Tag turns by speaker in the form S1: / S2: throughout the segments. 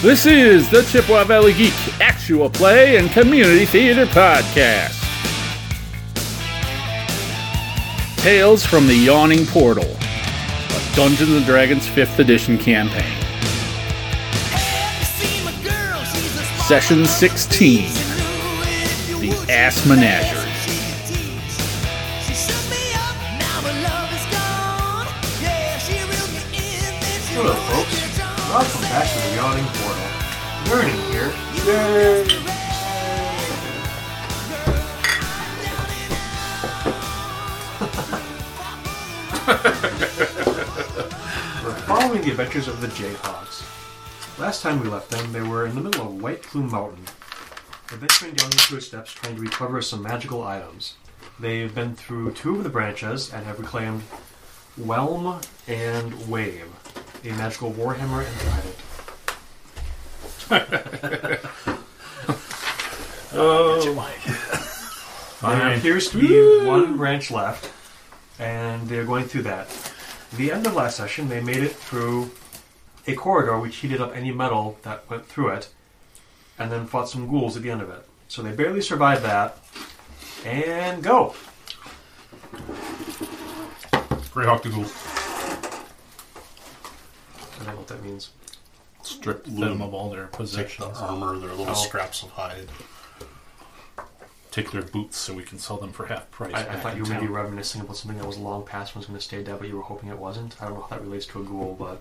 S1: This is the Chippewa Valley Geek Actual Play and Community Theater Podcast. Tales from the Yawning Portal, a Dungeons and Dragons 5th Edition campaign.
S2: Session 16 The Ass Menagerie.
S3: Hello, folks. Welcome back to the Yawning Portal. Learning here. We're following the adventures of the Jayhawks. Last time we left them, they were in the middle of White Plume Mountain. They're venturing down into its depths trying to recover some magical items. They've been through two of the branches and have reclaimed Whelm and Wave, a magical warhammer and trident. There appears to be one branch left, and they're going through that. The end of last session, they made it through a corridor which heated up any metal that went through it, and then fought some ghouls at the end of it. So they barely survived that. And go!
S4: Greyhawk the Ghoul.
S3: I don't know what that means.
S4: Strip
S5: them of all their
S4: Take the
S5: possessions.
S4: armor, their little
S3: Oh.
S4: scraps of hide.
S5: Take their boots so we can sell them for half price.
S3: I, I
S5: back
S3: thought
S5: in
S3: you were maybe
S5: town.
S3: reminiscing about something that was long past and was going to stay dead, but you were hoping it wasn't. I don't know how that relates to a ghoul, but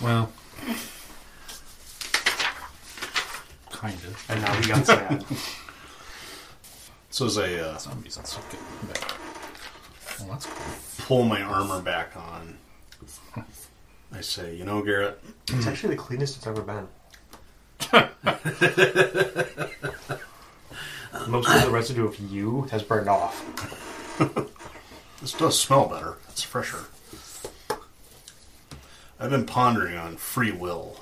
S5: Well, kind of.
S3: and now we got sad.
S4: So as I uh,
S5: Zombies and stuff get back. Well, that's cool.
S4: pull my armor back on, I say, you know, Garrett,
S3: it's actually the cleanest it's ever been. Most of the residue of you has burned off.
S4: this does smell better. It's fresher. I've been pondering on free will,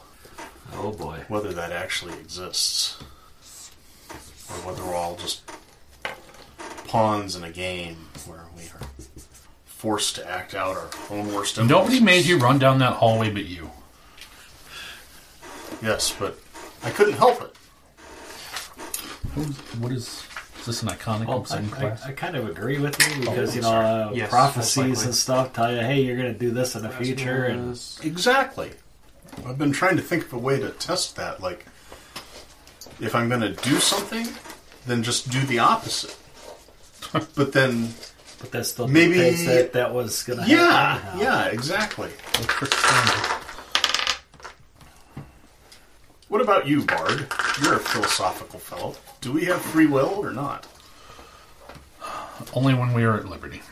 S3: Oh boy.
S4: whether that actually exists, or whether we're all just pawns in a game where we are forced to act out our own worst impulses.
S5: Nobody made you run down that hallway but you.
S4: Yes, but I couldn't help it.
S5: Who's, what is. Is this an iconic
S6: Well, I,
S5: obscene class?
S6: I, I kind of agree with you because you know
S4: sorry.
S6: uh,
S3: Yes, most
S6: prophecies
S3: likely.
S6: and stuff tell you, hey, you're going to do this in the future, and
S4: Exactly. I've been trying to think of a way to test that. Like, if I'm going to do something, then just do the opposite. but then,
S6: but that still
S4: Maybe-
S6: dictates that that was going to
S4: yeah, yeah, exactly. What about you, Bard? You're a philosophical fellow. Do we have free will or not?
S5: Only when we are at liberty.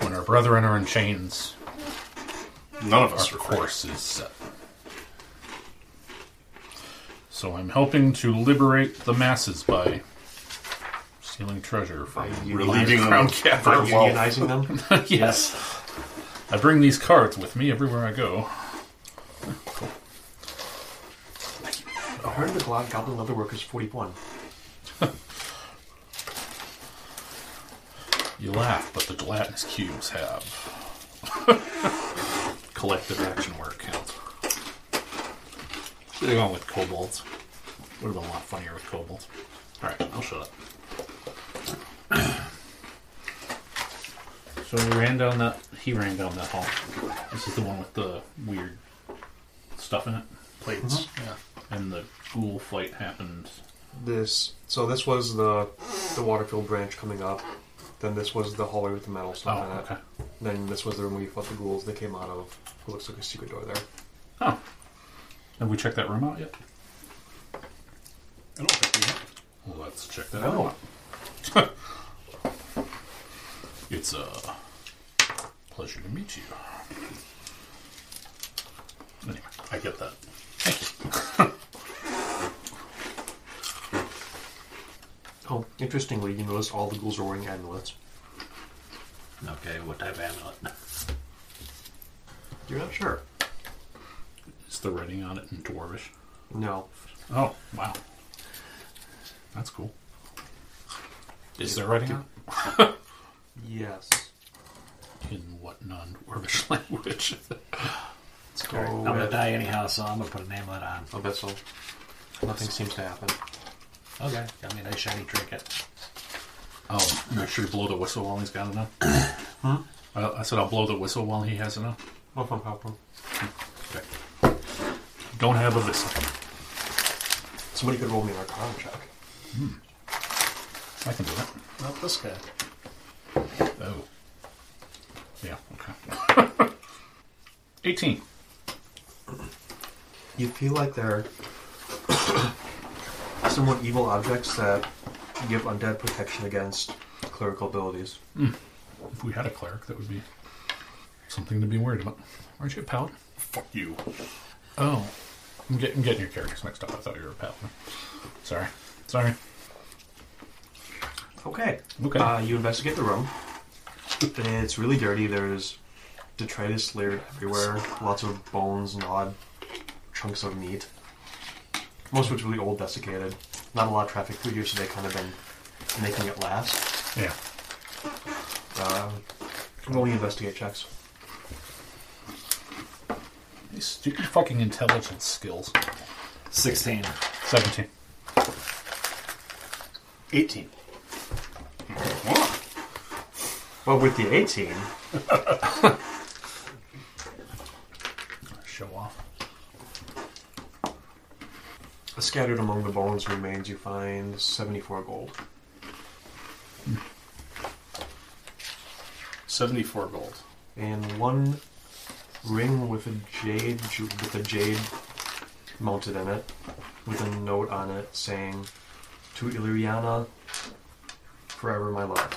S5: When our brethren are in chains,
S4: None of
S5: our
S4: us, are free.
S5: course uh, is set. So I'm helping to liberate the masses by stealing treasure from
S4: Relieving them
S5: crown
S4: of
S5: captor.
S4: their wealth.
S3: Unionizing them?
S5: yes. I bring these cards with me everywhere I go.
S3: I heard the Glo- Goblin Leatherwork is 41.
S5: You laugh, but the gelatinous cubes have collective action work count. Should have gone with kobolds. Would have been a lot funnier with kobolds. All right, I'll shut up. so we ran down that. He ran down that hall. This is the one with the weird stuff in it,
S4: Plates. Yeah.
S5: and the ghoul fight happened.
S3: This. So this was the the Waterfield branch coming up. Then this was the hallway with the metal stuff in
S5: Oh,
S3: it.
S5: okay.
S3: Then this was the room where you fought the ghouls that came out of. It looks like a secret door there.
S5: Oh, have we checked that room out yet?
S4: I don't think we have.
S5: Let's check that
S3: No.
S5: out. it's a pleasure to meet you. Anyway,
S4: I get that.
S3: Oh, interestingly, you noticed all the ghouls are wearing amulets.
S6: Okay, what type of amulet?
S3: You're not sure?
S5: is the writing on it in Dwarvish?
S3: No.
S5: Oh, wow. That's cool. Is there writing on
S3: Yes.
S5: it? In what non Dwarvish language?
S3: Let's go.
S6: I'm gonna
S3: with-
S6: die anyhow, so I'm gonna put an amulet on.
S3: A vessel. Nothing seems to happen.
S6: Okay. Got me a nice shiny trinket.
S7: Oh, make sure you blow the whistle while he's got enough. I, I said I'll blow the whistle while he has enough.
S3: Well, from Popcorn.
S7: Don't have a whistle.
S3: Somebody could roll me an Arcana check.
S7: I can do it.
S6: Not this guy.
S7: Oh. Yeah, okay. 18.
S3: You feel like they're somewhat evil objects that give undead protection against clerical abilities.
S7: If we had a cleric, that would be something to be worried about. Aren't you a paladin? Fuck you. Oh. I'm, get, I'm getting your characters mixed up. I thought you were a paladin. Sorry. Sorry.
S3: Okay.
S7: Okay.
S3: Uh, you investigate the room. It's really dirty. There's detritus layered everywhere. Lots of bones and odd chunks of meat. Most of it's really old, desiccated. Not a lot of traffic through here, so they kind of been making it last.
S7: Yeah.
S3: Uh, rolling investigate checks.
S7: These stupid fucking intelligence skills.
S6: 16.
S7: 17.
S4: 18.
S3: Well, with the 18,
S7: Show off.
S3: scattered among the bones and remains, you find 74 gold.
S4: 74 gold.
S3: and one ring with a jade ju- with a jade mounted in it, with a note on it saying, "To Illyriana, forever my love."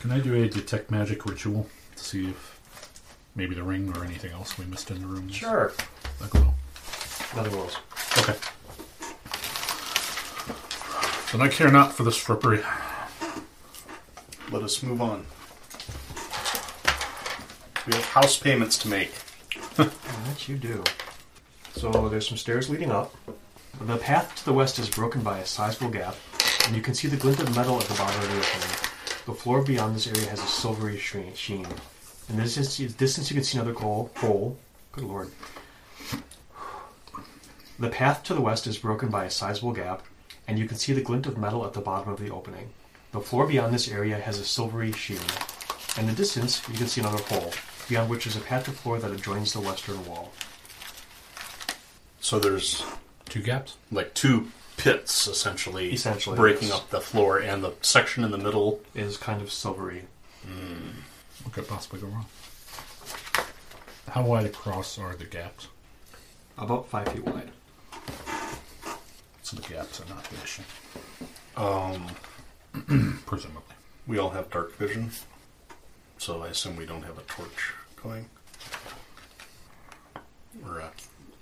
S7: Can I do a detect magic ritual to see if maybe the ring or anything else we missed in the room? is A glow.
S3: Nothing else.
S7: Okay. Then I care not for the frippery.
S4: Let us move on. We have house payments to make.
S3: That you do. So there's some stairs leading up. The path to the west is broken by a sizable gap, and you can see the glint of metal at the bottom of the opening. The floor beyond this area has a silvery shre- sheen. In this distance, distance you can see another coal, hole. Good lord. The path to the west is broken by a sizable gap, and you can see the glint of metal at the bottom of the opening. The floor beyond this area has a silvery sheen. In the distance, you can see another hole, beyond which is a patch of floor that adjoins the western wall.
S4: So there's
S7: Two gaps?
S4: like two pits essentially,
S3: Essentially,
S4: breaking
S3: yes.
S4: up the floor and the section in the middle.
S3: It is kind of silvery.
S7: What could possibly go wrong? How wide across are the gaps?
S3: About five feet wide.
S7: So the gaps are not the issue,
S4: Um,
S7: presumably.
S4: we all have dark vision, so I assume we don't have a torch going. Or uh,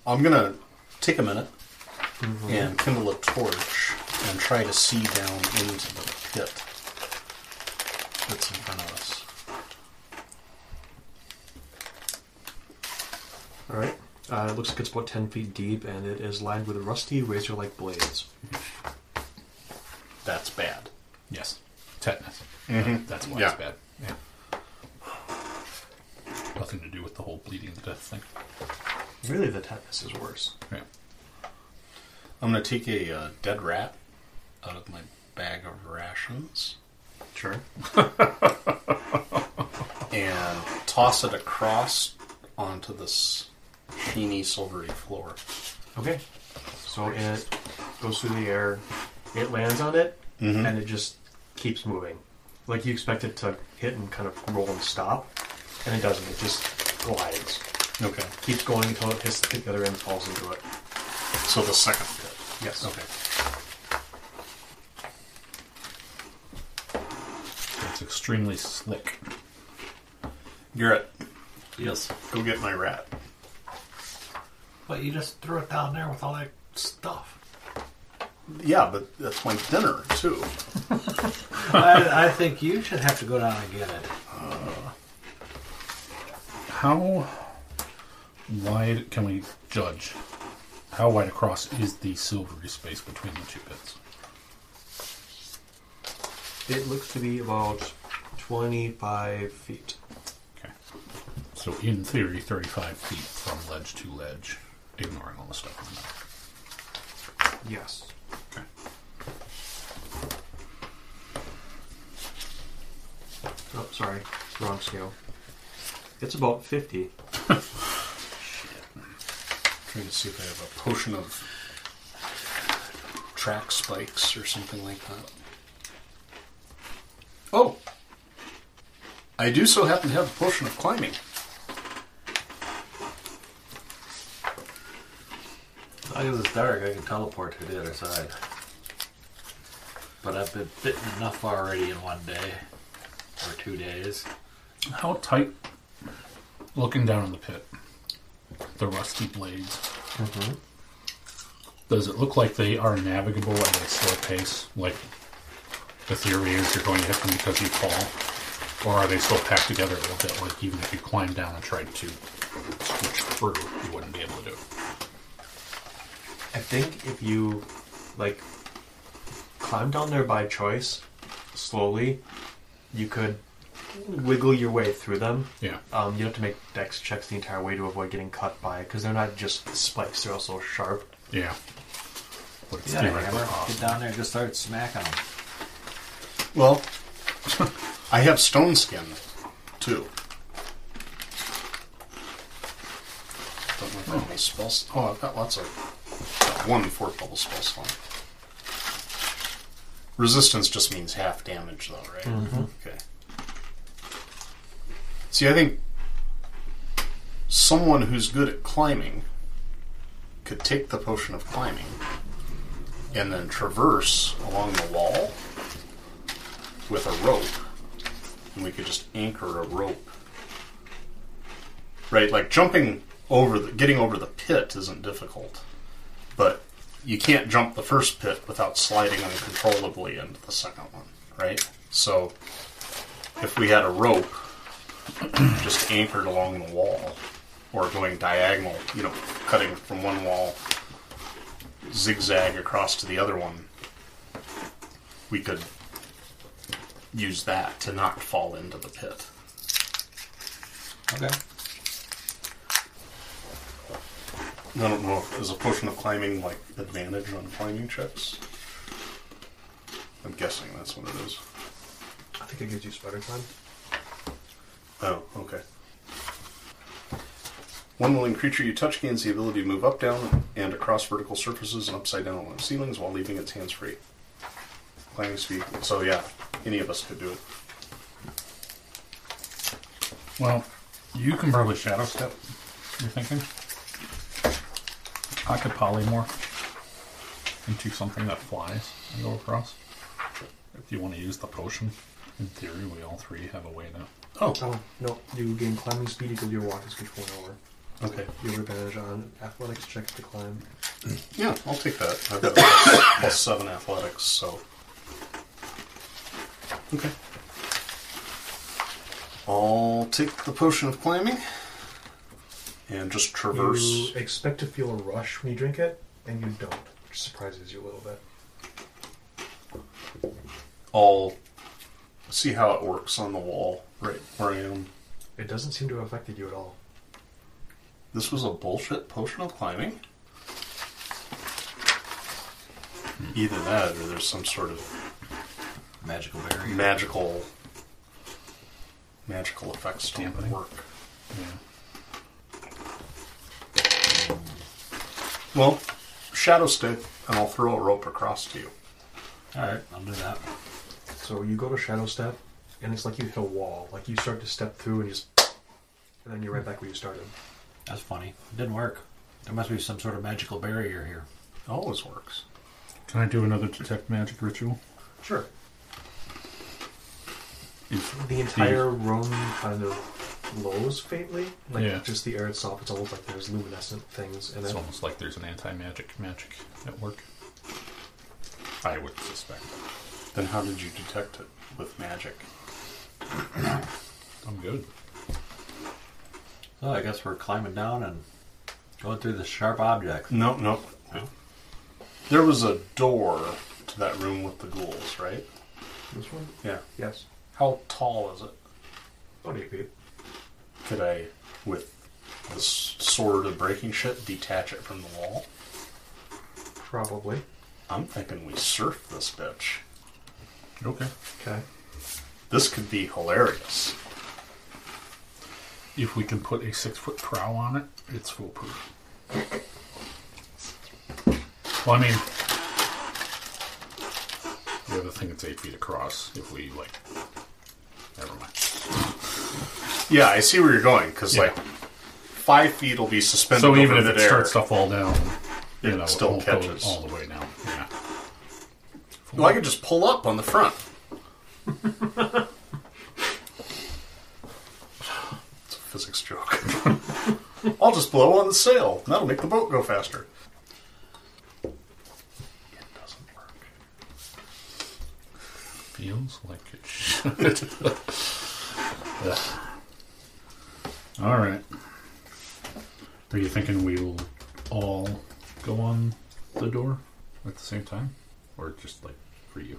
S4: I'm gonna take a minute
S3: Mm-hmm.
S4: and kindle a torch and try to see down into the pit that's in front of us.
S3: All right. Uh, it looks like it's about ten feet deep, and it is lined with rusty razor-like blades.
S4: That's bad.
S7: Yes. Tetanus. That's why
S4: Yeah.
S7: it's bad. Yeah. Nothing to do with the whole bleeding to death thing.
S3: Really, the tetanus is worse.
S7: Yeah.
S4: I'm gonna take a uh, dead rat out of my bag of rations
S3: Sure.
S4: and toss it across onto this sheeny silvery floor.
S3: Okay. So it goes through the air. It lands on it, and it just keeps moving. Like you expect it to hit and kind of roll and stop, and it doesn't. It just glides,
S4: Okay.
S3: keeps going until it hits the other end and falls into it.
S4: So the second pit.
S3: Yes.
S4: Okay.
S7: It's extremely slick.
S4: Garrett,
S6: Yes.
S4: go get my rat.
S6: But you just threw it down there with all that stuff.
S4: Yeah, but that's my dinner too.
S6: I, I think you should have to go down and get it.
S7: How wide can we judge? How wide across is the silvery space between the two bits?
S3: It looks to be about twenty-five feet.
S7: Okay. So in theory, 35 feet from ledge to ledge, ignoring all the stuff. on the map.
S3: Yes. Oh, sorry. Wrong scale. It's about 50.
S4: Trying to see if I have a potion of track spikes or something like that. Oh! I do so happen to have a potion of climbing.
S6: Because it's dark, I can teleport to the other side. But I've been bitten enough already in one day or two days.
S7: How tight? Looking down in the pit, the rusty blades. Does it look like they are navigable at a slow pace? Like the theory is you're going to hit them because you fall, or are they still packed together a little bit? Like even if you climbed down and tried to switch through, you wouldn't be able to do it.
S3: I think if you, like, climb down there by choice, slowly, you could wiggle your way through them.
S7: Yeah.
S3: Um, you have to make dex checks the entire way to avoid getting cut by it, because they're not just spikes, they're also sharp.
S7: Yeah. But it's
S6: Yeah,
S7: theoretically
S6: hammer.
S7: possible.
S6: Get down there and just start smacking them.
S4: Well, I have stone skin, too. Don't know if I have any spells. Oh, I've got lots of. Got one fourth level spell slot. Resistance just means half damage, though, right? Okay. See, I think someone who's good at climbing could take the potion of climbing and then traverse along the wall with a rope, and we could just anchor a rope. Right, like jumping over the getting over the pit isn't difficult, but you can't jump the first pit without sliding uncontrollably into the second one, right? So if we had a rope just anchored along the wall or going diagonal, you know, cutting from one wall zigzag across to the other one, we could use that to not fall into the pit.
S6: Okay.
S4: I don't know if there's a potion of climbing like advantage on climbing checks. I'm guessing that's what it is.
S3: I think it gives you spider climb.
S4: Oh, okay. One willing creature you touch gains the ability to move up, down, and across vertical surfaces and upside down along ceilings while leaving its hands free. Climbing speed. So yeah, any of us could do it.
S7: Well, you can probably shadow step. You're thinking? I could polymorph into something that flies and go across. If you want to use the potion, in theory, we all three have a way to.
S3: Oh, no. You gain climbing speed equal to your walk speed for one hour.
S4: Okay.
S3: You have advantage on athletics checks to climb.
S4: Yeah, I'll take that. I've got plus- plus seven athletics, so. Okay. I'll take the potion of climbing and just traverse.
S3: You expect to feel a rush when you drink it, and you don't, which surprises you a little bit.
S4: I'll see how it works on the wall right where I am.
S3: It doesn't seem to have affected you at all.
S4: This was a bullshit potion of climbing? Either that or there's some sort of
S6: Magical berry.
S4: magical magical effects don't
S7: Dampening.
S4: work.
S7: Yeah.
S4: Well, shadow stick, and I'll throw a rope across to you.
S6: Alright, I'll do that.
S3: So you go to shadow step, and it's like you hit a wall. Like you start to step through, and you just, and then you're right back where you started.
S6: That's funny. It didn't work. There must be some sort of magical barrier here.
S4: It always works.
S7: Can I do another detect magic ritual?
S3: Sure.
S7: If
S3: The entire room kind of glows faintly, like
S7: Yeah.
S3: just the air itself. It's almost like there's luminescent things in
S7: It's
S3: it.
S7: almost like there's an anti magic magic at work. I would suspect.
S4: Then how did you detect it with magic?
S7: I'm good.
S6: So I guess we're climbing down and going through the sharp object.
S4: No, no. There was a door to that room with the ghouls, right?
S3: This one?
S4: Yeah.
S3: Yes.
S4: How tall is it?
S3: About eight feet.
S4: could I, with the s- sword of breaking shit, detach it from the wall?
S3: Probably.
S4: I'm thinking we surf this bitch.
S7: Okay.
S3: Okay.
S4: This could be hilarious.
S7: If we can put a six foot prow on it, it's foolproof. Well, I mean, the other thing it's eight feet across. If we like, never mind.
S4: Yeah, I see where you're going because
S7: Yeah.
S4: like five feet will be suspended.
S7: So even
S4: over
S7: if it
S4: midair.
S7: starts to fall down, you
S4: It
S7: know,
S4: still
S7: it won't go
S4: catches.
S7: all the way down. Yeah.
S4: well, I could just pull up on the front. it's a physics joke. I'll just blow on the sail. That'll make the boat go faster. It doesn't work.
S7: Feels like it should. Ugh. all right. Are you thinking we will all go on the door at the same time, or just like for you?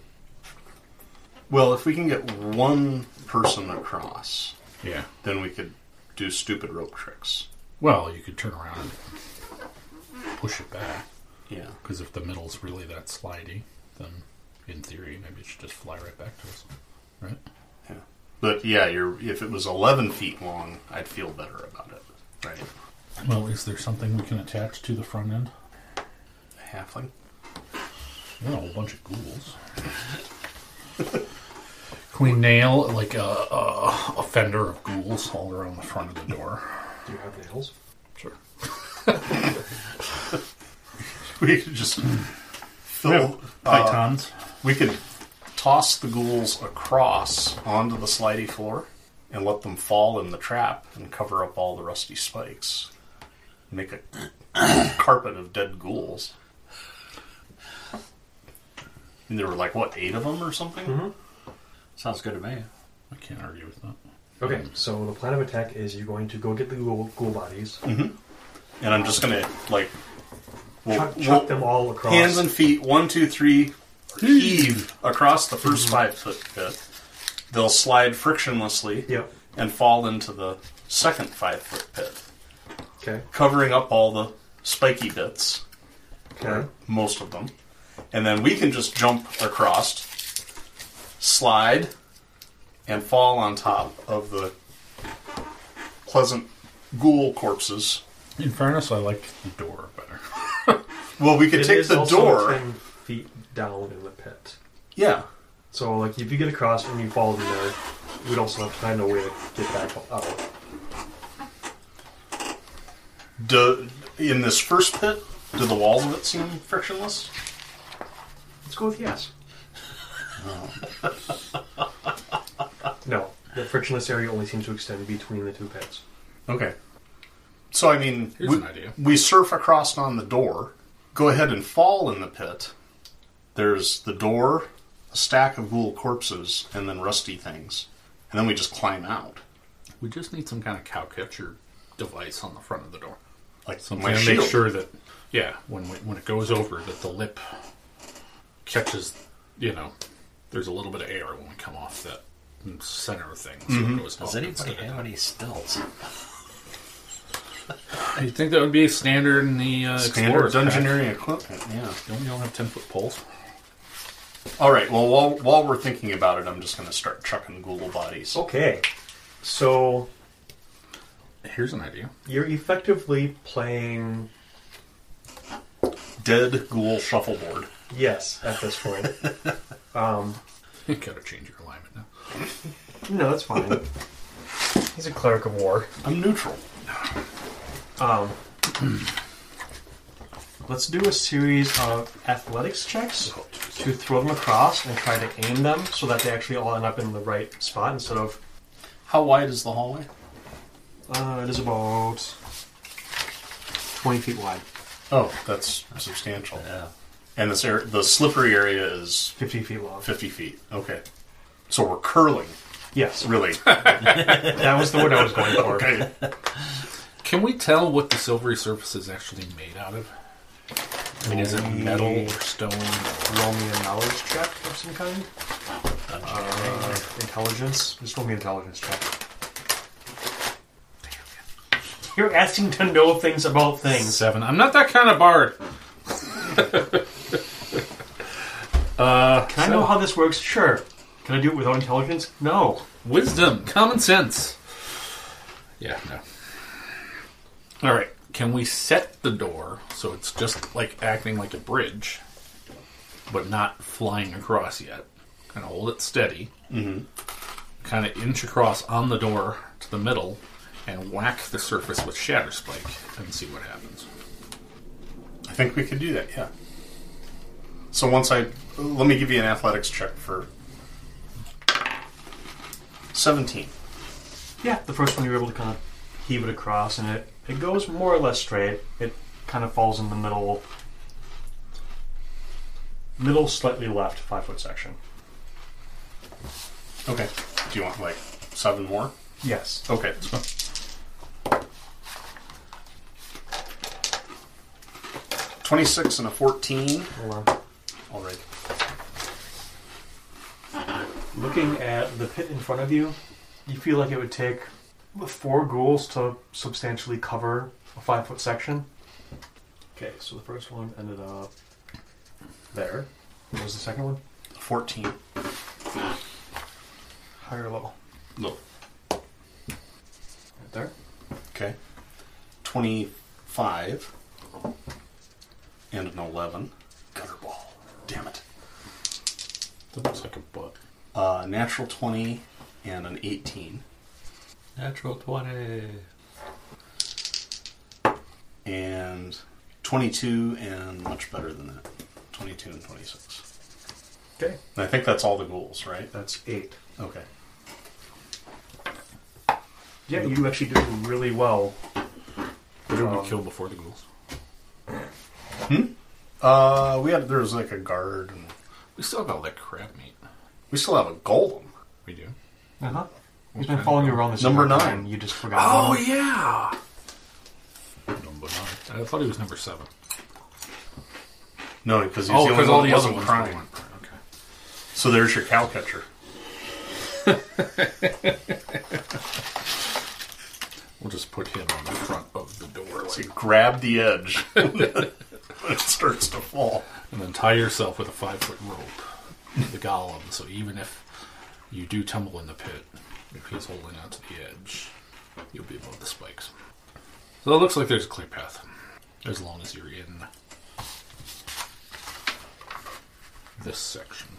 S4: Well, if we can get one person across,
S7: Yeah.
S4: then we could do stupid rope tricks.
S7: Well, you could turn around and push it back
S4: Yeah.
S7: because if the middle's really that slidey, then in theory maybe it should just fly right back to us, right?
S4: Yeah. But yeah, you're if it was 11 feet long, I'd feel better about it. Right.
S7: Well, is there something we can attach to the front end?
S4: Halfling.
S7: Well, a whole bunch of ghouls. Can we nail like a, a, a fender of ghouls all around the front of the door?
S3: Do you have nails?
S7: Sure.
S4: We could just fill. uh,
S7: Pythons.
S4: we could toss the ghouls across onto the slidey floor and let them fall in the trap and cover up all the rusty spikes. Make a carpet of dead ghouls. And there were like what eight of them or something.
S3: Mm-hmm.
S6: Sounds good to me.
S7: I can't argue with that.
S3: Okay, so the plan of attack is you're going to go get the ghoul, ghoul bodies,
S4: And I'm just gonna like we'll-
S3: chuck, chuck
S4: we'll-
S3: them all across.
S4: hands and feet, one, two, three, heave across the first
S3: Mm-hmm.
S4: five foot pit. They'll slide frictionlessly
S3: Yep.
S4: and fall into the second five foot pit,
S3: Okay.
S4: covering up all the spiky bits,
S3: Okay.
S4: most of them. And then we can just jump across, slide, and fall on top of the pleasant ghoul corpses.
S7: In fairness, I like the door better.
S4: Well, we could
S3: It
S4: take
S3: is
S4: the
S3: also
S4: door.
S3: ten feet down in the pit.
S4: Yeah.
S3: So like, if you get across and you fall in there, we'd also have to find a way to get back out.
S4: Do, in this first pit, do the walls of it seem frictionless?
S3: Let's go with yes. Oh. no, the frictionless area only seems to extend between the two pits.
S4: Okay. So I mean,
S7: Here's
S4: we,
S7: an idea.
S4: we surf across on the door, go ahead and fall in the pit. There's the door, a stack of ghoul corpses, and then rusty things, and then we just climb out.
S7: We just need some kind of cow catcher device on the front of the door.
S4: Like
S7: Something
S4: my
S7: to
S4: shield.
S7: make sure that, yeah, when we, when it goes over, that the lip catches. You know, there's a little bit of air when we come off that center thing. So it goes
S6: Does
S7: up
S6: anybody
S7: instead of
S6: have any stills?
S7: I think that would be standard in the uh,
S4: Standard
S7: Explorer's pack.
S4: dungeoneering equipment. Yeah.
S7: Don't you don't have ten foot poles?
S4: All right. Well, while while we're thinking about it, I'm just going to start chucking ghoul bodies.
S7: Oh.
S3: Okay, so
S7: Here's an idea.
S3: you're effectively playing
S4: Dead ghoul shuffleboard.
S3: yes at this point.
S7: You gotta change your alignment now.
S3: no, that's fine. He's a cleric of war.
S4: I'm neutral.
S3: Um, let's do a series of athletics checks to throw them across and try to aim them so that they actually all end up in the right spot instead of
S4: How wide is the hallway?
S3: uh, it is about twenty feet wide,
S4: Oh, that's substantial.
S6: Yeah.
S4: And this air, the slippery area is
S3: fifty feet long.
S4: 50 feet. Okay. So we're curling,
S3: Yes,
S4: really.
S3: that was the word I was going for.
S4: okay.
S7: Can we tell what the silvery surface is actually made out of? I mean, is it metal or stone?
S3: Roll me a knowledge check of some kind. Uh, intelligence. Just roll me an intelligence check. You're asking to know things about things.
S7: Seven. I'm not that kind of bard.
S3: Can I know how this works? Sure. Can I do it without intelligence? No.
S7: Wisdom, common sense. Yeah, no. All right. Can we set the door so it's just like acting like a bridge, but not flying across yet? Kind of hold it steady. Mm-hmm. Kind of inch across on the door to the middle, and whack the surface with shatter spike and see what happens.
S4: I think we could do that, yeah. So once I. Let me give you an athletics check for. 17.
S3: Yeah, the first one you're able to kind of heave it across, and it, it goes more or less straight. It kind of falls in the middle, middle slightly left five foot section.
S4: Okay. Do you want like seven more?
S3: Yes.
S4: Okay, that's fine. Twenty-six and a fourteen.
S3: Hold on.
S4: All right.
S3: Looking at the pit in front of you, you feel like it would take four ghouls to substantially cover a five foot section. Okay, so the first one ended up there. What was the second one?
S4: Fourteen.
S3: Higher level.
S4: No.
S3: Right there.
S4: Okay. Twenty-five and an eleven. Gutter ball. Damn it.
S7: That looks like a butt.
S4: Uh, natural twenty and an eighteen
S6: Natural 20.
S4: and twenty-two and much better than that. Twenty-two and twenty-six.
S3: Okay,
S4: And I think that's all the ghouls, right?
S3: that's eight.
S4: Okay.
S3: Yeah, you actually did really well.
S7: What did
S3: Um,
S7: we kill before the ghouls?
S4: Uh, we had there was like a guard, and
S7: We still got all that crab meat.
S4: we still have a golem.
S7: We do.
S3: Uh huh. He's been following you around this
S4: Number
S3: entire
S4: nine.
S3: time, You just forgot. about
S4: Oh,
S3: him.
S7: yeah. Number nine. I thought he was number seven.
S4: No, because he's the
S7: Oh,
S4: only
S7: because
S4: one
S7: all the
S4: that
S7: other
S4: wasn't
S7: ones
S4: crying.
S7: weren't. Okay.
S4: So there's your cow catcher.
S7: We'll just put him on the front of the door,
S4: So you
S7: like,
S4: grab the edge when it starts to fall.
S7: and then tie yourself with a five-foot rope to the golem. So even if you do tumble in the pit, if he's holding onto the edge, you'll be above the spikes. So it looks like there's a clear path, as long as you're in this section.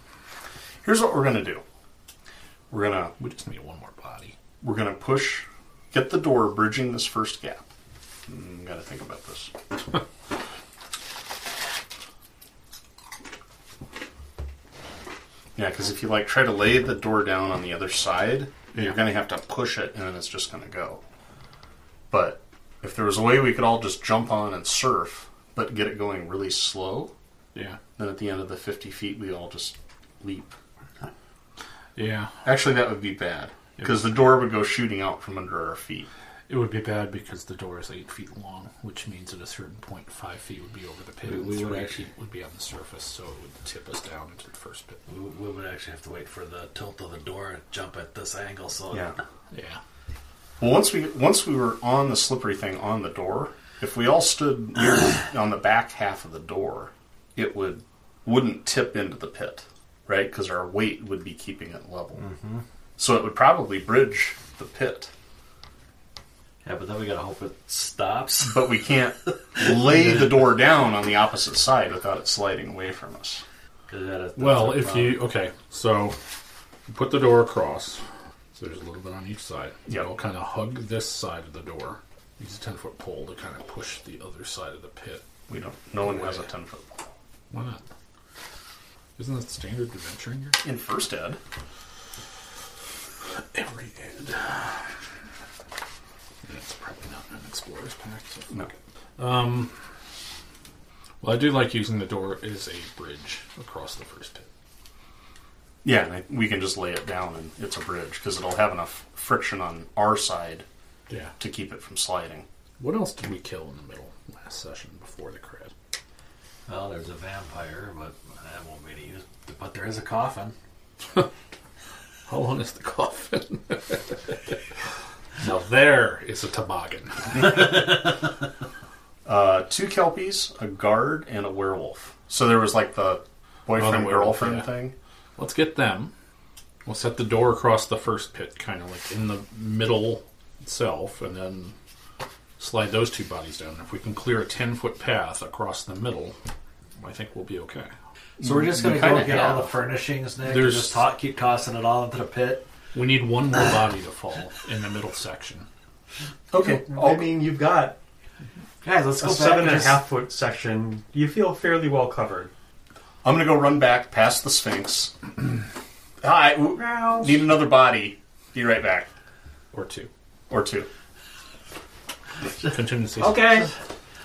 S4: Here's what we're gonna do. We're gonna
S7: We just need one more body.
S4: we're gonna push, get the door bridging this first gap. Mm, gotta think about this. yeah, because if you like try to lay the door down on the other side, you're gonna have to push it, and then it's just gonna go. But if there was a way we could all just jump on and surf, but get it going really slow,
S7: Yeah.
S4: then at the end of the 50 feet, we all just leap.
S7: Yeah.
S4: Actually, that would be bad because the door would go shooting out from under our feet.
S7: It would be bad because the door is eight feet long, which means at a certain point, five feet would be over the pit,
S6: We-
S7: and
S6: we would
S7: three
S6: actually-
S7: feet would be on the surface, so it would tip us down into the first pit.
S6: We, we would actually have to wait for the tilt of the door to jump at this angle. So
S7: Yeah.
S4: Well, once we once we were on the slippery thing on the door, if we all stood near on the back half of the door, it would wouldn't tip into the pit, right? Because our weight would be keeping it level. So it would probably bridge the pit,
S6: Yeah, but then we gotta hope it stops.
S4: but we can't lay the door down on the opposite side without it sliding away from us.
S6: 'Cause that is- that's
S7: Well,
S6: our
S7: if
S6: problem.
S7: you okay, so you put the door across. So there's a little bit on each side.
S4: Yeah.
S7: You'll kind of hug this side of the door. Use a ten foot pole to kind of push the other side of the pit.
S4: We don't. No one has a ten foot
S7: Why not? Isn't that standard adventuring here?
S4: in first ed.
S7: Every ed. That's probably not an explorer's pack. So
S4: No.
S7: Well, I do like using the door as a bridge across the first pit.
S4: Yeah, and I, we can just lay it down and it's a bridge because it'll have enough friction on our side
S7: Yeah.
S4: to keep it from sliding.
S7: What else did we kill in the middle last session before the crab?
S6: well, there's a vampire, but that won't be any use. But there is a coffin.
S7: How long is the coffin? Now there is a toboggan.
S4: Uh, two kelpies, a guard, and a werewolf. So there was like the boyfriend
S7: werewolf,
S4: girlfriend
S7: yeah.
S4: thing.
S7: Let's get them. We'll set the door across the first pit, kind of like in the middle itself, and then slide those two bodies down. If we can clear a 10 foot path across the middle, I think we'll be okay.
S6: So we're just gonna
S7: We
S6: go
S7: kinda
S6: get all
S7: have.
S6: the furnishings, Nick. and
S7: There's-
S6: just to- keep tossing it all into the pit.
S7: We need one more body to fall in the middle section.
S4: Okay,
S3: I
S4: I'll-
S3: mean, you've got
S6: Guys, let's
S3: a
S6: go
S3: seven
S6: back
S3: and a
S6: just-
S3: half foot section. You feel fairly well covered.
S4: I'm gonna go run back past the Sphinx. Hi, w- need another body. Be right back,
S7: Or two.
S4: or two.
S7: Contingencies.
S6: Okay,
S3: It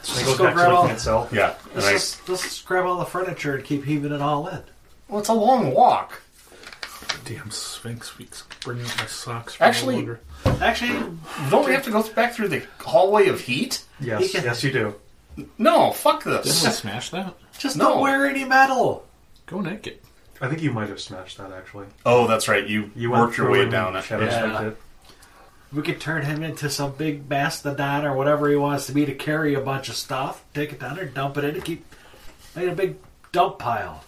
S6: let's
S3: goes
S6: go
S3: back to
S6: grab all.
S3: looking itself.
S4: Yeah, and
S6: Let's
S4: I-
S6: just, let's just grab all the furniture and keep heaving it all in.
S4: well, it's a long walk.
S7: Damn Sphinx weeks bringing up my socks. From
S4: Actually-
S7: all over.
S6: Actually,
S4: Don't we have to go back through the hallway of heat?
S3: Yes,
S6: can-
S3: yes, you do.
S4: No, fuck
S7: didn't we
S4: this.
S7: smash that?
S6: just
S4: No.
S6: don't wear any metal.
S7: Go naked.
S3: I think you might have smashed that actually.
S4: Oh, that's right. You,
S3: You went
S4: worked your
S3: through
S4: way
S3: and
S4: down it.
S3: shadow
S6: Yeah.
S3: smacked it.
S6: We could turn him into some big mastodon or whatever he wants to be to carry a bunch of stuff, take it down there, dump it in, and keep make a big dump pile.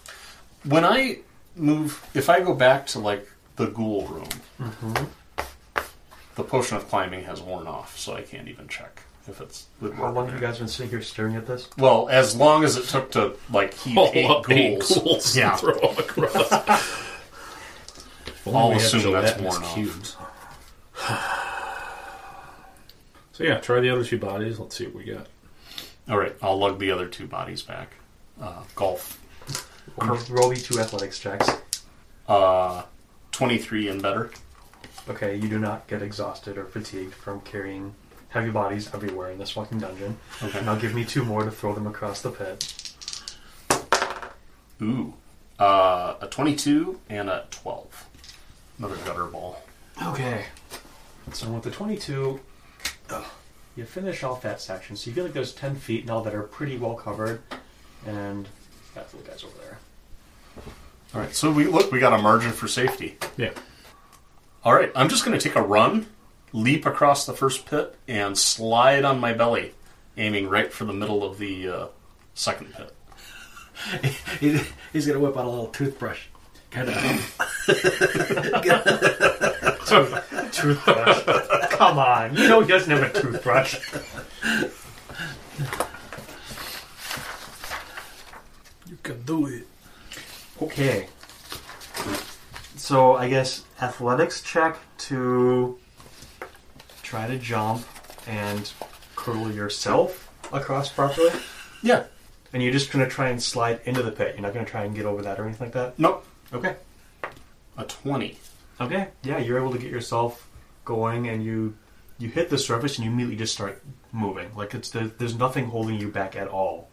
S4: when I move, if I go back to like the ghoul room, the potion of climbing has worn off, so I can't even check if it's would
S3: How
S4: work.
S3: long have you guys been sitting here staring at this?
S4: Well, as long as it took to like heat
S7: Pull
S4: eight
S7: up
S4: ghouls,
S7: eight ghouls
S4: yeah,
S7: and throw them across. If only
S4: I'll
S7: we had
S4: assume
S7: Gillette
S4: that's
S7: in his
S4: worn off.
S7: cubes. so yeah, try the other two bodies. Let's see what we got.
S4: All right, I'll lug the other two bodies back. Uh, golf,
S3: Roll me two athletics checks.
S4: uh, twenty-three and better.
S3: Okay, you do not get exhausted or fatigued from carrying heavy bodies everywhere in this fucking dungeon.
S4: Okay.
S3: Now give me two more to throw them across the pit.
S4: Ooh, uh, a twenty-two and a twelve. Another gutter ball.
S3: Okay. So with the 22, you finish off that section. So you feel like there's 10 feet now that are pretty well covered. And that's the guys over there.
S4: All right, so we look. We got a margin for safety.
S7: Yeah,
S4: All right, I'm just going to take a run, leap across the first pit, and slide on my belly, aiming right for the middle of the uh, second pit.
S6: He, he's gonna whip out a little toothbrush. Kind of.
S3: Toothbrush. Come on. You know he doesn't have a toothbrush.
S7: you can do it.
S3: Okay. So I guess athletics check to try to jump and curl yourself across properly.
S4: Yeah.
S3: And you're just gonna try and slide into the pit. You're not gonna try and get over that or anything like that.
S4: Nope.
S3: Okay.
S4: A 20.
S3: Okay. Yeah, you're able to get yourself going, and you you hit the surface, and you immediately just start moving. Like it's there, there's nothing holding you back at all.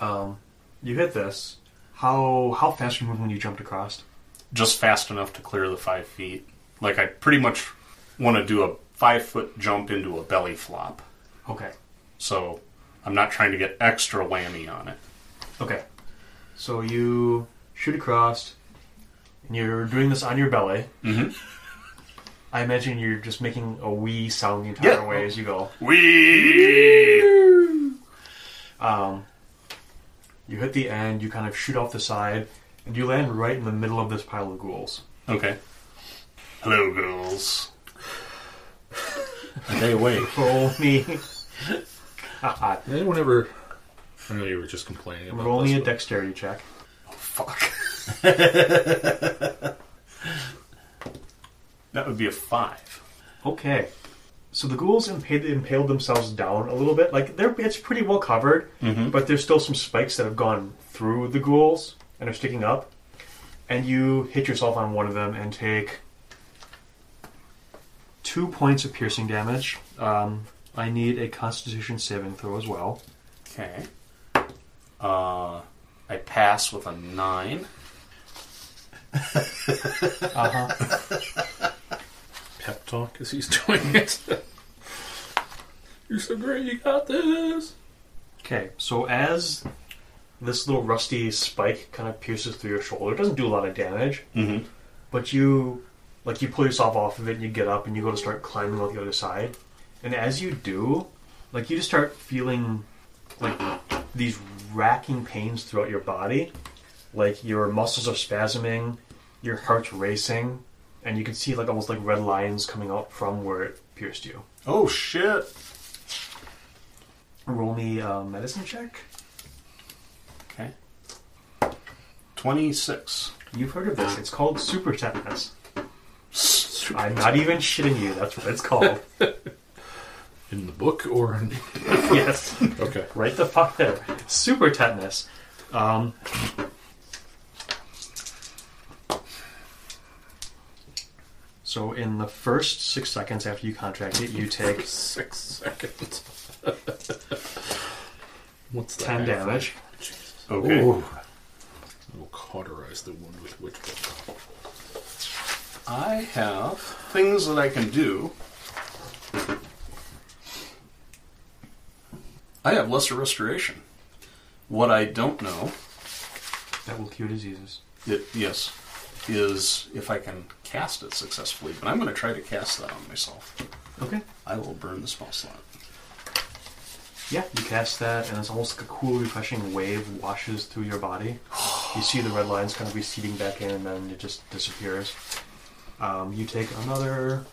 S3: Um, you hit this. How how fast were you moving when you jumped across?
S4: Just fast enough to clear the five feet. Like, I pretty much want to do a five foot jump into a belly flop.
S3: Okay.
S4: So I'm not trying to get extra whammy on it.
S3: Okay. So you shoot across, and you're doing this on your belly. Mm-hmm. I imagine you're just making a wee sound the entire
S4: Yeah.
S3: way as you go.
S4: Wee!
S3: Um, you hit the end, you kind of shoot off the side, and you land right in the middle of this pile of ghouls.
S4: Okay. Hello, girls.
S6: They wait.
S3: Roll me. God.
S7: Anyone ever? I know you were just complaining about
S3: Roll
S7: this,
S3: me a
S7: but-
S3: dexterity check.
S4: Fuck. that would be a five.
S3: Okay. So the ghouls impaled, impaled themselves down a little bit. Like they're it's pretty well covered, but there's still some spikes that have gone through the ghouls and are sticking up. And you hit yourself on one of them and take two points of piercing damage. Um, I need a Constitution saving throw as well.
S4: Okay. Uh, I pass with a nine.
S7: pep talk as he's doing it. You're so great. You got this.
S3: Okay, so as this little rusty spike kind of pierces through your shoulder, it doesn't do a lot of damage,
S4: Mhm.
S3: but you Like you pull yourself off of it and you get up and you go to start climbing out the other side. And as you do, like you just start feeling like these racking pains throughout your body. Like your muscles are spasming, your heart's racing, and you can see like almost like red lines coming out from where it pierced you.
S4: Oh shit!
S3: Roll me a medicine check.
S4: Okay. Twenty six.
S3: You've heard of this. It's called super tetanus. I'm not even shitting you. That's what it's called.
S7: In the book or in...
S3: yes.
S7: okay.
S3: Right the fuck there. Super tetanus. Um, so in the first six seconds after you contract it, you take
S7: Six seconds. What's that?
S3: ten damage.
S4: Okay.
S7: We'll cauterize the wound with witch bolt.
S4: I have things that I can do. I have lesser restoration. What I don't know,
S3: That will cure diseases.
S4: it, yes, is if I can cast it successfully. But I'm going to try to cast that on myself.
S3: Okay.
S4: I will burn the spell slot.
S3: Yeah, you cast that, and it's almost like a cool, refreshing wave washes through your body. You see the red lines kind of receding back in, and then it just disappears. Um, you take another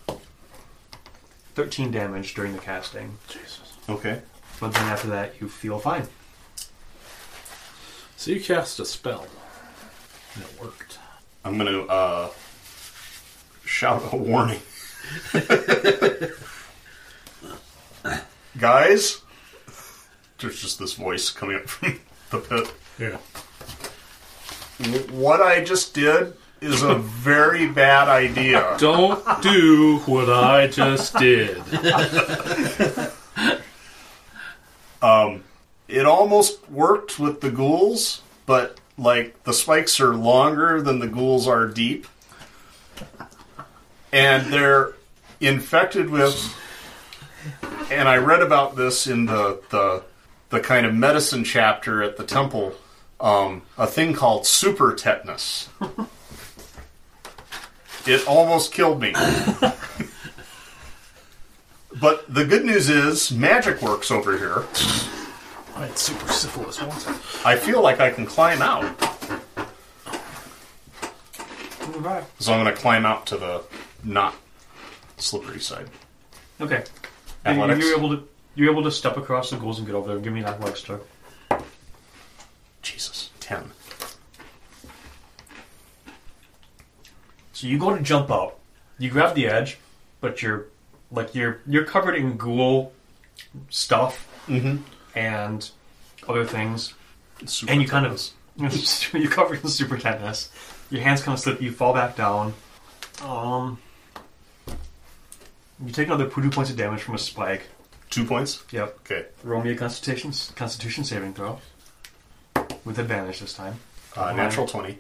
S3: 13 damage during the casting,
S4: Okay.
S3: but then after that, you feel fine.
S7: So you cast a spell. And it worked.
S4: I'm going to uh, shout a warning. Guys, there's just this voice coming up from the pit.
S7: Yeah.
S4: What I just did is a very bad idea.
S7: Don't do what I just did.
S4: It almost worked with the ghouls, but like the spikes are longer than the ghouls are deep. And they're infected with and I read about this in the the, the kind of medicine chapter at the temple, um, a thing called super tetanus. it almost killed me. but the good news is magic works over here.
S7: I had super syphilis once.
S4: I feel like I can climb out. So I'm going to climb out to the not slippery side.
S3: Okay. And you-
S4: Athletics.
S3: You're able to you're able to step across the goals and get over there. Give me an athletics check.
S4: Jesus. 10.
S3: So you go to jump out. You grab the edge, but you're like you're you're covered in ghoul stuff and other things.
S4: Super
S3: and you kind
S4: tennis.
S3: of you're covered in super tetanus. Your hands kind of slip. You fall back down. Um, you take another poo points of damage from a spike.
S4: Two points?
S3: Yep.
S4: Okay.
S3: Roll me a Constitution Constitution saving throw with advantage this time.
S4: Uh, natural 20.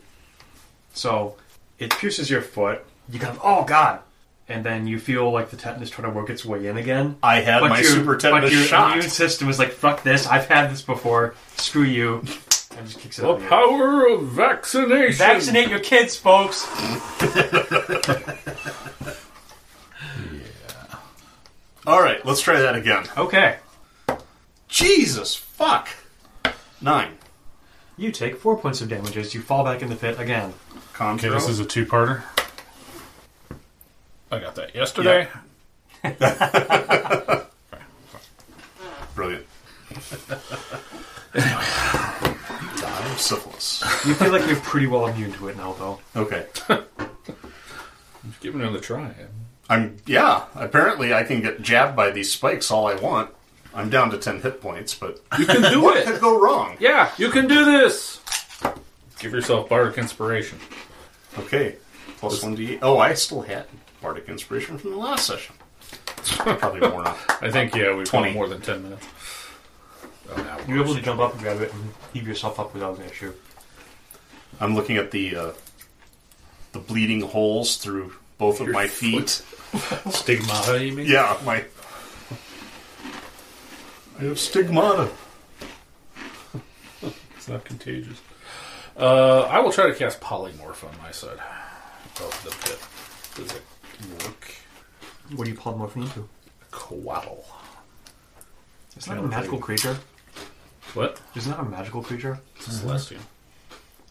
S3: So it pierces your foot. You kind of oh god, and then you feel like the tetanus trying to work its way in again.
S4: I had my
S3: your-
S4: super tetanus
S3: but your
S4: shot.
S3: immune system is like fuck this. I've had this before. Screw you, and just kicks it
S7: The
S3: up.
S7: power of vaccination.
S3: Vaccinate your kids, folks.
S4: All right, let's try that again.
S3: Okay.
S4: Jesus, fuck. Nine.
S3: You take four points of damage as you fall back in the pit again.
S4: Con
S7: Okay,
S4: throw.
S7: this is a two-parter. I got that yesterday.
S4: Brilliant. anyway. You die of syphilis.
S3: You feel like you're pretty well immune to it now, though.
S4: Okay.
S7: Give it another try.
S4: I'm yeah. Apparently, I can get jabbed by these spikes all I want. I'm down to ten hit points, but
S7: You can do
S4: what
S7: it.
S4: could go wrong?
S7: Yeah, you can do this. Give yourself bardic inspiration.
S4: Okay, plus one d. Oh, I still had bardic inspiration from the last session. Probably worn off.
S7: I think yeah, we've
S4: 20.
S7: gone more than ten minutes. Oh,
S3: You're able to jump up and grab it and heave yourself up without an issue.
S4: I'm looking at the uh, the bleeding holes through both of my feet.
S7: Stigmata, you mean?
S4: Yeah, my. I have stigmata.
S7: It's not contagious. Uh, I will try to cast polymorph on my side of the pit.
S4: Does it work?
S3: What are you polymorphing into?
S4: Coatl.
S3: It's not a magical creature.
S7: What?
S3: It's not a magical creature.
S7: Celestial.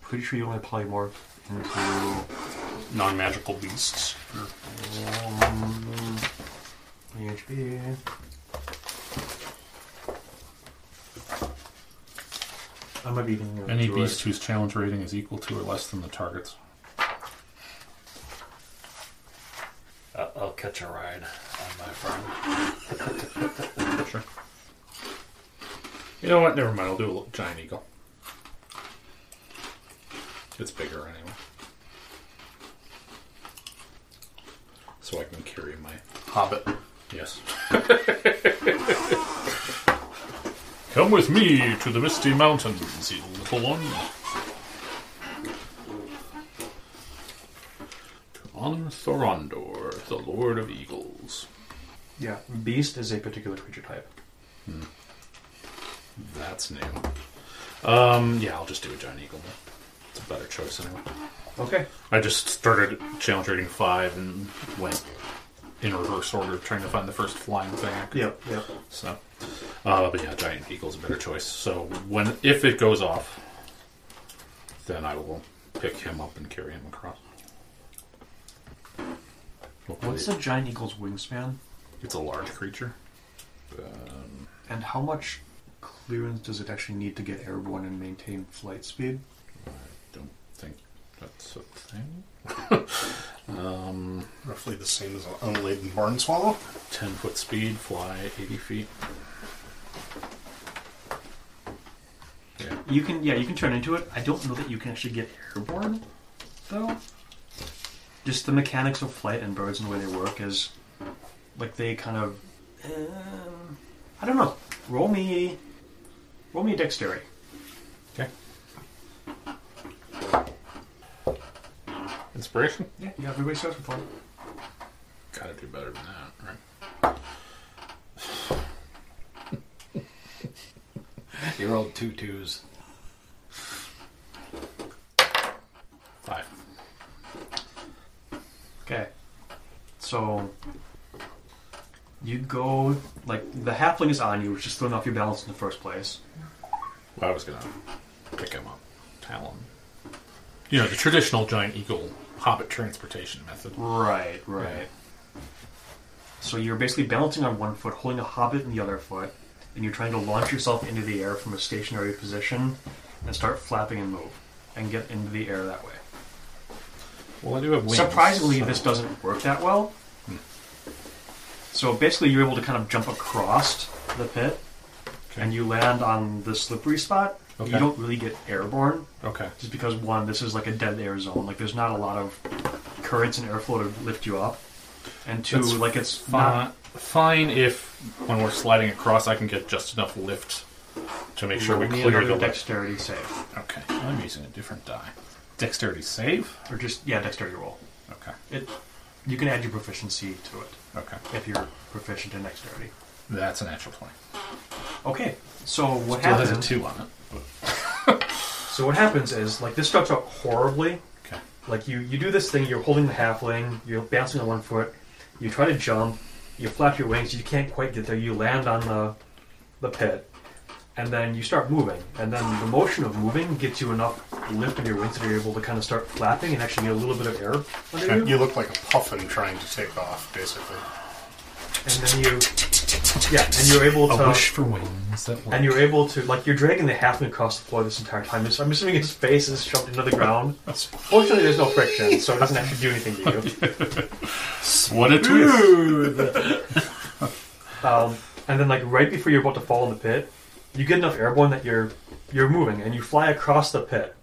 S3: Pretty sure you only polymorph into
S4: Non-magical beasts.
S3: EHB. I might be eating your
S7: Any
S3: druid.
S7: beast whose challenge rating is equal to or less than the target's.
S6: I'll, I'll catch a ride on my farm.
S7: Sure. You know what? Never mind. I'll do a little giant eagle. It's bigger anyway. So I can carry my.
S4: Hobbit.
S7: Yes. Come with me to the misty mountains, you little one. To honor Thorondor, the Lord of Eagles.
S3: Yeah, beast is a particular creature type.
S7: That's new. Um, yeah, I'll just do a giant eagle. then. It's a better choice anyway.
S3: Okay.
S7: I just started challenge rating five and went in reverse order, trying to find the first flying thing. I could.
S3: Yep, yep.
S7: So, uh, but yeah, giant eagle's a better choice. So when if it goes off, then I will pick him up and carry him across. Hopefully
S3: What's a giant eagle's wingspan?
S7: It's a large creature.
S3: And how much clearance does it actually need to get airborne and maintain flight speed?
S7: Don't think that's a thing.
S4: Roughly the same as an unladen barn swallow.
S7: Ten foot speed, fly eighty feet. Yeah.
S3: You can, yeah, you can turn into it. I don't know that you can actually get airborne, though. Just the mechanics of flight and birds and the way they work is, like they kind of, um, I don't know. Roll me, roll me a dexterity.
S7: Okay. Inspiration?
S3: Yeah, yeah. Everybody starts with one.
S7: Gotta do better than that, right?
S6: You rolled two twos.
S7: Five.
S3: Okay. So you go like the halfling is on you, which is throwing off your balance in the first place.
S7: Well, I was gonna pick him up. Talon. You know, the traditional giant eagle hobbit transportation method.
S3: Right, right. So you're basically balancing on one foot, holding a hobbit in the other foot, and you're trying to launch yourself into the air from a stationary position and start flapping and move and get into the air that way.
S7: Well, I do have wings.
S3: Surprisingly,
S7: so- Hmm.
S3: this doesn't work that well. So basically, you're able to kind of jump across the pit,
S7: Okay.
S3: and you land on the slippery spot.
S7: Okay.
S3: You don't really get airborne,
S7: Okay.
S3: just because one, this is like a dead air zone. Like there's not a lot of currents and airflow to lift you up, and two,
S7: That's
S3: like it's
S7: Fine,
S3: not
S7: fine if when we're sliding across, I can get just enough lift to make sure we
S3: Roll me
S7: clear
S3: another
S7: the dex.
S3: dexterity save,
S7: Okay, I'm using a different die. Dexterity save.
S3: or just yeah, dexterity roll.
S7: Okay.
S3: It, you can add your proficiency to it
S7: Okay.
S3: if you're proficient in dexterity.
S7: That's a natural twenty.
S3: Okay, so what
S7: Still
S3: happens?
S7: has a two on it.
S3: So what happens is like this starts out horribly.
S7: Okay.
S3: Like you, you do this thing. You're holding the halfling. You're bouncing on one foot. You try to jump. You flap your wings. You can't quite get there. You land on the the pit, and then you start moving. And then the motion of moving gets you enough lift of your wings that you're able to kind of start flapping and actually get a little bit of air under you.
S4: You look like a puffin trying to take off, basically.
S3: And then you, yeah, and you're able to.
S7: for wings that
S3: And you're able to, like, you're dragging the halfling across the floor this entire time. Just- I'm assuming his face is shoved into the ground. Fortunately, there's no friction, so it doesn't actually do anything to you.
S7: What a twist!
S3: Um, and then, like, right before you're about to fall in the pit, you get enough airborne that you're you're moving, and you fly across the pit.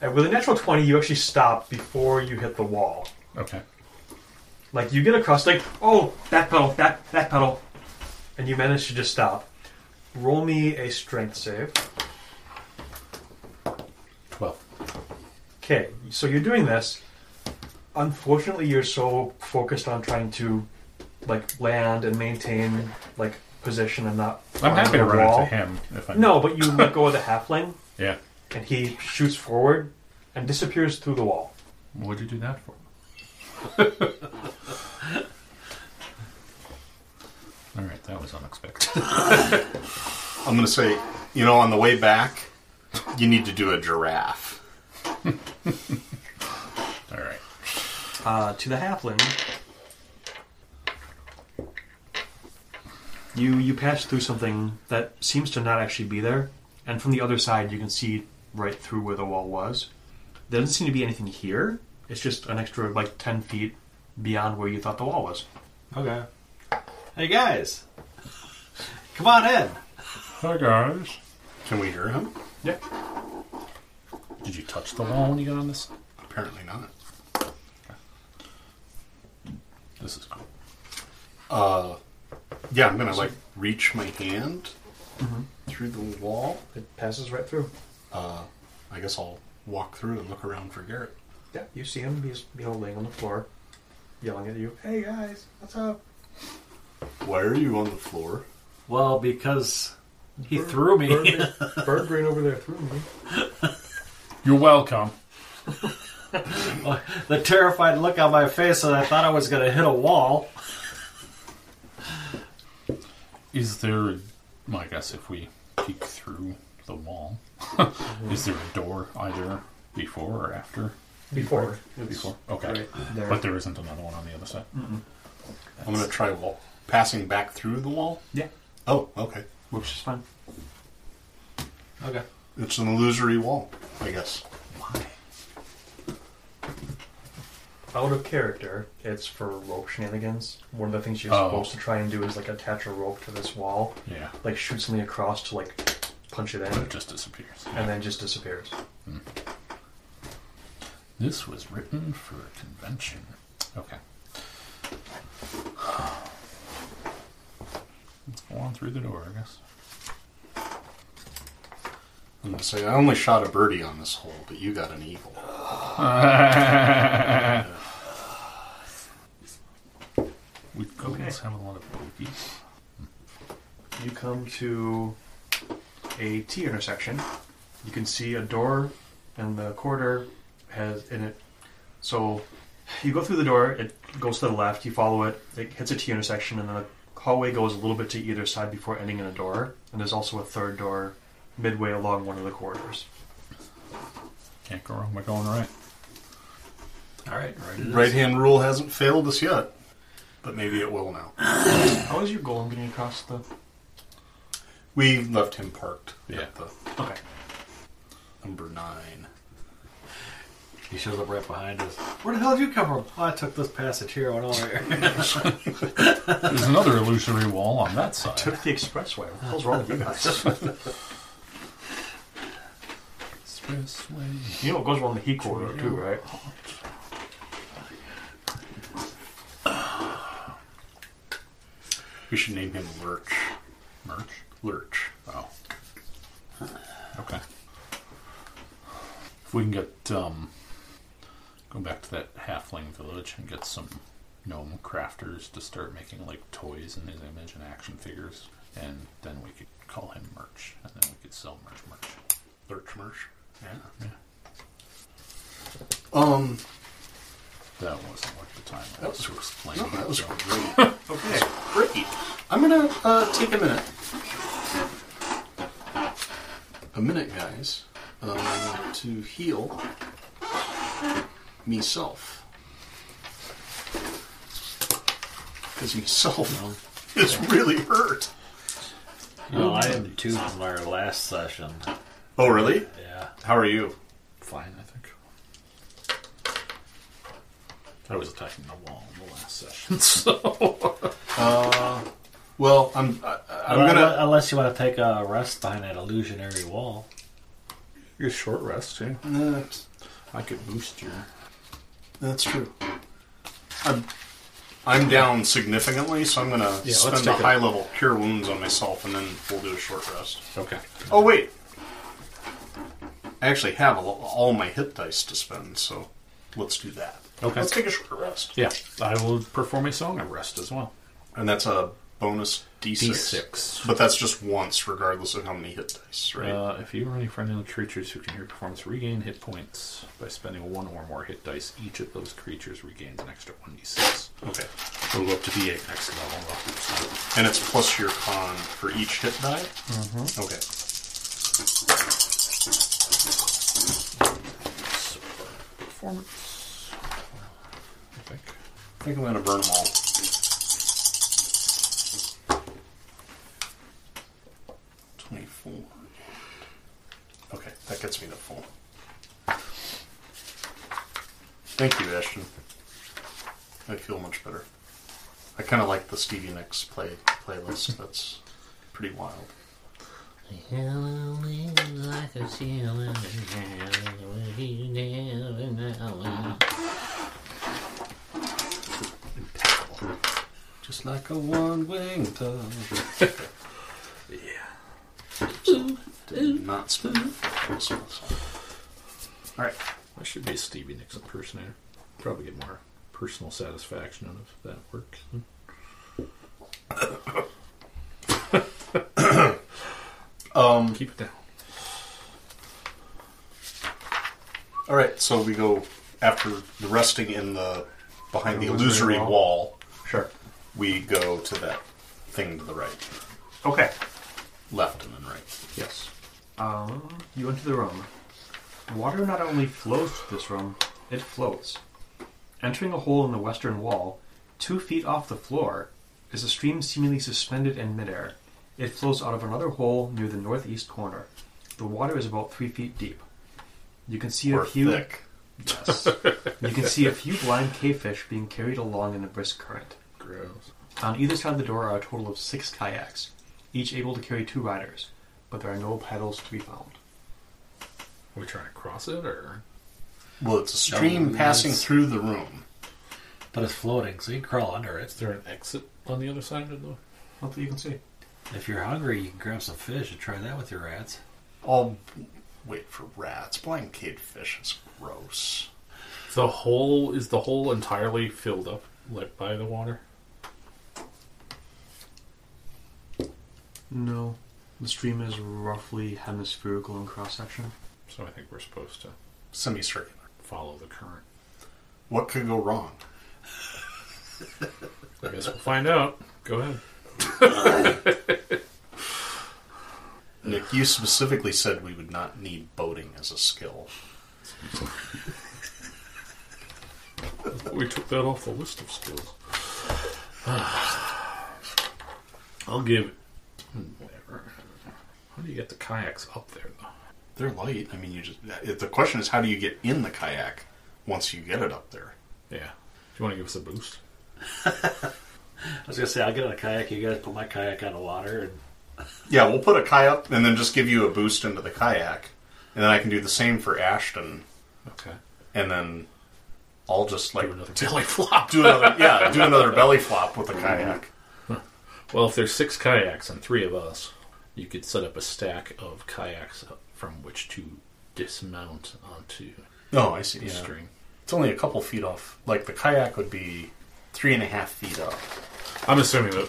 S3: And with a natural 20, you actually stop before you hit the wall.
S7: Okay.
S3: Like, you get across, like, oh, back pedal, back, back pedal. And you manage to just stop. Roll me a strength save.
S7: Twelve.
S3: Okay, so you're doing this. Unfortunately, you're so focused on trying to like land and maintain like position and not.
S7: I'm happy to
S3: onto a
S7: run
S3: wall.
S7: into him if I
S3: No, but you let go of the halfling,
S7: Yeah.
S3: and he shoots forward and disappears through the wall.
S7: What'd you do that for? All right, that was unexpected.
S4: I'm gonna say, you know, on the way back, you need to do a giraffe.
S7: All right.
S3: Uh, to the halfling. You you pass through something that seems to not actually be there, and from the other side you can see right through where the wall was. There doesn't seem to be anything here. It's just an extra like ten feet beyond where you thought the wall was.
S6: Okay. Hey guys, come on in.
S7: Hi guys.
S4: Can we hear him?
S3: Yeah.
S7: Did you touch the wall when you got on this?
S4: Apparently not.
S7: This is cool.
S4: Yeah, I'm gonna like reach my hand
S7: Mm-hmm.
S4: through the wall.
S3: It passes right through.
S4: I guess I'll walk through and look around for Garrett.
S3: Yeah. You see him. He's you know laying on the floor, yelling at you. Hey guys, what's up?
S4: Why are you on the floor?
S6: Well, because he threw me.
S3: Bird brain over there threw me.
S7: You're welcome.
S6: the terrified look on my face that I thought I was going to hit a wall.
S7: Is there, a- well, I guess if we peek through the wall, is there a door either before or after?
S3: Before.
S7: Before. Okay.
S3: Right there.
S7: But there isn't another one on the other side.
S4: I'm gonna try wall passing back through the wall.
S3: Yeah.
S4: Oh, okay.
S3: Which is fine.
S6: Okay.
S4: It's an illusory wall, I guess.
S3: out of character, it's for rope shenanigans. One of the things you're
S7: Oh.
S3: supposed to try and do is like attach a rope to this wall,
S7: Yeah.
S3: like shoot something across to like punch it
S7: But
S3: in,
S7: it just disappears.
S3: and then just disappears.
S7: This was written for a convention. Okay. Let's go on through the door, I guess.
S4: I'm gonna say I only shot a birdie on this hole, but you got an eagle.
S7: We goblins have a lot of bogeys.
S3: You come to a T intersection. You can see a door, and the corridor has in it. So you go through the door. It goes to the left. You follow it. It hits a T intersection, and the hallway goes a little bit to either side before ending in a door. And there's also a third door midway along one of the corridors.
S7: Can't go wrong by going right.
S6: All right. Right.
S4: Right hand rule hasn't failed us yet, but maybe it will now.
S3: How is your golem getting across the?
S4: We left him parked at the
S3: Okay.
S4: number nine.
S6: He shows up right behind us. Where the hell did you come from? Oh, I took this passage here and over here.
S7: There's another illusory wall on that side.
S3: Took the expressway. What the hell's wrong with you guys?
S7: Expressway.
S3: you know it goes along the heat corridor too, right?
S4: We should name him Lurch.
S7: Merch.
S4: Lurch.
S7: Oh. Okay. If we can get um, go back to that halfling village and get some gnome crafters to start making like toys in his image and action figures, and then we could call him merch, and then we could sell merch merch.
S4: Lurch Merch. Yeah.
S7: Yeah.
S4: Um.
S7: That wasn't what the time
S4: That was-
S7: was to explain.
S4: No, that was
S7: so-
S4: great.
S3: Okay.
S4: great. I'm gonna uh, take a minute. A minute, guys, uh, to heal myself. Because myself is really hurt.
S5: No, I am too from our last session.
S4: Oh, really?
S5: Yeah,
S4: How are you?
S7: fine, I think. I was attacking the wall in the last session, so
S4: Well, I'm. I, I'm
S5: Well,
S4: gonna.
S5: unless you want to take a rest behind that illusionary wall.
S7: your short rest, yeah.
S4: Uh,
S7: I could boost your.
S4: that's true. I'm. I'm down significantly, so I'm gonna
S7: let's
S4: spend the
S7: take a-
S4: high level cure wounds on myself, and then we'll do a short rest.
S7: Okay.
S4: Oh wait, I actually have all, all my hit dice to spend, so let's do that.
S7: Okay.
S4: Let's take a short rest,
S7: Yeah, I will perform a song of rest as well.
S4: and that's a bonus D6.
S7: D6.
S4: But that's just once, regardless of how many hit dice, right?
S7: Uh, if you or any friendly creatures who can hear performance regain hit points by spending one or more hit dice, each of those creatures regains an extra 1d6.
S4: okay.
S7: It'll go up to d8 next level. though.
S4: And it's plus your con for each hit die? Mm-hmm. Okay.
S7: So, performance. I think.
S4: I think I'm going to burn them all. Twenty-four. Okay, that gets me to full. Thank you, Ashton. I feel much better. I kind of like the Stevie Nicks play playlist. That's pretty wild.
S5: Just like a one wing dove.
S4: Did not spend it for Christmas. All right.
S7: I should be a Stevie Nicks impersonator. Probably get more personal satisfaction out of that work. um, Keep it down.
S4: All right, so we go after the resting in the behind the illusory wall.
S3: Sure.
S4: We go to that thing to the right,
S3: Okay.
S4: left and then right.
S3: Yes. Um, you enter the room. Water not only flows through this room, it floats. Entering a hole in the western wall, two feet off the floor, is a stream seemingly suspended in midair. It flows out of another hole near the northeast corner. The water is about three feet deep. You can see
S4: Or
S3: a few.
S4: thick.
S3: Yes. you can see a few blind cavefish being carried along in a brisk current.
S7: Gross.
S3: On either side of the door are a total of six kayaks, each able to carry two riders, but there are no paddles to be found.
S7: Are we trying to cross it or?
S4: Well, it's a stream
S5: Dumb
S4: passing
S5: nuts.
S4: through the room.
S6: But it's floating, so you can crawl under it.
S7: Is there an exit on the other side of the?
S3: Not that you can see.
S6: If you're hungry, you can grab some fish and try that with your rats.
S3: Um,
S4: I'll wait for rats. Blind cavefish is gross.
S7: The hole is the hole entirely filled up, lit by the water.
S3: No. The stream is roughly hemispherical in cross section.
S7: So I think we're supposed to
S4: Semicircular.
S7: follow the current.
S4: What could go wrong?
S7: I guess we'll find out. Go ahead.
S4: Nick, you specifically said we would not need boating as a skill.
S7: We took that off the list of skills. I'll give it. Hmm, Whatever. How do you get the kayaks up there, though?
S4: They're light. I mean, you just. if The question is, how do you get in the kayak once you get it up there?
S7: Yeah. Do you want to give us a boost?
S6: I was gonna say I'll get on a kayak. You guys put my kayak on the water, and
S4: Yeah, we'll put a kayak and then just give you a boost into the kayak, and then I can do the same for Ashton,
S7: Okay.
S4: and then I'll just like
S7: Do another belly flop.
S4: do another yeah, do another belly flop with the kayak.
S7: Well, if there's six kayaks and three of us, you could set up a stack of kayaks up from which to dismount onto
S4: Oh, I see.
S7: the
S4: Yeah.
S7: string.
S4: It's only a couple feet off. Like the kayak would be three and a half feet up.
S7: I'm assuming that.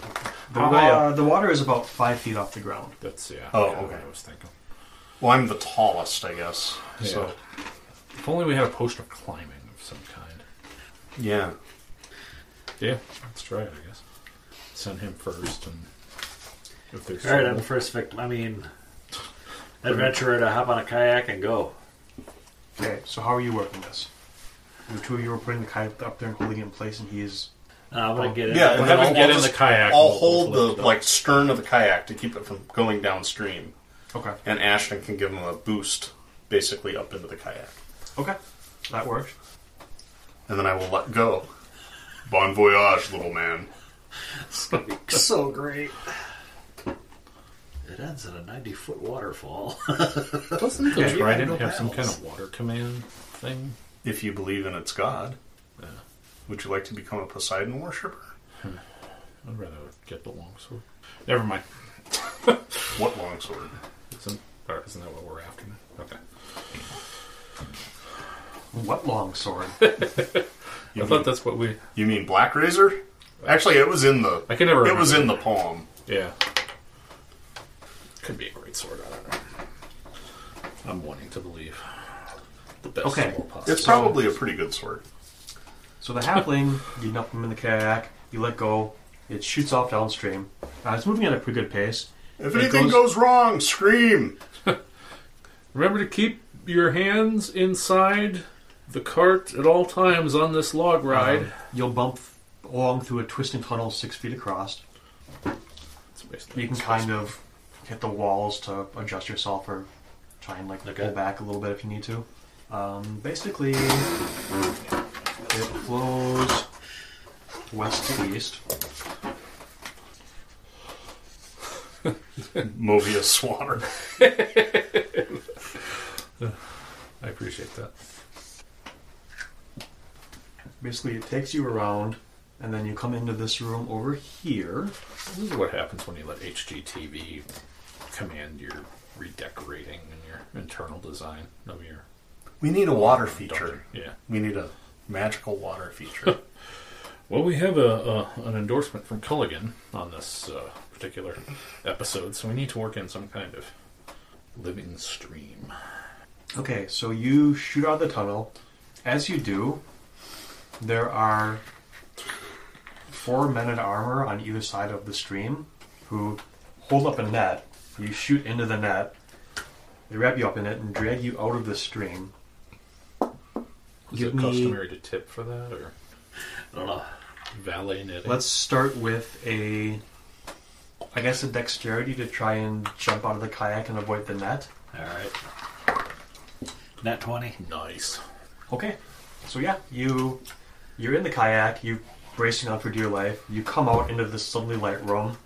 S3: The,
S7: yeah.
S3: wa- Uh, the water is about five feet off the ground.
S7: That's yeah.
S4: Oh,
S7: yeah,
S4: okay.
S7: what I was thinking.
S4: Well, I'm the tallest, I guess. So
S7: If only we had a potion of climbing of some kind.
S4: yeah,
S7: Yeah, let's try it. I guess send him first, and if there's
S6: all right, I'm
S7: trouble-
S6: the first victim. I mean, adventurer to hop on a kayak and go.
S3: Okay, so how are you working this? The two of you are putting the kayak up there and holding it in place, and he is.
S6: Uh, I'm gonna get in.
S4: yeah.
S7: Have him get in
S4: just-
S7: the kayak.
S4: I'll
S7: and we'll-
S4: hold
S7: we'll
S4: the
S7: lift it up.
S4: like stern of the kayak to keep it from going downstream,
S3: Okay.
S4: and Ashton can give him a boost, basically up into the kayak.
S3: Okay. That works.
S4: and then I will let go. Bon voyage, little man.
S6: so great. It ends in a 90 foot waterfall.
S7: Doesn't the
S6: you
S7: trident
S6: have
S7: have
S6: no
S7: some kind
S6: paddles.
S7: of water command thing?
S4: If you believe in its god, would you like to become a Poseidon worshiper?
S7: I'd rather get the longsword. Never mind.
S4: What longsword?
S7: Isn't or isn't that what we're after? Okay.
S3: What long sword?
S4: You,
S7: I thought
S4: mean,
S7: that's what we.
S4: you mean Black Razor? Actually, it was in the.
S7: I can never
S4: It was in
S7: remember.
S4: the poem.
S7: Yeah. Could be a great sword. I don't know. I'm wanting to believe the best
S3: Okay.
S7: of all possible.
S4: It's probably a pretty good sword.
S3: So the halfling, you dump him in the kayak, you let go, it shoots off downstream. Uh, it's moving at a pretty good pace.
S4: If
S7: It
S4: anything
S7: goes-
S4: goes... wrong, scream.
S7: Remember to keep your hands inside the cart at all times on this log ride.
S3: You'll bump along through a twisting tunnel six feet across.
S7: It's basically-
S3: You can kind of hit the walls to adjust yourself or try and like pull back a little bit if you need to. Um, basically, it flows west to east.
S4: Mobius water.
S7: I appreciate that.
S3: Basically, it takes you around, and then you come into this room over here.
S7: This is what happens when you let HGTV command your redecorating and your internal design of your
S4: We need a water feature.
S7: yeah.
S4: We need a magical water feature.
S7: Well, we have a, a an endorsement from Culligan on this uh, particular episode, so we need to work in some kind of living stream.
S3: Okay, so you shoot out of the tunnel. As you do, there are four men in armor on either side of the stream who hold up a net. You shoot into the net. They wrap you up in it and drag you out of the stream.
S7: Is
S3: Give
S7: it
S3: me-
S7: customary to tip for that or
S5: I don't know.
S7: valet knitting?
S3: Let's start with a, I guess, a dexterity to try and jump out of the kayak and avoid the net.
S5: All right.
S6: Net 20.
S7: nice.
S3: Okay. So yeah, you you're in the kayak, you bracing up for dear life, you come out into this suddenly light room,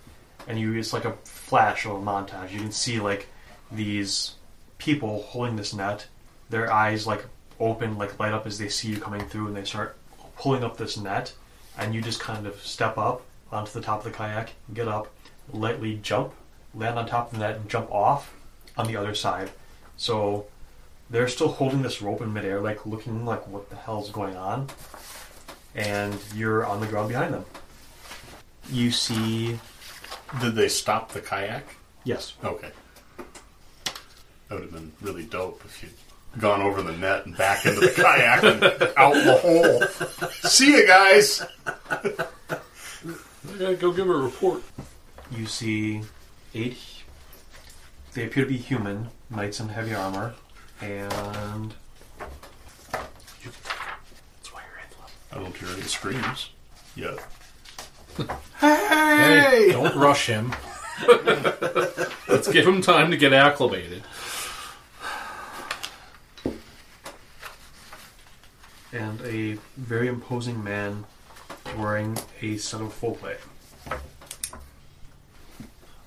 S3: and you it's like a flash of a montage. You can see like these people holding this net, their eyes like open, like light up as they see you coming through and they start pulling up this net and you just kind of step up onto the top of the kayak, get up, lightly jump, land on top of the net and jump off on the other side. So they're still holding this rope in midair, like looking like what the hell's going on, and you're on the ground behind them. You see,
S4: Did they stop the kayak?
S3: yes,
S4: Okay. That would have been really dope if you'd gone over the net and back into the kayak and out the hole. See you guys.
S7: I gotta go give a report.
S3: you see eight. They appear to be human knights in heavy armor, and
S7: That's why you're in love.
S4: I don't hear any screams. Yeah.
S7: Hey, don't rush him. Let's give him time to get acclimated.
S3: and a very imposing man wearing a set of full plate.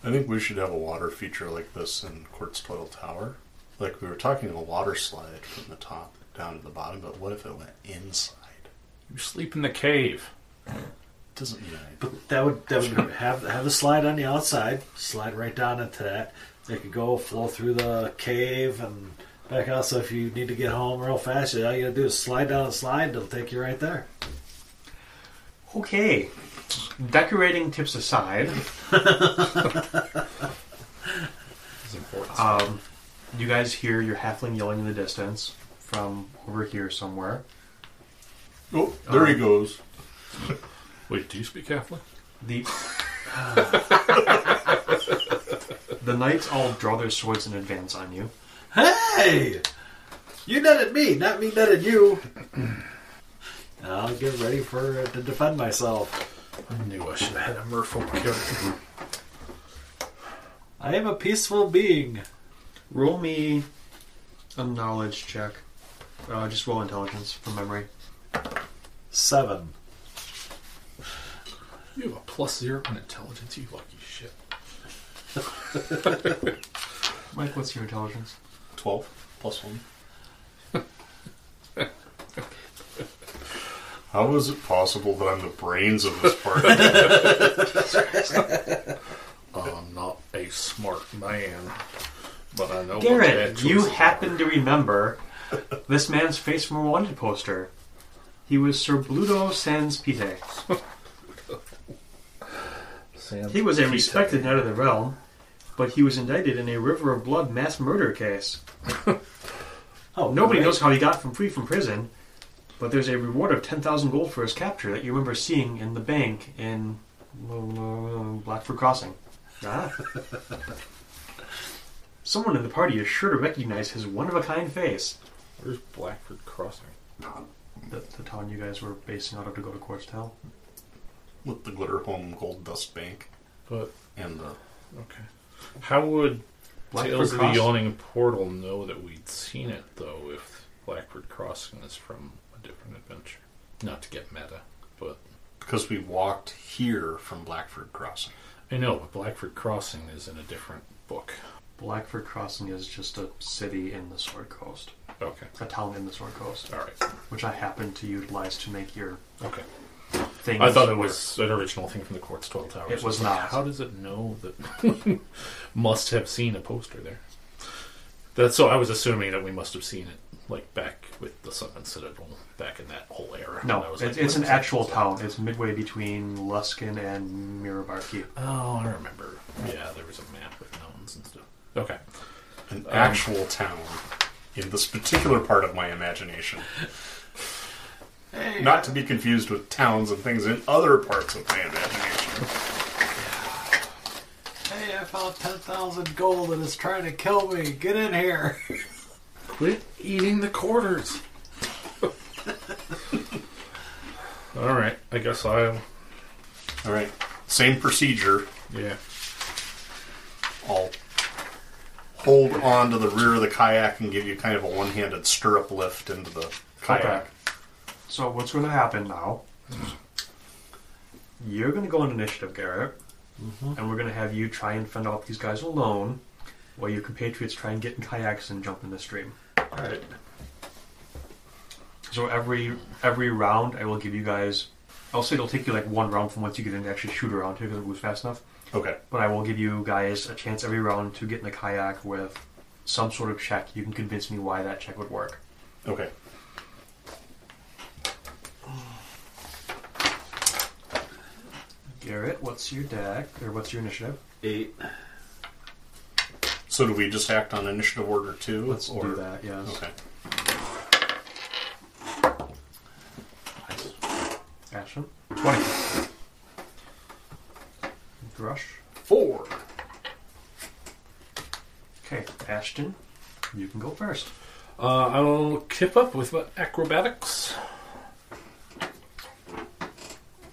S4: I think we should have a water feature like this in Quartz Toil Tower. Like we were talking a water slide from the top down to the bottom, but what if it went inside?
S7: You sleep in the cave.
S4: Doesn't mean anything.
S6: But that would that would have have the slide on the outside, slide right down into that. They could go flow through the cave and back out. So if you need to get home real fast, all you gotta do is slide down the slide. They'll take you right there.
S3: Okay, decorating tips aside,
S7: It's important.
S3: Um, you guys hear your halfling yelling in the distance from over here somewhere.
S4: Oh, there he goes.
S7: Wait, do you speak Catholic?
S3: The the knights all draw their swords in advance on you.
S6: Hey, you nut at me, not me nut at you. And I'll get ready for to defend myself.
S7: I knew I should have had a merfolk character.
S6: I am a peaceful being.
S3: Roll me a knowledge check. Uh, just roll intelligence from memory.
S6: Seven.
S7: You have a plus zero on intelligence, you lucky shit.
S3: Mike, what's your intelligence?
S4: 12 plus 1. How is it possible that I'm the brains of this party?
S7: I'm not a smart man, but I know. what bad
S3: Garrett, you
S7: choices
S3: happen to remember this man's face from a wanted poster. He was Sir Bluto Sans Pite.
S7: are.
S6: Sam.
S3: He was a respected knight of the realm, but he was indicted in a River of Blood mass murder case.
S6: Oh,
S3: Nobody
S6: great.
S3: knows how he got from free from prison, but there's a reward of 10,000 gold for his capture that you remember seeing in the bank in uh, Blackford Crossing. Ah. Someone in the party is sure to recognize his one of a kind face.
S7: Where's Blackford Crossing?
S3: The, the town you guys were basing out of to go to Quartztown.
S4: with the Glitterholm Gold Dust Bank
S7: But
S4: and the
S7: okay, how would Tales of the
S3: Crossing.
S7: Yawning Portal know that we'd seen it though? If Blackford Crossing is from a different adventure, not to get meta, but
S4: because we walked here from Blackford Crossing.
S7: I know, but Blackford Crossing is in a different book.
S3: Blackford Crossing is just a city in the Sword Coast,
S7: Okay,
S3: a town in the Sword Coast,
S7: all right,
S3: which I happen to utilize to make your
S7: okay.
S3: thing.
S7: I thought it was an original thing from the Quartz Twelve Towers.
S3: It was
S7: It's like,
S3: not.
S7: How does it know that? must have seen a poster there. That's so. I was assuming that we must have seen it, like back with the Summon Citadel, back in that whole era. And I
S3: No,
S7: was
S3: it,
S7: like,
S3: it's
S7: what
S3: an
S7: is that?
S3: actual town. It's midway between Luskin and Mirabarki.
S7: Oh, I remember. Yeah, there was a map with mountains and stuff. Okay.
S4: An actual town in this particular part of my imagination. Not to be confused with towns and things in other parts of my imagination.
S6: Hey, I found 10,000 gold and it's trying to kill me. Get in here.
S7: Quit eating the quarters. All right. I guess I'll.
S4: All right, same procedure.
S7: Yeah.
S4: I'll hold on to the rear of the kayak and give you kind of a one-handed stirrup lift into the kayak.
S3: So what's going to happen now? You're going to go on initiative, Garrett, and we're going to have you try and fend off these guys alone, while your compatriots try and get in kayaks and jump in the stream.
S6: All right.
S3: So every every round, I will give you guys. I'll say it'll take you like one round from once you get in to actually shoot around here because it moves fast enough.
S4: Okay.
S3: But I will give you guys a chance every round to get in the kayak with some sort of check. You can convince me why that check would work.
S4: Okay.
S3: Garrett, what's your deck or what's your initiative?
S6: Eight.
S4: So do we just act on initiative order two?
S3: Let's
S4: or
S3: do that. Yes.
S4: Okay.
S3: Ashton. Twenty. Drush.
S4: Four.
S3: Okay, Ashton, you can go first.
S7: Uh, I'll kip up with my acrobatics.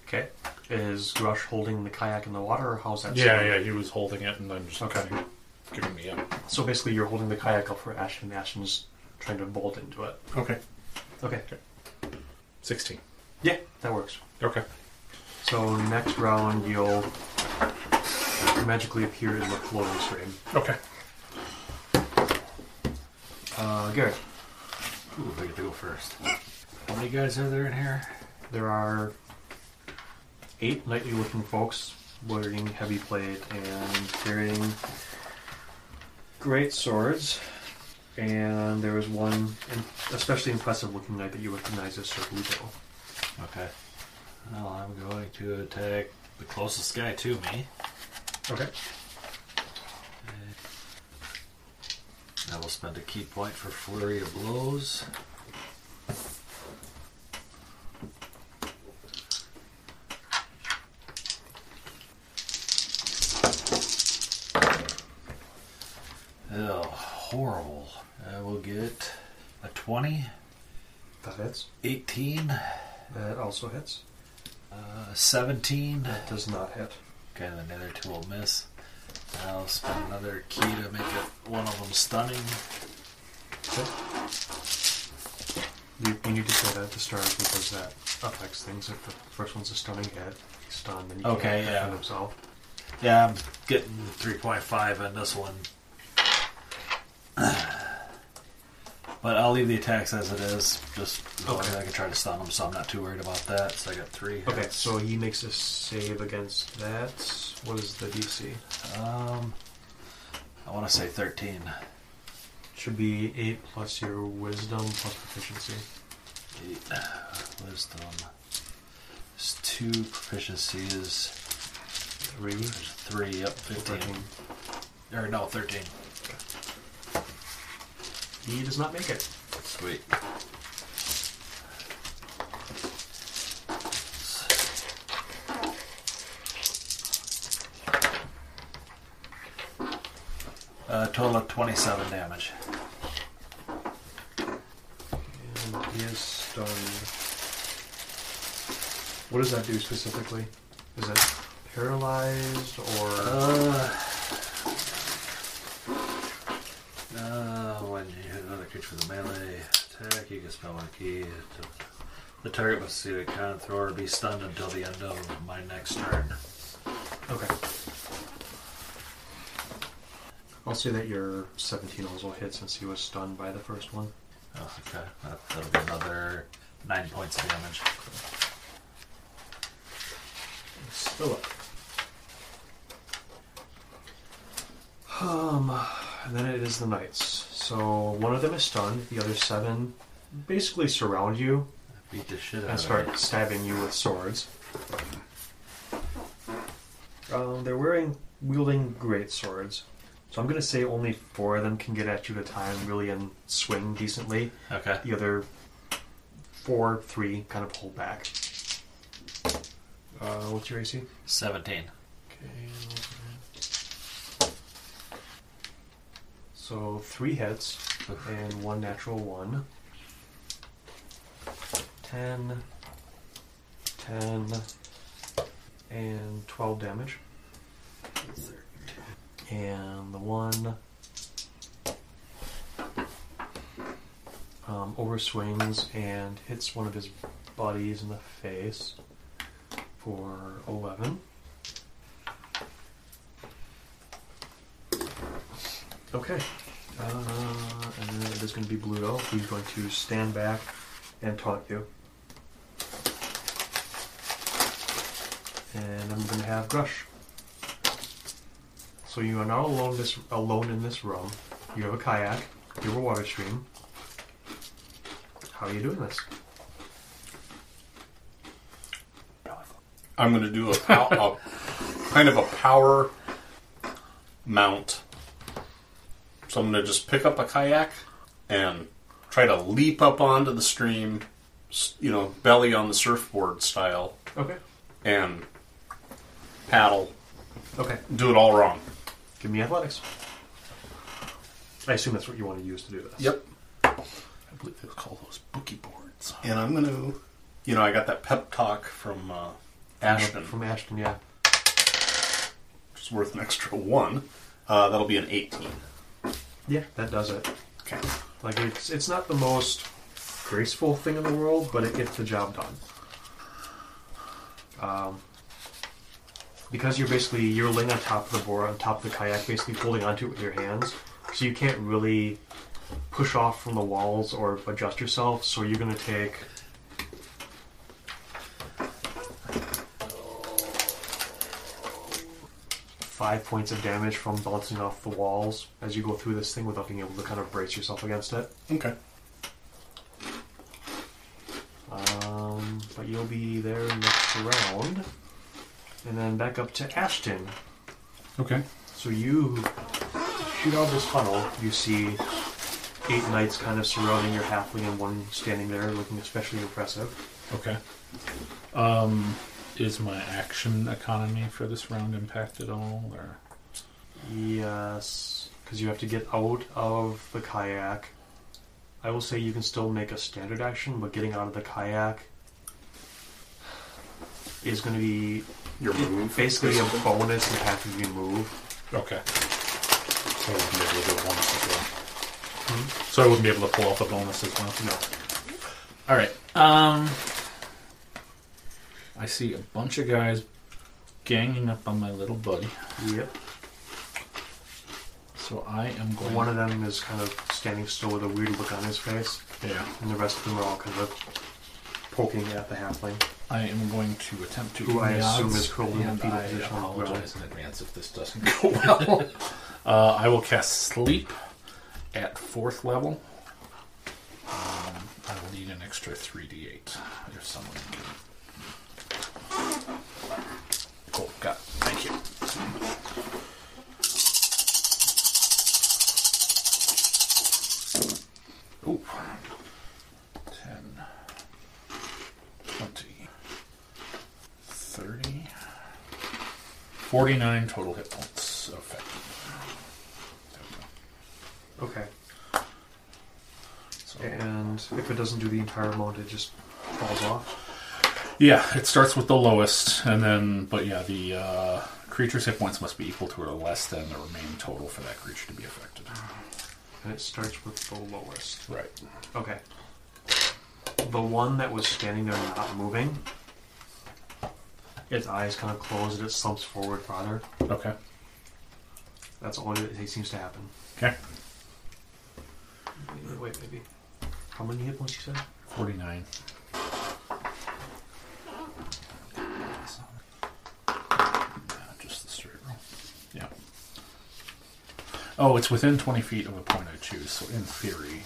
S3: Okay. Is Grush holding the kayak in the water, or how's that?
S7: Yeah,
S3: set up?
S7: yeah. He was holding it, and I'm just
S3: Okay.
S7: kind of giving me up.
S3: So basically, you're holding the kayak up for Ashton. and Ashton's trying to bolt into it.
S4: Okay.
S3: Okay.
S7: Sixteen.
S3: Yeah, that works.
S7: Okay.
S3: So next round, you'll magically appear in the floating stream.
S7: Okay.
S3: Uh, Garrett,
S7: Ooh, I get to go first.
S6: How many guys are there in here?
S3: there are eight knightly-looking folks wearing heavy plate and carrying great swords. And there is one in- especially impressive-looking knight that you recognize as Sir Bluto.
S6: Okay. Well, I'm going to attack the closest guy to me.
S3: Okay.
S6: Uh, I will spend a key point for flurry of blows. Oh, horrible. I will get a 20,
S3: That hits.
S6: 18,
S3: That also hits.
S6: a 17.
S3: That does not hit.
S6: Okay, then the other two will miss. I'll spend another key to make it one of them stunning.
S3: You, you need to say that at the start because that affects things. If the first one's a stunning hit, he's stunned, then he
S6: Okay,
S3: can't
S6: yeah.
S3: defend himself.
S6: Yeah, I'm getting 3.5 on this one. But I'll leave the attacks as it is, just as long
S3: Okay.
S6: as I can try to stun them, so I'm not too worried about that. So I got three.
S3: Okay,
S6: hits.
S3: so he makes a save against that. What is the DC?
S6: Um, I want to say 13.
S3: Should be eight plus your wisdom plus proficiency.
S6: Eight. Wisdom. It's two proficiencies.
S3: three.
S6: Three, yep, 15.
S3: Thirteen.
S6: Or no, 13.
S3: He does not make it.
S6: Sweet. Uh, total of 27 damage.
S3: And he is stunned. What does that do specifically? Is it paralyzed or
S6: Uh, uh, when you hit another creature with a melee attack, you can spell one key. The target must see a con throw or be stunned until the end of my next turn.
S3: okay? I'll say that your 17 also hit since he was stunned by the first one.
S6: Oh, okay. That, that'll be another nine points of damage.
S3: Still up. Um, and then it is the knights. So one of them is stunned. The other seven basically surround you
S6: Beat the shit
S3: and
S6: out of
S3: start
S6: it.
S3: stabbing you with swords. Um, they're wearing wielding great swords, so I'm gonna say only four of them can get at you at a time, really, and swing decently.
S6: Okay.
S3: The other four, three, kind of hold back. Uh, what's your AC?
S6: 17.
S3: Okay. So three hits and one natural one. Ten, ten, and twelve damage. And the one um, overswings and hits one of his buddies in the face for eleven. Okay. Uh, and then there's going to be Bluto, who's going to stand back and taunt you. And I'm going to have Grush. So you are not alone this alone in this room. You have a kayak. You have a water stream. How are you doing this?
S4: I'm going to do a, pow- a kind of a power mount. So I'm going to just pick up a kayak and try to leap up onto the stream, s- you know, belly on the surfboard style,
S3: Okay.
S4: and paddle.
S3: Okay.
S4: Do it all wrong.
S3: Give me athletics. I assume that's what you want to use to do this.
S7: I believe they call those bookie boards.
S4: And I'm going to, you know, I got that pep talk from uh, Ashton.
S3: From Ashton, yeah.
S4: It's worth an extra one. Uh, that'll be an 18.
S3: Yeah, that does it.
S4: Okay.
S3: Like it's it's not the most graceful thing in the world, but it gets the job done. Um, because you're basically you're laying on top of the board, on top of the kayak, basically holding onto it with your hands, so you can't really push off from the walls or adjust yourself. So you're gonna take. Five points of damage from bouncing off the walls as you go through this thing without being able to kind of brace yourself against it.
S4: Okay.
S3: Um, but you'll be there next round. And then back up to Ashton.
S7: Okay.
S3: So you shoot out this funnel. You see eight knights kind of surrounding your halfling and one standing there looking especially impressive.
S7: Okay. Um, is my action economy for this round impacted at all? Or
S3: Yes, because you have to get out of the kayak. I will say you can still make a standard action, but getting out of the kayak is going to be
S4: Your move.
S3: basically a bonus and half of you move.
S7: okay. So I wouldn't be able to do a bonus as well. So I wouldn't be able to pull off a bonus as well.
S3: No.
S7: All right. Um, I see a bunch of guys ganging up on my little buddy.
S3: Yep.
S7: So I am going.
S3: One of them is kind of standing still with a weird look on his face,
S7: yeah.
S3: and the rest of them are all kind of poking at the halfling.
S7: I am going to attempt to.
S3: Who I
S7: dodge,
S3: assume is curled in the
S7: and
S3: fetal
S7: I
S3: position on the
S7: apologize in advance if this doesn't go well. uh, I will cast sleep at fourth level. Um, I will need an extra three d eight if someone can. Cool. Got. It. Thank you. Ooh. 10, 20, 30, 49 total hit points affected.
S3: Okay.
S7: So,
S3: And if it doesn't do the entire amount, it just falls off.
S7: yeah, it starts with the lowest, and then, but yeah, the uh, creature's hit points must be equal to or less than the remaining total for that creature to be affected.
S3: And it starts with the lowest.
S7: Right.
S3: Okay. The one that was standing there not moving, its eyes kind of close and it slumps forward farther.
S7: Okay.
S3: That's all it, it seems to happen.
S7: Okay.
S3: Wait, Wait, maybe. How many hit points you said?
S7: 49. Just the straight roll. Yeah. Oh, it's within 20 feet of a point I choose, so in theory,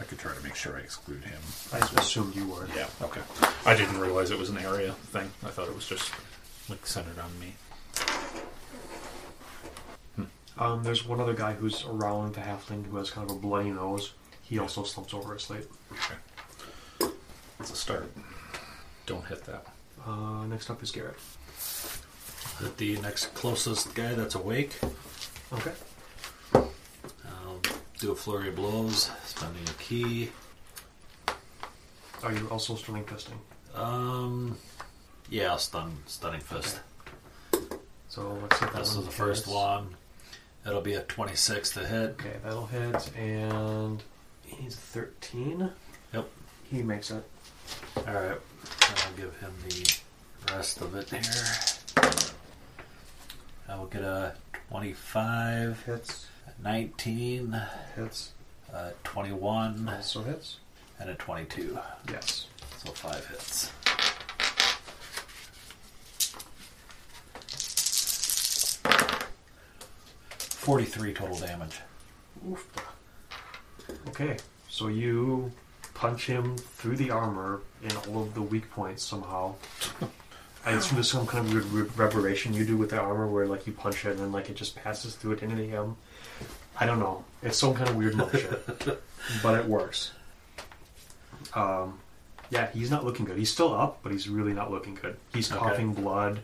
S7: I could try to make sure I exclude him.
S3: I assumed you were.
S7: Yeah, okay.
S5: I didn't realize it was an area thing. I thought it was just like centered on me.
S3: Um, there's one other guy who's around the halfling who has kind of a bloody nose. He also slumps over a slate.
S7: okay. It's a start.
S5: Don't hit that.
S3: Uh, next up is Garrett.
S6: That the next closest guy that's awake.
S3: Okay.
S6: Um, do a flurry of blows, spending a key.
S3: Are you also stunning fisting?
S6: Um, yeah, stun, stunning fist.
S3: So let's hit that
S6: This
S3: one.
S6: is the first
S3: hits.
S6: one. That'll be a 26 to hit.
S3: Okay, that'll hit, and he's 13.
S6: Yep.
S3: He makes it.
S6: All right, I'll give him the rest of it here. I will get a 25,
S3: Hits,
S6: 19,
S3: hits,
S6: uh, 21,
S3: also hits.
S6: and a 22.
S3: Yes.
S6: So five hits. Forty-three total damage.
S3: Oof. Okay, so you punch him through the armor in all of the weak points somehow. I assume there's some kind of weird re- reparation you do with the armor where like you punch it and then like it just passes through it into him. I don't know. It's some kind of weird motion, but it works. Um, yeah, he's not looking good. He's still up, but he's really not looking good. He's coughing blood.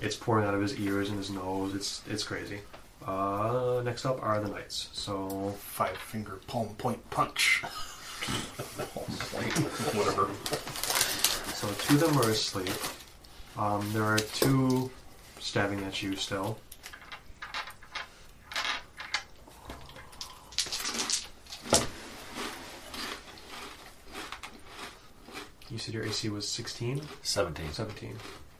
S3: It's pouring out of his ears and his nose. It's it's crazy. Uh, next up are the knights. So
S4: Five finger palm point punch. palm point, whatever.
S3: So two of them are asleep. Um, there are two stabbing at you still. You said your AC was 16?
S6: Seventeen.
S3: 17.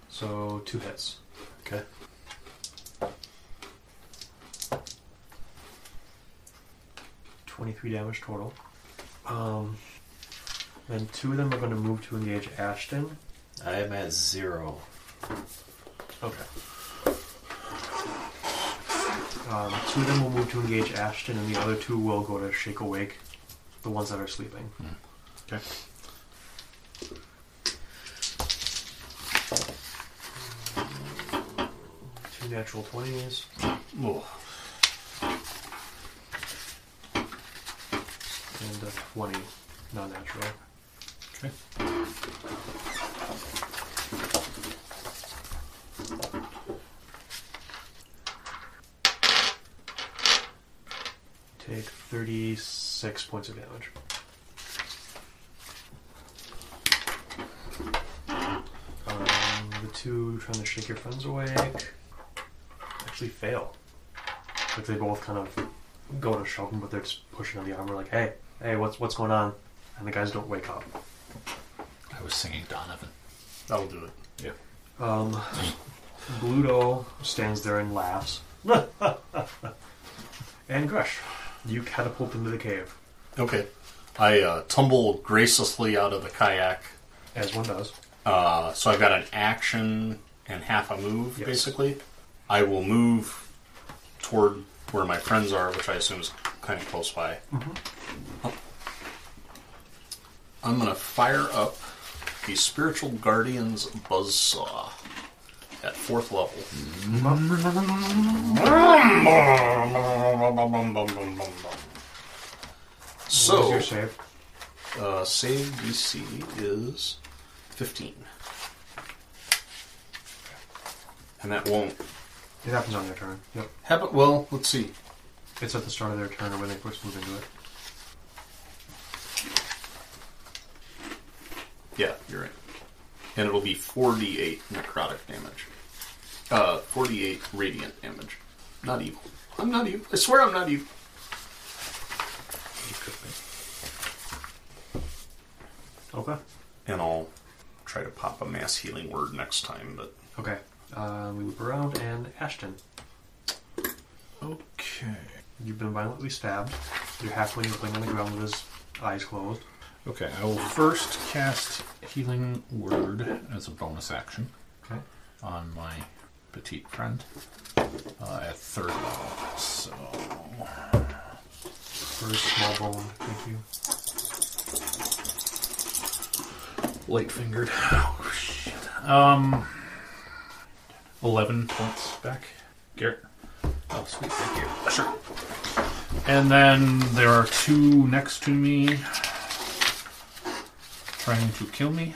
S3: So two hits.
S6: Okay.
S3: Twenty-three damage total. Um, then two of them are going to move to engage Ashton.
S6: I am at zero.
S3: Okay. Um, two of them will move to engage Ashton, and the other two will go to shake awake the ones that are sleeping.
S7: Okay.
S3: Two natural 20s.
S4: Oh,
S3: and a 20 non-natural.
S7: Okay.
S3: Take 36 points of damage. Um, the two trying to shake your friends awake actually fail. Like they both kind of go to shove them, but they're just pushing on the armor like, hey, hey, what's what's going on? And the guys don't wake up.
S7: I was singing Donovan.
S4: that'll do it.
S7: Yeah.
S3: Um, Bluto stands there and laughs. and Grush, you catapult into the cave,
S4: Okay. I uh, tumble gracelessly out of the kayak.
S3: as one does.
S4: Uh, so I've got an action and half a move,
S3: Yes.
S4: basically. I will move toward where my friends are, which I assume is kind of close by. Oh. I'm going to fire up the Spiritual Guardian's Buzzsaw at fourth level.
S3: What was
S4: So,
S3: your save?
S4: uh, save DC is 15. And that won't
S3: It happens on their turn. Yep.
S4: happen. Well, let's see.
S3: It's at the start of their turn or when they first move into it.
S4: Yeah, you're right. And it'll be 4d8 necrotic damage. Uh, 48 radiant damage. Not evil. I'm not evil. I swear I'm not evil.
S3: Okay.
S4: And I'll try to pop a mass healing word next time, but.
S3: Okay. Uh, we loop around and Ashton,
S7: Okay.
S3: you've been violently stabbed. Your halfling is laying on the ground with his eyes closed.
S7: Okay, I will first cast Healing Word as a bonus action
S3: Okay.
S7: on my petite friend uh, at third level. So,
S3: For his small bone. Thank you.
S7: light fingered. Oh, shit. Um, 11 points back. Garrett. Oh, sweet. Thank you. Sure. And then there are two next to me trying to kill me.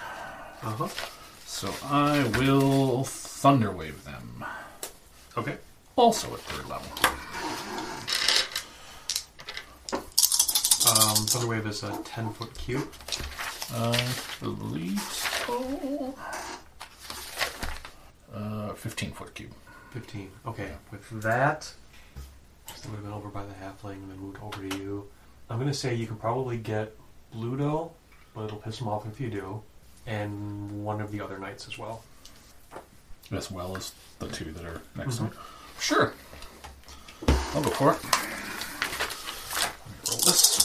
S3: Uh
S7: Uh-huh.
S3: huh.
S7: So I will Thunderwave them.
S3: Okay.
S7: Also at third level.
S3: Um, Thunderwave is a 10 foot cube.
S7: I believe so. Uh, 15 foot cube.
S3: 15. Okay. With that, it would have been over by the halfling and then moved over to you. I'm going to say you can probably get Bluto, but it'll piss him off if you do, and one of the other knights as well.
S7: As well as the two that are next to me. Sure. I'll go for it. Let me roll this.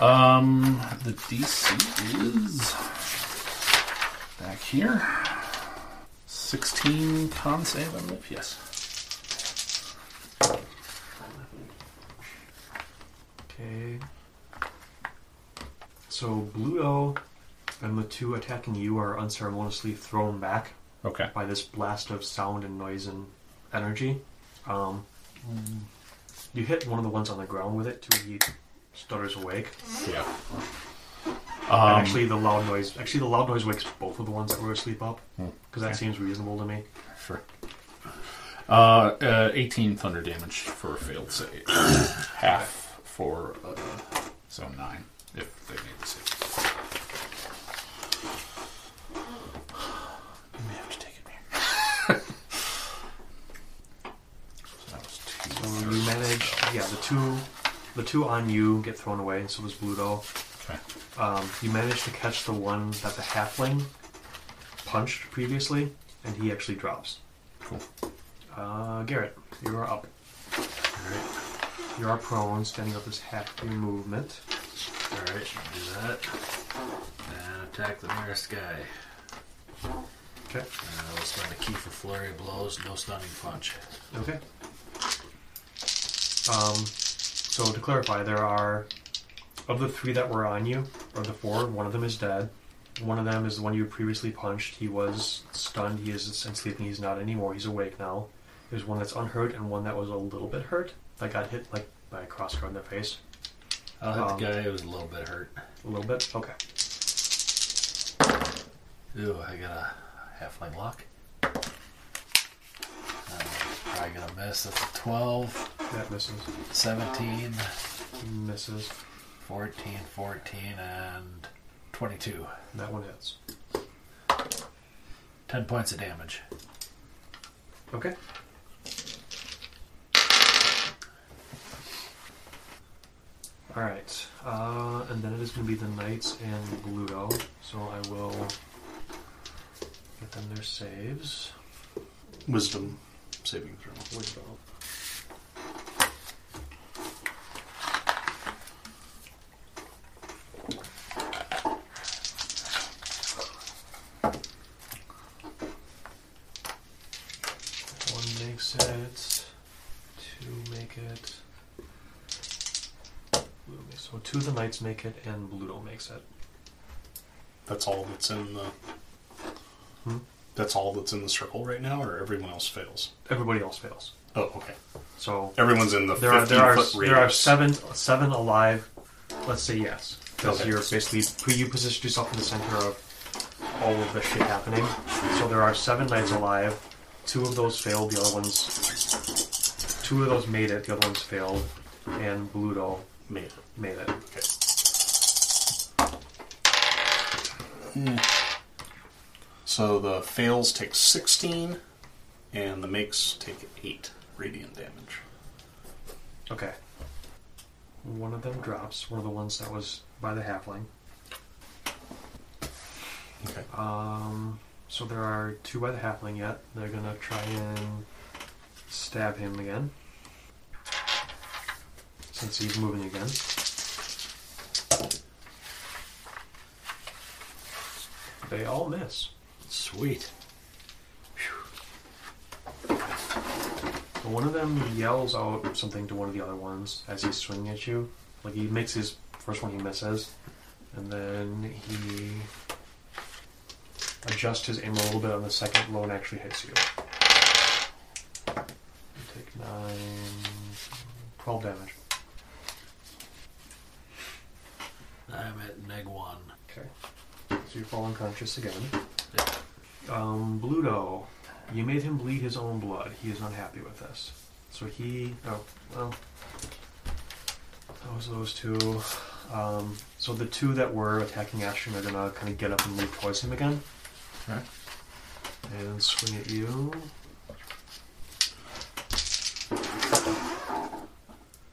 S7: Um, the DC is back here. 16 con save, I believe. Yes.
S3: Okay. So Bluto and the two attacking you are unceremoniously thrown back
S7: Okay.
S3: by this blast of sound and noise and energy. Um, you hit one of the ones on the ground with it, too. He stutters awake.
S7: Yeah.
S3: And actually, the loud noise. Actually, the loud noise wakes both of the ones that were asleep up because that seems reasonable to me.
S7: Sure. Uh, uh, 18 thunder damage for a failed save. Half for, uh, so 9, if they made the save. You may have to take it back. so that was
S3: So
S7: two.
S3: you manage. Um, Yeah, the two, the two on you get thrown away, and so does Bluto.
S7: Okay.
S3: Um, you manage to catch the one that the halfling punched previously, and he actually drops.
S7: Cool.
S3: Uh, Garrett, you are up. You are prone, standing up is half your movement.
S6: Alright, do that. And attack the nearest guy.
S3: Okay.
S6: And I will spend a key for flurry blows, no stunning punch.
S3: Okay. Um, so to clarify, there are of the three that were on you, or the four. One of them is dead. One of them is the one you previously punched. He was stunned. He is and sleeping. He's not anymore. He's awake now. There's one that's unhurt and one that was a little bit hurt that got hit like by a crossguard in the face.
S6: I'll hit
S3: Um,
S6: the guy who was a little bit hurt.
S3: A little bit. Okay.
S6: Ooh, I got a halfling lock. Uh, probably gonna miss. That's a 12,
S3: That misses.
S6: 17,
S3: Misses.
S6: 14, 14, and 22.
S3: That one hits.
S6: 10 points of damage.
S3: Okay. All right, uh, and then it is going to be the knights and Gluto. So I will get them their saves.
S4: Wisdom saving throw.
S3: One makes it. Two make it. Gluto makes- So two of the knights make it, and Bluto makes it.
S4: That's all that's in the.
S3: Hmm?
S4: That's all that's in the circle right now, or everyone else fails.
S3: Everybody else fails.
S4: Oh, okay.
S3: So
S4: Everyone's in the
S3: there are
S4: 15
S3: there are
S4: foot
S3: there are
S4: radius.
S3: seven seven alive. Let's say yes, because
S4: Okay.
S3: you're basically put- you position yourself in the center of all of this shit happening. So there are seven knights alive. Two of those failed. The other ones, two of those made it. The other ones failed, and Bluto
S4: Made it.
S3: made it.
S4: Okay. So the fails take 16, and the makes take 8 radiant damage.
S3: Okay. One of them drops. One of the ones that was by the halfling.
S4: Okay.
S3: Um, so there are two by the halfling yet. They're gonna try and stab him again. Since he's moving again. They all miss.
S6: Sweet.
S3: But One of them yells out something to one of the other ones as he's swinging at you. Like he makes his first one, he misses, and then he adjusts his aim a little bit on the second blow and actually hits you. You take nine, 12 damage.
S6: I'm at neg one.
S3: Okay. So you fall unconscious again. Um, Bluto, you made him bleed his own blood. He is unhappy with this. So he. Oh, well. That was those two. Um, so the two that were attacking Ashton are gonna kind of get up and move towards him again.
S7: Okay.
S3: And swing at you.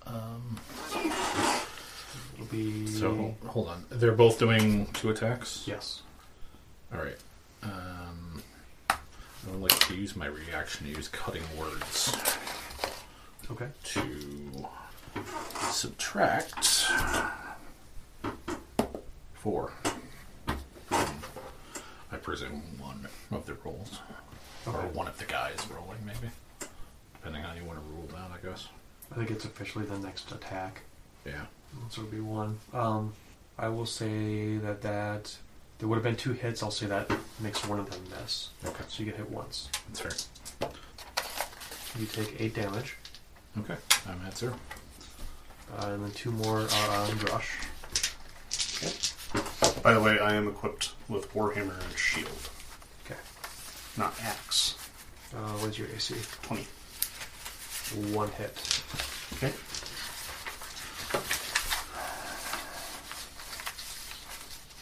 S5: Um,
S3: It'll be.
S5: so hold on. They're both doing two attacks.
S3: Yes.
S5: All right. Um, I would like to use my reaction to use cutting words
S3: Okay.
S5: to subtract four. I presume one of the rolls, or
S3: Okay.
S5: one of the guys rolling, maybe, depending on how you want to rule that. I guess.
S3: I think it's officially the next attack.
S5: Yeah.
S3: So it'll be one. Um, I will say that that there would have been two hits. I'll say that makes one of them miss.
S5: Okay.
S3: So you get hit once.
S5: That's fair.
S3: You take eight damage,
S5: Okay. I'm at zero.
S3: uh, and then two more are on Grush.
S4: By the way, I am equipped with Warhammer and Shield,
S3: Okay.
S4: not Axe.
S3: Uh, what's your AC?
S4: 20.
S3: One hit.
S4: Okay.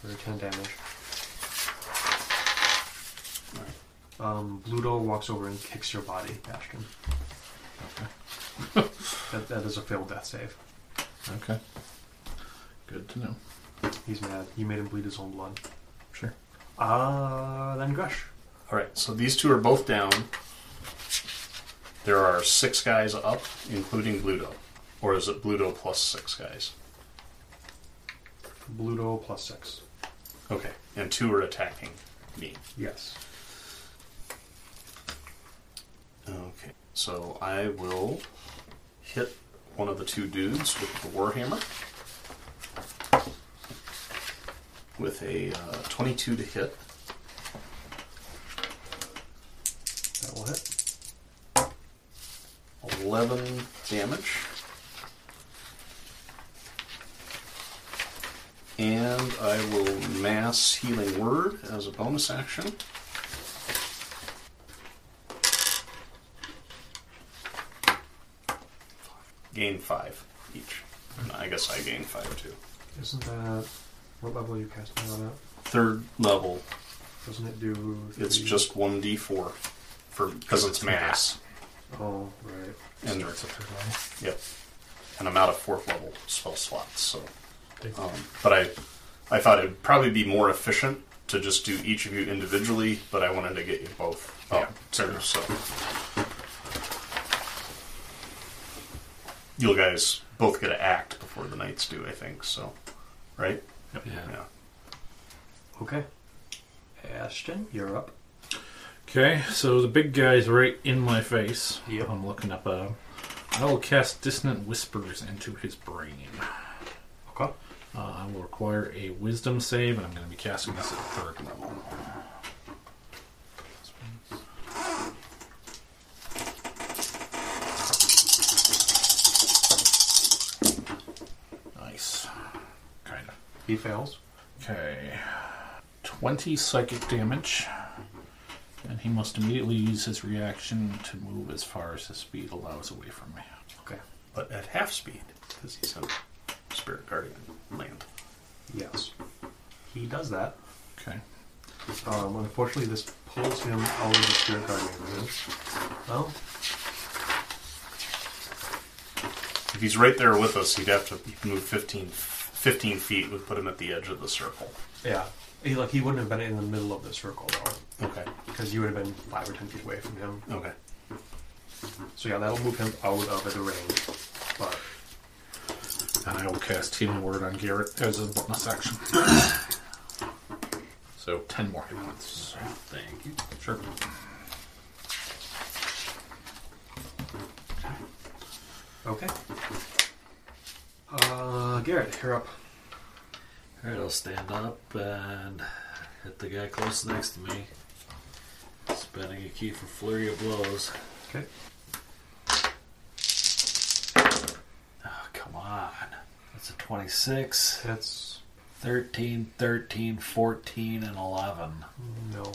S3: For ten damage. Um, Bluto walks over and kicks your body, Bastion. that, that is a failed death save.
S5: Okay. Good to know.
S3: He's mad. You made him bleed his own blood.
S5: Sure.
S3: Uh, then Grush.
S4: Alright, so these two are both down. There are six guys up, including Bluto. Or is it Bluto plus six guys?
S3: Bluto plus six.
S4: Okay, and two are attacking me.
S3: Yes.
S4: Okay, so I will hit one of the two dudes with the warhammer with a uh, 22 to hit.
S3: That will hit.
S4: 11 damage. And I will mass healing word as a bonus action. Gain five each. And I guess I gain five too.
S3: Isn't that what level are you casting on at?
S4: Third level,
S3: Doesn't it do?
S4: it's
S3: three-
S4: just 1d4 for because it's mass.
S3: Oh right.
S4: And
S5: Starts at third level.
S4: Yep. And I'm out of fourth level spell slots, so.
S5: Big.
S4: Um, but I, I thought it'd probably be more efficient to just do each of you individually, but I wanted to get you both up too, so. You guys both get to act before the knights do, I think, so. Right? Yeah.
S3: Okay. Ashton, you're up.
S5: Okay, so the big guy's right in my face.
S3: Yep.
S5: I'm looking up at him. I'll cast Dissonant Whispers into his brain.
S3: Okay.
S5: Uh, I will require a Wisdom save, and I'm going to be casting this at third level.
S3: He fails.
S5: Okay. 20 psychic damage. And he must immediately use his reaction to move as far as his speed allows away from me.
S3: Okay.
S4: but at half speed because he's in Spirit Guardian land.
S3: Yes. He does that.
S5: Okay.
S3: Um, unfortunately, this pulls him out of the spirit guardian range. Well,
S4: If he's right there with us, he'd have to move 15, 15 feet. Would put him at the edge of the circle.
S3: yeah. He, like he wouldn't have been in the middle of the circle though,
S4: Okay.
S3: because you would have been five or ten feet away from him.
S4: Okay.
S3: So yeah, that'll move him out of the range. But
S5: And I will cast Healing Word on Garrett as a bonus action. so 10 more hit points.
S4: Thank you.
S5: Sure.
S3: okay. Uh, Garrett, you're up.
S6: All right, I'll stand up and hit the guy close next to me. Spending a key for flurry of blows.
S3: Okay.
S6: Oh, come on. That's a 26,
S3: That's
S6: 13, 13, 14, and 11
S3: no.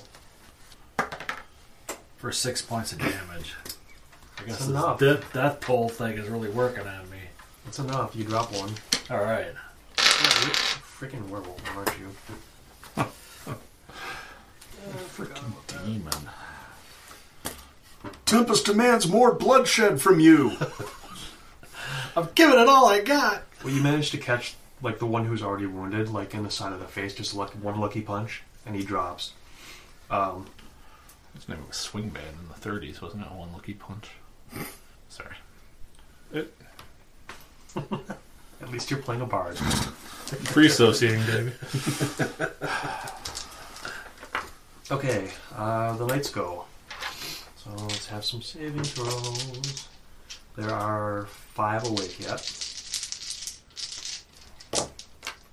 S6: for six points of damage. I
S3: That's
S6: guess this
S3: enough.
S6: death, death toll thing is really working on me.
S3: That's enough. You drop one.
S6: All right.
S3: Yeah, you're a freaking werewolf, aren't you?
S5: Demon.
S4: Tempest demands more bloodshed from you.
S6: I'm giving it all I got.
S3: Well, you managed to catch like the one who's already wounded, like in the side of the face, just like one lucky punch, and he drops. Um,
S5: His name was Swing Band in the 30s, wasn't it? One Lucky Punch. Sorry. It,
S3: at least you're playing a bard.
S5: free associating, baby.
S3: Okay, uh, the lights go. So let's have some saving throws. There are five awake yet.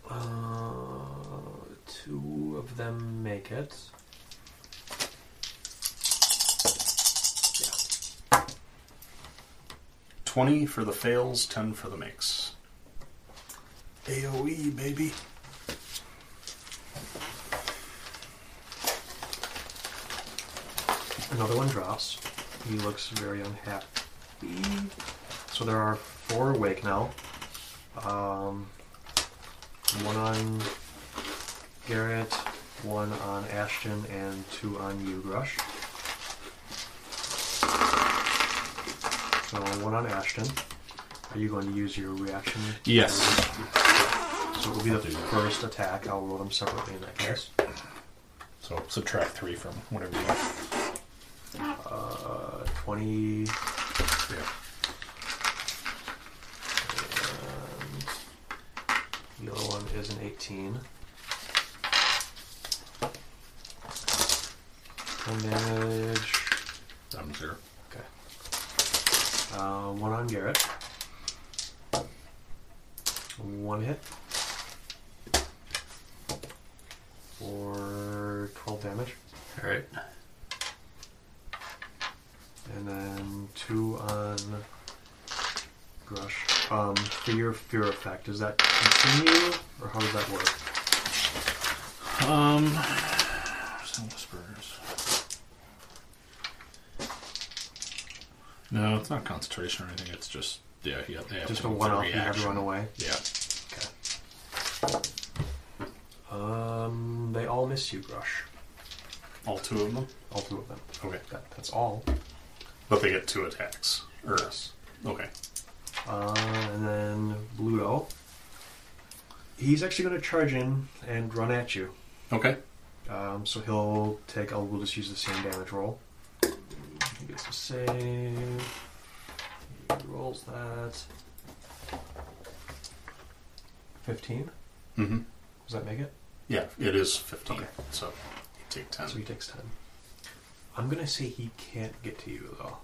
S3: Uh, two of them make it. Yeah.
S4: Twenty for the fails, ten for the makes. AOE baby.
S3: Another one drops. He looks very unhappy. So there are four awake now. Um, one on Garrett, one on Ashton, and two on you, Grush. So one on Ashton. Are you going to use your reaction?
S5: Yes.
S3: So it will be the first attack. I'll roll them separately in that case.
S5: So subtract three from whatever you want.
S3: Uh, 20. And the other one is an 18. 10 damage.
S5: I'm zero.
S3: Okay. Uh, one on Garrett. One hit. For 12 damage.
S6: All right.
S3: And then two on Grush. Um, for your fear effect, does that continue or how does that work?
S5: Um, some whispers. No, it's not concentration or anything. It's just yeah, yeah. They have
S3: Just
S5: to
S3: a
S5: go with
S3: one
S5: the
S3: off, you have to
S5: reaction.
S3: run away.
S5: Yeah.
S3: Okay. Um, they all miss you, Grush.
S4: All two of them.
S3: All two of them.
S4: Okay,
S3: That, that's all.
S4: but they get two attacks. Or, Okay.
S3: Uh, and then Bluto. He's actually going to charge in and run at you.
S4: Okay.
S3: Um, so he'll take. I'll, we'll just use the same damage roll. He gets to save. He rolls that. Fifteen.
S4: Mm-hmm.
S3: Does that make it?
S4: Yeah, it is fifteen.
S3: Okay.
S4: So you take ten.
S3: So he takes ten. I'm gonna say he can't get to you though,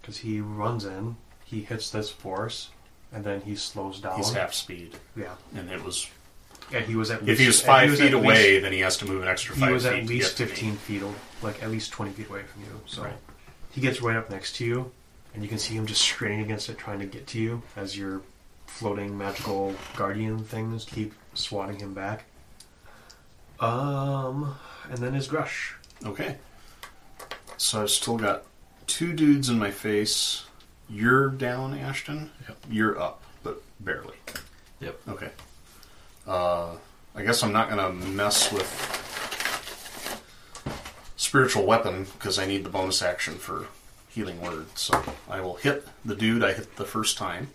S3: because he runs in. He hits this force, and then he slows down.
S4: He's half speed,
S3: Yeah,
S4: and it was
S3: and he was at
S4: If
S3: least
S4: he was
S3: and
S4: five
S3: was
S4: feet
S3: at
S4: away,
S3: least-
S4: then he has to move an extra five
S3: he was
S4: feet.
S3: at
S4: to
S3: least
S4: get to me.
S3: fifteen feet, o- like at least twenty feet away from you. So
S4: Right.
S3: he gets right up next to you, and you can see him just straining against it, trying to get to you as your floating magical guardian things keep swatting him back. Um, and then his Grush.
S4: Okay. So I've still got two dudes in my face. You're down, Ashton. You're up, but barely.
S5: Yep.
S4: Okay. Uh, I guess I'm not gonna mess with spiritual weapon because I need the bonus action for healing word. So I will hit the dude I hit the first time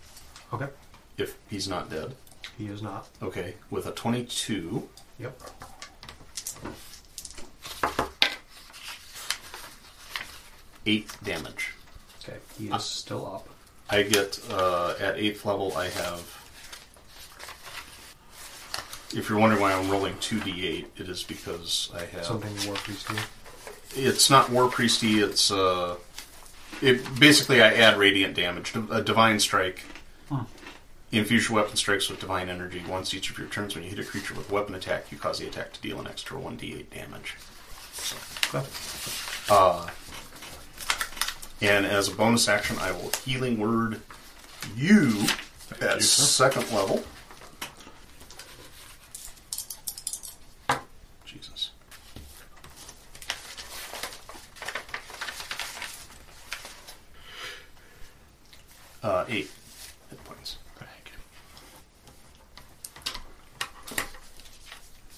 S3: Okay.
S4: if he's not dead.
S3: He is not.
S4: Okay, with a 22.
S3: Yep.
S4: eight damage.
S3: Okay. He is
S4: Ah.
S3: still up.
S4: I get uh, at eighth level. I have. If you're wondering why I'm rolling two d8, it is because I have.
S3: Something the War Priest do.
S4: It's not war priesty. It's uh, it basically I add radiant damage. Div- A divine strike. Infusion weapon strikes with divine energy. Once each of your turns, when you hit a creature with a weapon attack, you cause the attack to deal an extra one d8 damage.
S3: Okay.
S4: And as a bonus action, I will healing word you at
S7: you, sir.
S4: second level. Jesus. Uh, eight hit points.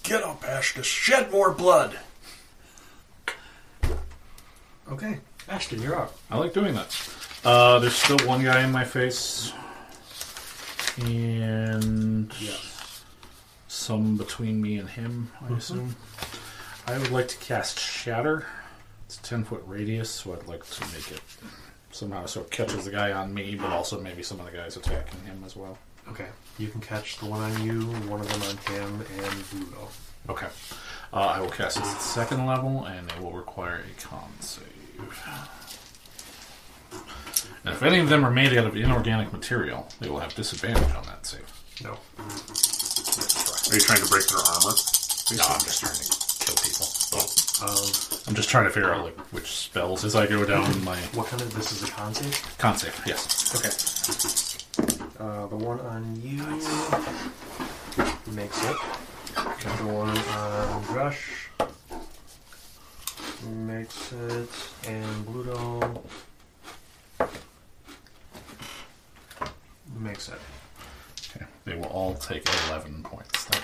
S4: Get up, Ash, to shed more blood.
S3: Okay. Ashton, you're up.
S7: I like doing that. Uh, there's still one guy in my face, and
S3: Yeah.
S7: some between me and him, I assume. I would like to cast Shatter. It's a 10 foot radius, so I'd like to make it somehow so it catches the guy on me, but also maybe some of the guys attacking him as well.
S3: Okay. You can catch the one on you, one of them on him, and Bruno.
S7: Okay. Uh, I will cast this at second level, and it will require a con save. And if any of them are made out of inorganic material, they will have disadvantage on that save.
S3: No.
S4: Are you trying to break their armor?
S7: No, I'm just trying to kill people.
S3: Um,
S7: I'm just trying to figure out like which spells as I go down my
S3: what kind of this is a con save?
S7: con save. Yes.
S3: Okay. Uh, the one on you makes it. The one on Rush makes it. And Bluto makes it.
S7: Okay. They will all take 11 points. Then.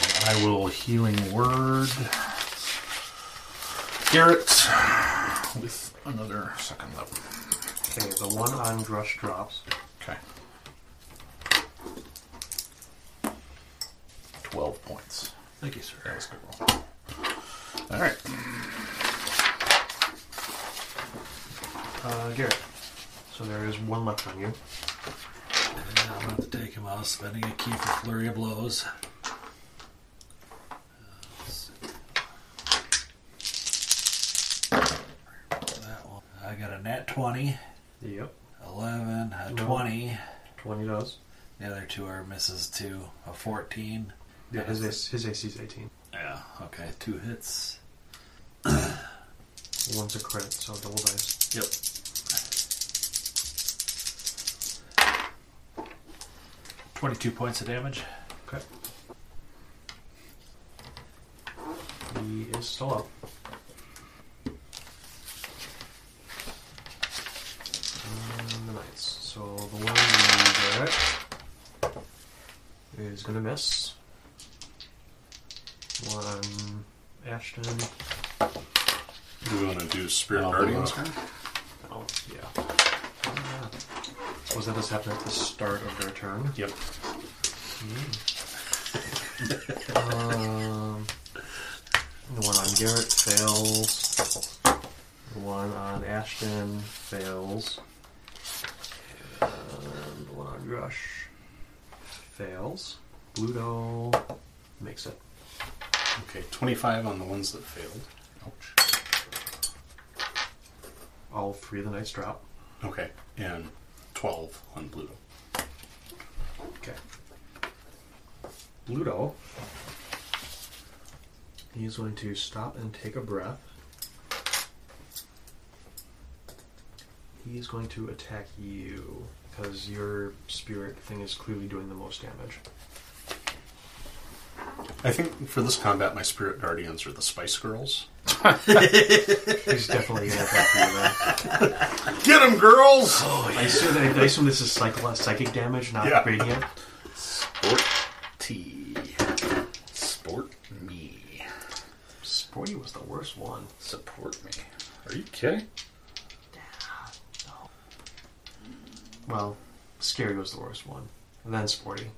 S7: And I will healing word Garrett with another second level.
S3: Okay, the one on Grush drops.
S7: Okay. 12 points. Thank you, sir. That was a good roll. All right.
S3: Uh, Garrett. So there is one left on you.
S6: Yeah, I'm going to have to take him out, spending a key for flurry of blows. Uh, That one. I got a net 20,
S3: Yep.
S6: 11, a
S3: No.
S6: 20.
S3: 20 does.
S6: The other two are misses, two, a 14.
S3: Yeah, his, AC his AC is 18.
S6: Yeah, okay, two hits.
S3: One's a crit, so double dice.
S6: Yep. Twenty-two points of damage.
S3: Okay. He is still up. And the knights. So the one in the Garrett is gonna miss. One Ashton.
S4: Do we want to do Spirit
S7: I'll do
S4: Guardians?
S7: that.
S4: here?
S3: Oh yeah. Ah. Was that this happened at the start of their turn?
S4: Yep.
S3: Um, the one on Garrett fails. The one on Ashton fails. And the one on Rush fails. Bluto makes it.
S4: Okay, 25 on the ones that failed.
S7: Ouch.
S3: All three of the knights drop.
S4: Okay, and 12 on Pluto.
S3: Okay. Bluto. He is going to stop and take a breath. He is going to attack you. because your spirit thing is clearly doing the most damage.
S4: I think for this combat, my spirit guardians are the Spice Girls.
S3: He's definitely gonna attack you. Though.
S4: Get them, girls!
S3: I assume, that, I assume this is psycho- psychic damage, not
S4: Yeah.
S3: radiant.
S4: Sport T. Sport me.
S3: Sporty was the worst one.
S4: Support me. Are you kidding?
S3: Well, scary was the worst one, and then sporty.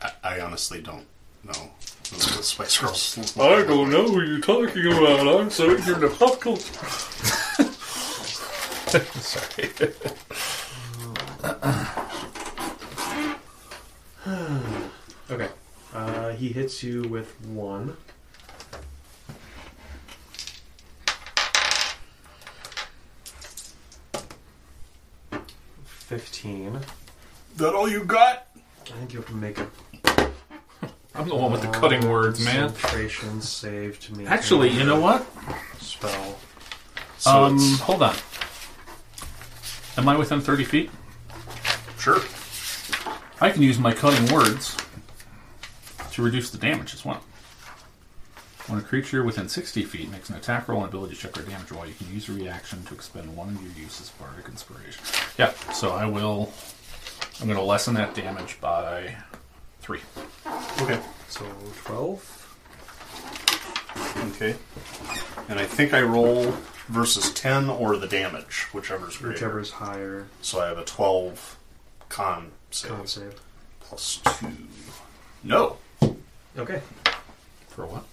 S4: I, I honestly don't know. who The Spice Girls.
S5: I don't know who you're talking about. I'm so ignorant of pop culture. Sorry.
S3: Okay. Uh, he hits you with one. Fifteen.
S4: That all you got?
S3: I think you have to make a
S7: I'm the one with the cutting
S5: Oh,
S7: words, man.
S3: concentration save to me.
S7: Actually, you know what?
S3: spell.
S4: So
S7: um,
S4: it's-
S7: hold on. Am I within 30 feet?
S4: Sure.
S7: I can use my cutting words to reduce the damage as well. When a creature within 60 feet makes an attack roll and ability check or damage roll, you can use a reaction to expend one of your uses of bardic inspiration. Yeah, so I will. I'm going to lessen that damage by three.
S4: Okay.
S3: So twelve.
S4: Okay. And I think I roll versus 10 or the damage, whichever's greater.
S3: Whichever is higher,
S4: So I have a 12 con save
S3: con save.
S4: plus 2. No.
S3: Okay.
S7: For what?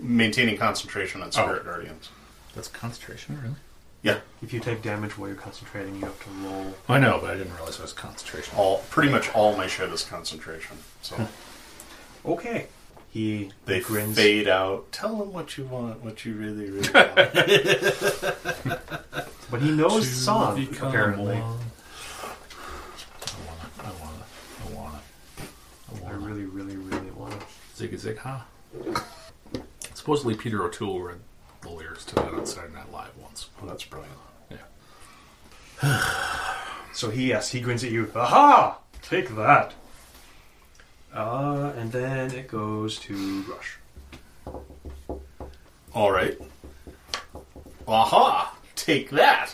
S4: Maintaining concentration on Spirit Guardians.
S7: That's concentration, really?
S4: Yeah.
S3: If you take damage while you're concentrating, you have to roll.
S7: I know, but I didn't realize it was concentration. Oh,
S4: All Pretty much all my shit is concentration. So
S3: Okay. He
S4: they
S3: grins.
S4: fade out. Tell them what you want, what you really, really want.
S3: But he knows song
S7: become
S3: apparently.
S7: one. I wanna, I wanna, I wanna, I
S3: I
S7: wanna.
S3: really, really, really want to.
S7: Zig zig ha. Supposedly Peter O'Toole read the lyrics to that on Saturday Night Live once.
S4: oh, that's brilliant.
S7: Yeah.
S3: So he yes, he grins at you. Aha! Take that. Uh, and then it goes to Rush.
S4: All right. Aha! Take that!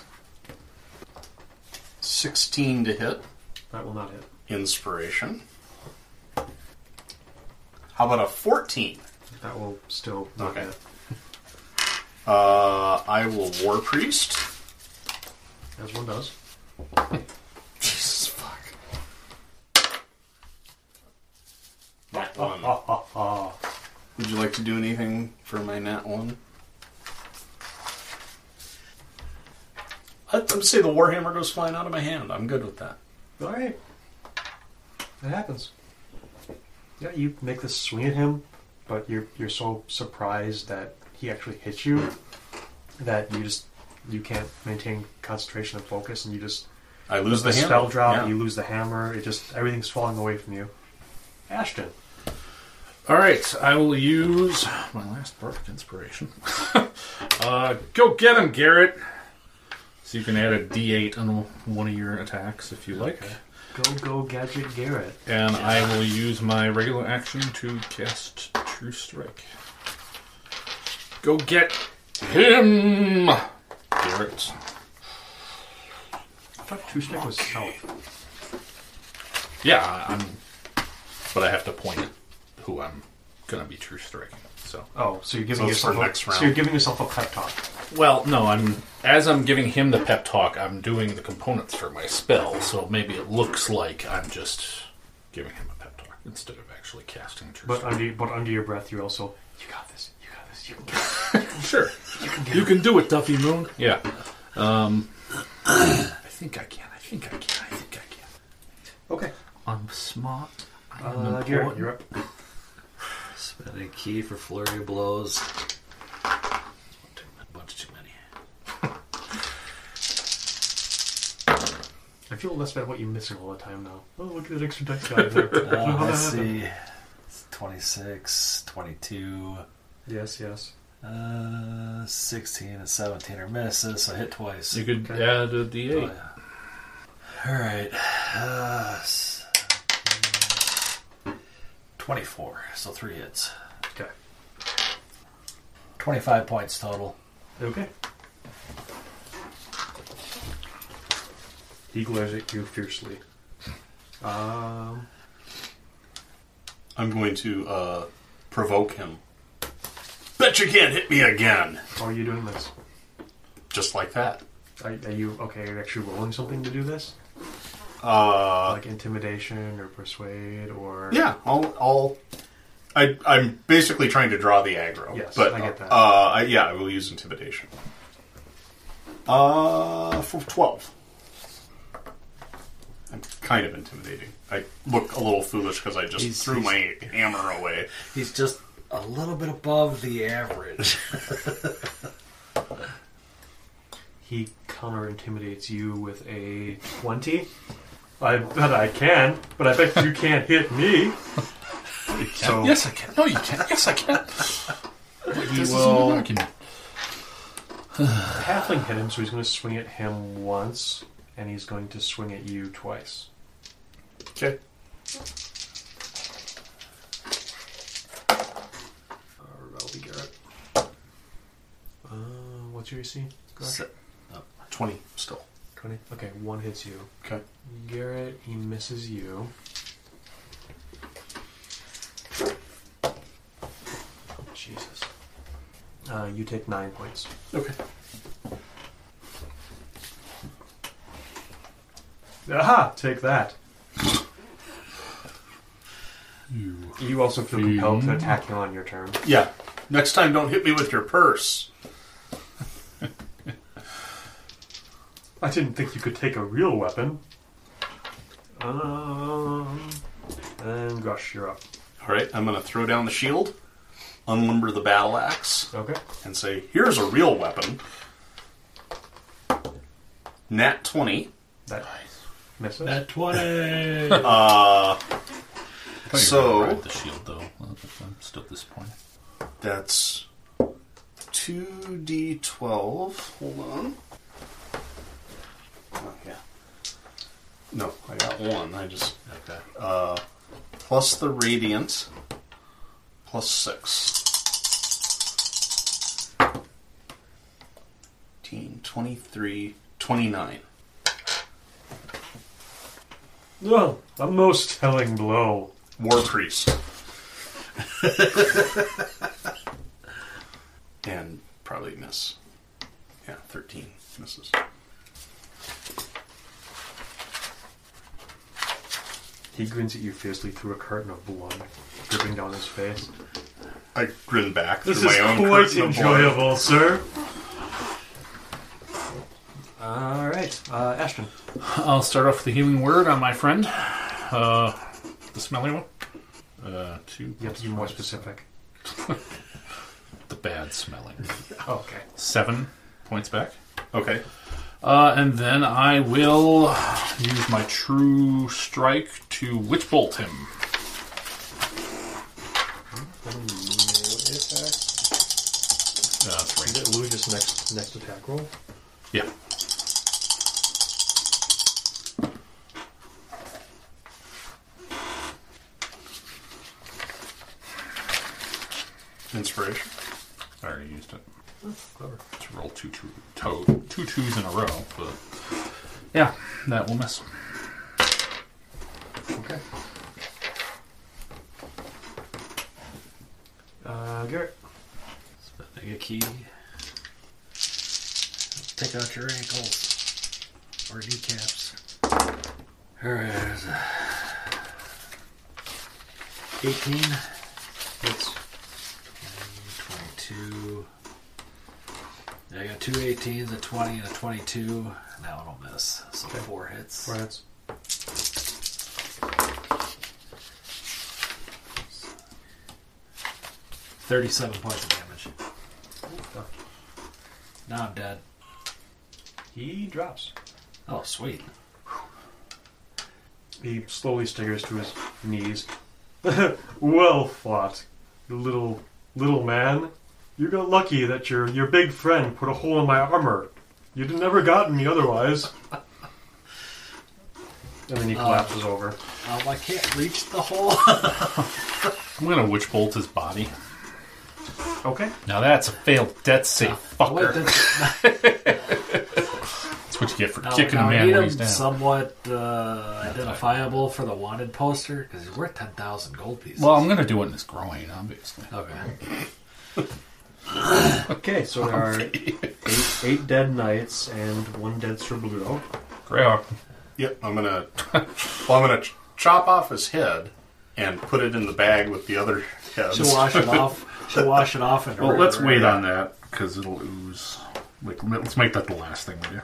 S4: 16 to hit.
S3: That will not hit.
S4: Inspiration. How about a 14?
S3: That will still not
S4: Okay.
S3: hit.
S4: Uh, I will War Priest.
S3: As one does.
S4: Jesus fuck. Nat 1. Would you like to do anything for my Nat 1? I'd I'd say the Warhammer goes flying out of my hand. I'm good with that.
S3: All right. That happens. Yeah, you make this swing at him, but you're you're so surprised that he actually hits you that you just you can't maintain concentration and focus, and you just
S4: I lose the,
S3: the
S4: hammer.
S3: spell drop,
S4: Yeah.
S3: you lose the hammer. It just everything's falling away from you. Ashton.
S7: All right, I will use my last bardic inspiration. uh, go get him, Garrett. So you can add a D8 on one of your attacks if you like,
S3: Go, go, Gadget Garrett.
S7: and I will use my regular action to cast True Strike. Go get him, Garrett.
S3: I thought True Stick was south.
S7: Yeah, I'm. But I have to point at who I'm gonna be true striking. So.
S3: Oh, so you're giving
S4: So it's for
S3: yourself a,
S4: next
S3: so you're
S4: round.
S3: giving yourself a pep talk.
S7: Well, no, I'm as I'm giving him the pep talk, I'm doing the components for my spell. So maybe it looks like I'm just giving him a pep talk instead of actually casting true.
S3: But under but under your breath, you're also you got this. You got this. You can get
S7: Sure. You can, do it, Duffy Moon. Yeah. Um, I think I can. I think I can. I think I can.
S3: it. Okay.
S7: I'm smart. I am
S3: Uh, Garrett,
S7: important.
S3: you're up.
S6: Spend a key for flurry of blows. A bunch too many.
S3: I feel less bad what you're missing all the time now. Oh, look at that extra dice guy there.
S6: Uh, let's see. It's 26, 22,
S3: yes, yes.
S6: uh, 16, and 17 are misses, so I hit twice.
S7: You could
S3: Okay.
S7: add a D8.
S6: Oh, yeah. All right. Uh, s- 24, so three hits.
S3: Okay.
S6: 25 points total.
S3: Okay. He glares at you fiercely. Um,
S4: I'm going to uh, provoke him. Bet you can't hit me again.
S3: how are you doing this?
S4: Just like that.
S3: Are, are you okay? Are you actually rolling something to do this?
S4: Uh,
S3: like intimidation or persuade or
S4: yeah, I'll. I'll I, I'm basically trying to draw the aggro.
S3: Yes,
S4: but,
S3: I get that.
S4: Uh, I, yeah, I will use intimidation. Uh, for 12. I'm kind of intimidating. I look a little foolish because I just
S6: He's-
S4: threw my hammer away.
S6: He's just a little bit above the average.
S3: he counter intimidates you with a twenty. I bet I can, but I bet you can't hit me. So
S7: Yes, I can. No, you can. Yes, I can. Wait, this
S1: will-
S7: is an argument.
S3: halfling hit him, so he's going to swing at him once, and he's going to swing at you twice.
S4: Okay.
S3: Uh, that'll be Garrett. Uh, what's your AC? Garrett?
S4: Se- uh, 20 still.
S3: Twenty. Okay, one hits you.
S4: Okay.
S3: Garrett, he misses you. Jesus. Uh, you take nine points.
S4: Okay.
S3: Aha! Take that.
S7: You.
S3: You also feel compelled to attack him on your turn.
S4: Yeah. Next time, don't hit me with your purse.
S3: I didn't think you could take a real weapon. Um, and Grush, you're up.
S4: All right, I'm going to throw down the shield, unlimber the battle axe,
S3: Okay.
S4: and say, here's a real weapon. Nat 20.
S3: That misses.
S6: At 20!
S4: Uh,
S7: I thought you were
S4: So-
S7: gonna ride the shield, though. I'm still disappointed.
S4: that's 2d12. Hold on. Oh, yeah. No, I got one. I just. Okay. Uh, plus the radiant, plus 6. 18, 23, 29.
S3: No, a most telling blow.
S4: War Priest. and probably miss. Yeah, 13 misses.
S3: He grins at you fiercely through a curtain of blood dripping down his face.
S4: I grin back
S3: This
S4: through
S3: is
S4: my own
S3: quite
S4: curtain of blood.
S3: enjoyable, sir. All right, uh, Ashton.
S7: I'll start off with the healing word on my friend, uh, the smelly one. Uh, two.
S3: You have to be more specific.
S7: The bad smelling.
S3: Okay.
S7: Seven points back.
S4: Okay.
S7: Uh, and then I will use my true strike to witch bolt him. Uh, three.
S3: Is it Lou just next next attack roll?
S7: Yeah.
S4: Inspiration.
S7: I already used it.
S3: Clever.
S7: To roll two, two, to, two twos in a row, but yeah, that will miss.
S3: Okay. Uh, Garrett.
S6: Take a key. Take out your ankles or kneecaps. Here it is. 18,
S3: It's
S6: 22. Yeah, I got two 18s, a 20, and a 22. That one will miss. So four hits.
S3: France.
S6: Thirty-seven points of damage. Now I'm dead.
S3: He drops.
S6: Oh, sweet.
S3: He slowly staggers to his knees. well fought, you little little man. You got lucky that your your big friend put a hole in my armor. You'd have never gotten me otherwise. and then he collapses over.
S6: Um, I can't reach the hole.
S5: I'm gonna witch bolt his body.
S3: Okay.
S5: Now that's a failed death save,
S6: Wait,
S5: fucker.
S6: that's,
S5: that's what you get for
S6: now,
S5: kicking
S6: now
S5: a
S6: I
S5: man
S6: need
S5: when
S6: him
S5: he's down.
S6: somewhat uh, identifiable for the wanted poster because he's worth ten thousand gold pieces.
S7: Well, I'm going to do it in his groin, obviously.
S6: okay.
S3: Okay, so there are eight, eight dead knights and one dead Cerbluto.
S7: Greyhawk.
S4: Yep, I'm gonna. well, I'm gonna ch- chop off his head and put it in the bag with the other heads.
S6: She'll wash it off. She'll wash it off. And
S7: Well, let's wait on that because it'll ooze. Like, let's make that the last thing we do.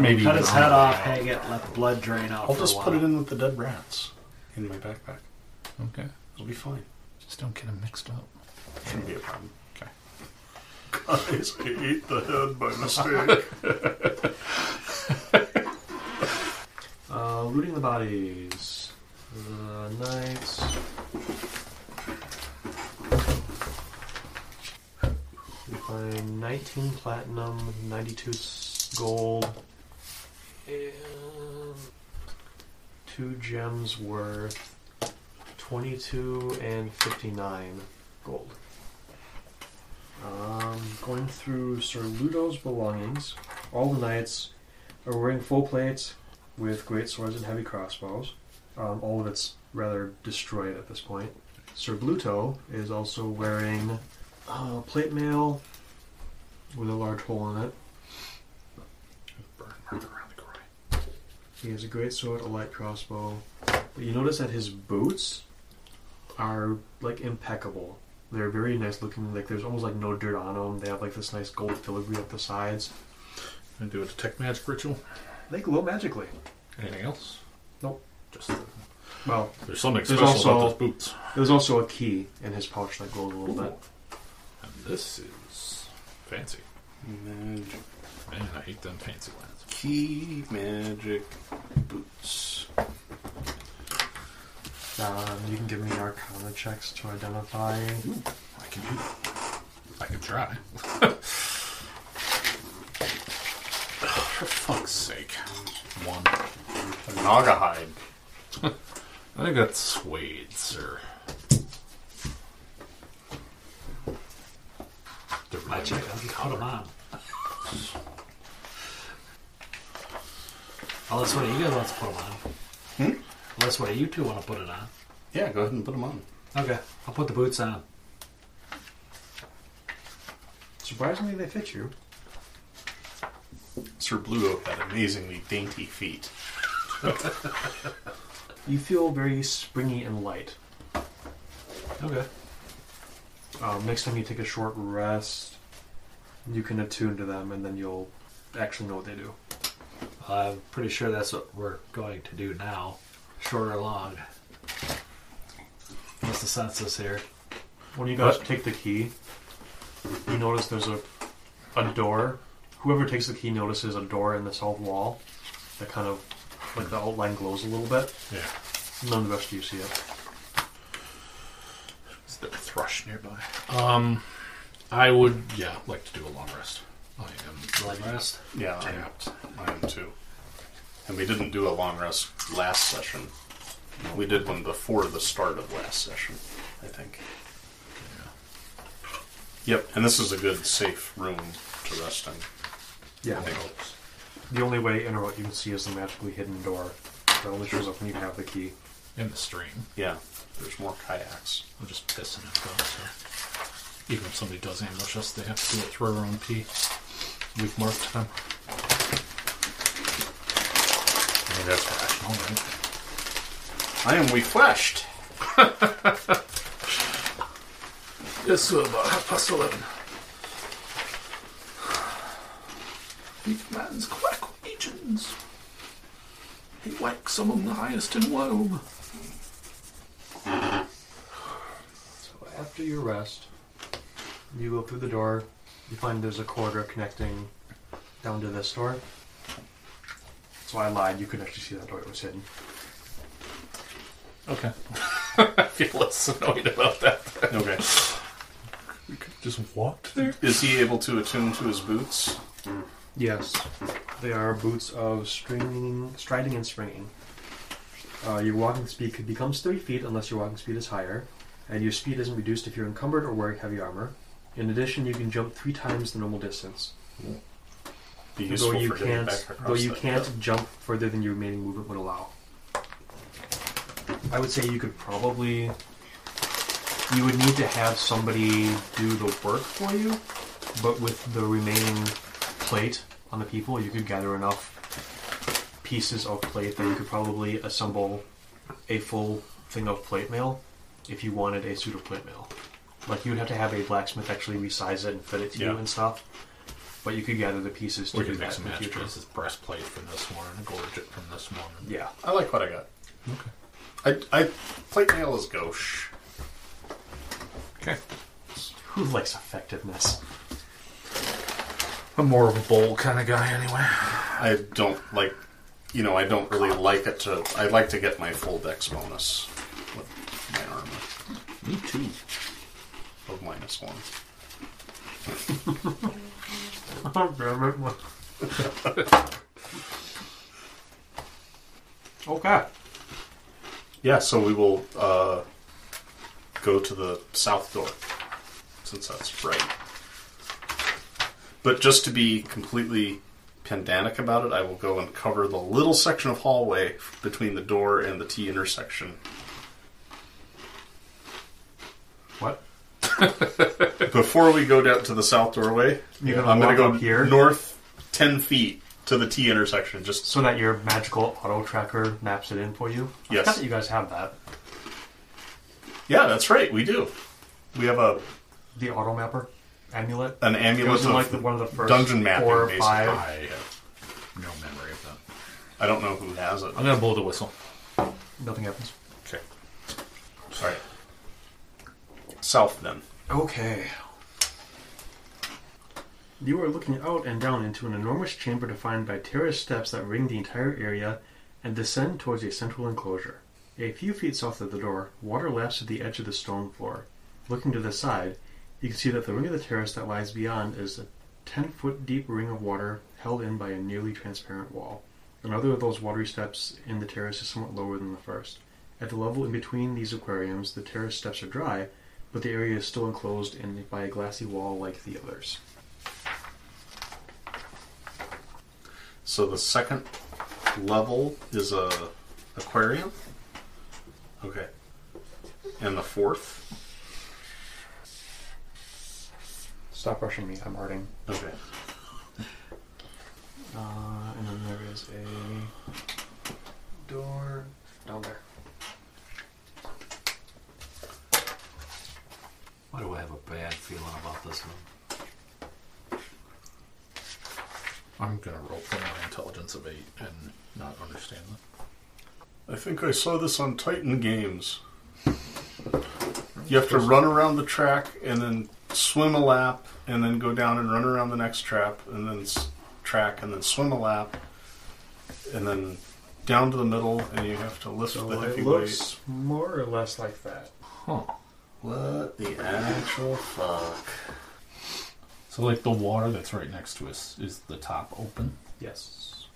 S7: Maybe
S6: Cut
S7: even
S6: his
S7: on-
S6: head off, hang it, let the blood drain out.
S4: I'll
S6: for
S4: just
S6: a
S4: put
S6: while.
S4: it in with the dead rats in my backpack.
S7: Okay,
S4: It'll be fine.
S7: just don't get him mixed up.
S4: Shouldn't be a problem.
S7: Okay.
S4: Guys, I ate the head by mistake.
S3: Uh, looting the bodies. The knights. We find 19 platinum, 92 s- gold, and two gems worth 22 and 59 gold. Um, going through Sir Ludo's belongings, all the knights are wearing full plates, with great swords and heavy crossbows. Um, all of it's rather destroyed at this point. Sir Bluto is also wearing uh, plate mail with a large hole in it.
S7: Burn mark around the groin.
S3: He has a great sword, a light crossbow. But you notice that his boots are like impeccable. They're very nice looking. Like there's almost like no dirt on them. They have like this nice gold filigree up the sides.
S5: And do a detect magic ritual.
S3: They glow magically.
S5: Anything else?
S3: Nope.
S5: Just the,
S3: Well,
S5: there's something
S3: There's
S5: special
S3: also-
S5: about those boots.
S3: there's also a key in his pouch that glows a little bit.
S5: And this is fancy.
S4: Magic
S5: Man, I hate them fancy ones.
S4: key, magic boots.
S3: Um, you can give me Arcana checks to identify.
S5: I can do that. I can try. For fuck's sake. One.
S4: A Naga hide.
S5: I think that's suede, sir. They're
S6: I
S5: really
S6: check.
S5: nice.
S6: I'll just put them on. Unless one of you guys wants to put them on.
S5: Hmm?
S6: Unless one of you two want to put it on.
S4: Yeah, go ahead and put them on.
S6: Okay, I'll put the boots on.
S3: Surprisingly, they fit you.
S4: Sir Blue Oak had amazingly dainty feet.
S3: You feel very springy and light.
S6: Okay.
S3: Um, next time you take a short rest, you can attune to them, and then you'll actually know what they do.
S6: I'm pretty sure that's what we're going to do now, short or long. What's the census here?
S3: When you guys take the key, you notice there's a a door. Whoever takes the key notices a door in the south wall that kind of like the outline glows a little bit.
S5: Yeah.
S3: None of the rest of you see it.
S5: Is there a thrush nearby? Um, I would, yeah, like to do a long rest. I am
S6: Leg rest?
S4: Yeah,
S5: tapped.
S4: I am too. And we didn't do a long rest last session. We did one before the start of last session, I think. Yep, and this is a good, safe room to rest in.
S3: Yeah.
S4: I think.
S3: The only way in or out you can see is the magically hidden door that only shows up when you have the key.
S5: In the stream.
S4: Yeah, there's more kayaks.
S5: I'm just pissing it though, so. Even if somebody does ambush us, they have to do it through our own pee. We've marked them. I mean, that's rational, right?
S4: I am refreshed.
S5: Yes, sir, about half past eleven. He commands quack regions. He whacks among the highest in Rome.
S3: So after your rest, you go through the door. You find there's a corridor connecting down to this door. So I lied. You could actually see that door. It was hidden.
S5: Okay. I feel less annoyed about that.
S4: Okay.
S5: We could just walked there.
S4: Is he able to attune to his boots?
S3: Yes. They are boots of stringing, striding and springing. Uh, your walking speed could becomes 30 feet unless your walking speed is higher, and your speed isn't reduced if you're encumbered or wearing heavy armor. In addition, you can jump three times the normal distance,
S4: Be
S3: though
S4: useful
S3: you
S4: for getting
S3: can't,
S4: back across.
S3: though you
S4: that
S3: can't
S4: pit.
S3: jump further than your remaining movement would allow. I would say you could probably, you would need to have somebody do the work for you, but with the remaining plate on the people, you could gather enough pieces of plate that you could probably assemble a full thing of plate mail if you wanted a suit of plate mail. Like you would have to have a blacksmith actually resize it and fit it to
S7: Yeah.
S3: you and stuff. But you could gather the pieces to
S5: We
S3: do
S5: can
S3: that
S5: mix and
S3: in the
S5: match
S3: future.
S5: this is breastplate from this one and gorget from this one.
S3: Yeah.
S4: I like what I got.
S7: Okay.
S4: I, I plate mail is gauche.
S7: Okay.
S3: Who likes effectiveness?
S5: I'm more of a bowl kind of guy anyway.
S4: I don't like, you know, I don't really like it to. I like to get my full dex bonus with my armor
S5: Me too.
S4: of minus one. Oh,
S3: okay.
S4: Yeah, so we will uh, go to the south door, since that's right. But just to be completely pedantic about it, I will go and cover the little section of hallway between the door and the T intersection.
S3: What?
S4: Before we go down to the south doorway,
S3: You're gonna
S4: I'm
S3: walk
S4: going to go
S3: up here?
S4: north 10 feet to the T intersection. Just
S3: So that your magical auto tracker maps it in for you? I
S4: Yes.
S3: forgot that you guys have that.
S4: Yeah, that's right, we do. We have a
S3: The auto mapper amulet.
S4: an
S3: It
S4: amulet
S3: was in
S4: of
S3: like the, one of the first
S4: dungeon mapping,
S3: four or
S4: basically.
S3: five.
S5: I have no memory of that.
S4: I don't know who has it.
S5: I'm gonna blow the whistle.
S3: Nothing happens.
S5: Okay.
S4: Sorry. South then.
S3: Okay. You are looking out and down into an enormous chamber defined by terrace steps that ring the entire area and descend towards a central enclosure. A few feet south of the door, water laps to the edge of the stone floor. Looking to the side, you can see that the ring of the terrace that lies beyond is a 10 foot deep ring of water held in by a nearly transparent wall. Another of those watery steps in the terrace is somewhat lower than the first. At the level in between these aquariums, the terrace steps are dry, but the area is still enclosed in by a glassy wall like the others.
S4: So the second level is a aquarium. Okay. And the fourth.
S3: Stop rushing me, I'm arting.
S4: Okay.
S3: Uh, and then there is a door down there.
S6: Why do I have a bad feeling about this one?
S5: I'm gonna roll for my intelligence of eight and not understand that.
S4: I think I saw this on Titan Games. You have to run around the track and then swim a lap and then go down and run around the next trap and then s- track and then swim a lap and then down to the middle and you have to lift
S3: So
S4: the
S3: it
S4: heavy weight.
S3: looks more or less like that.
S5: Huh.
S4: What the actual fuck?
S5: So like the water that's right next to us is the top open.
S3: Yes.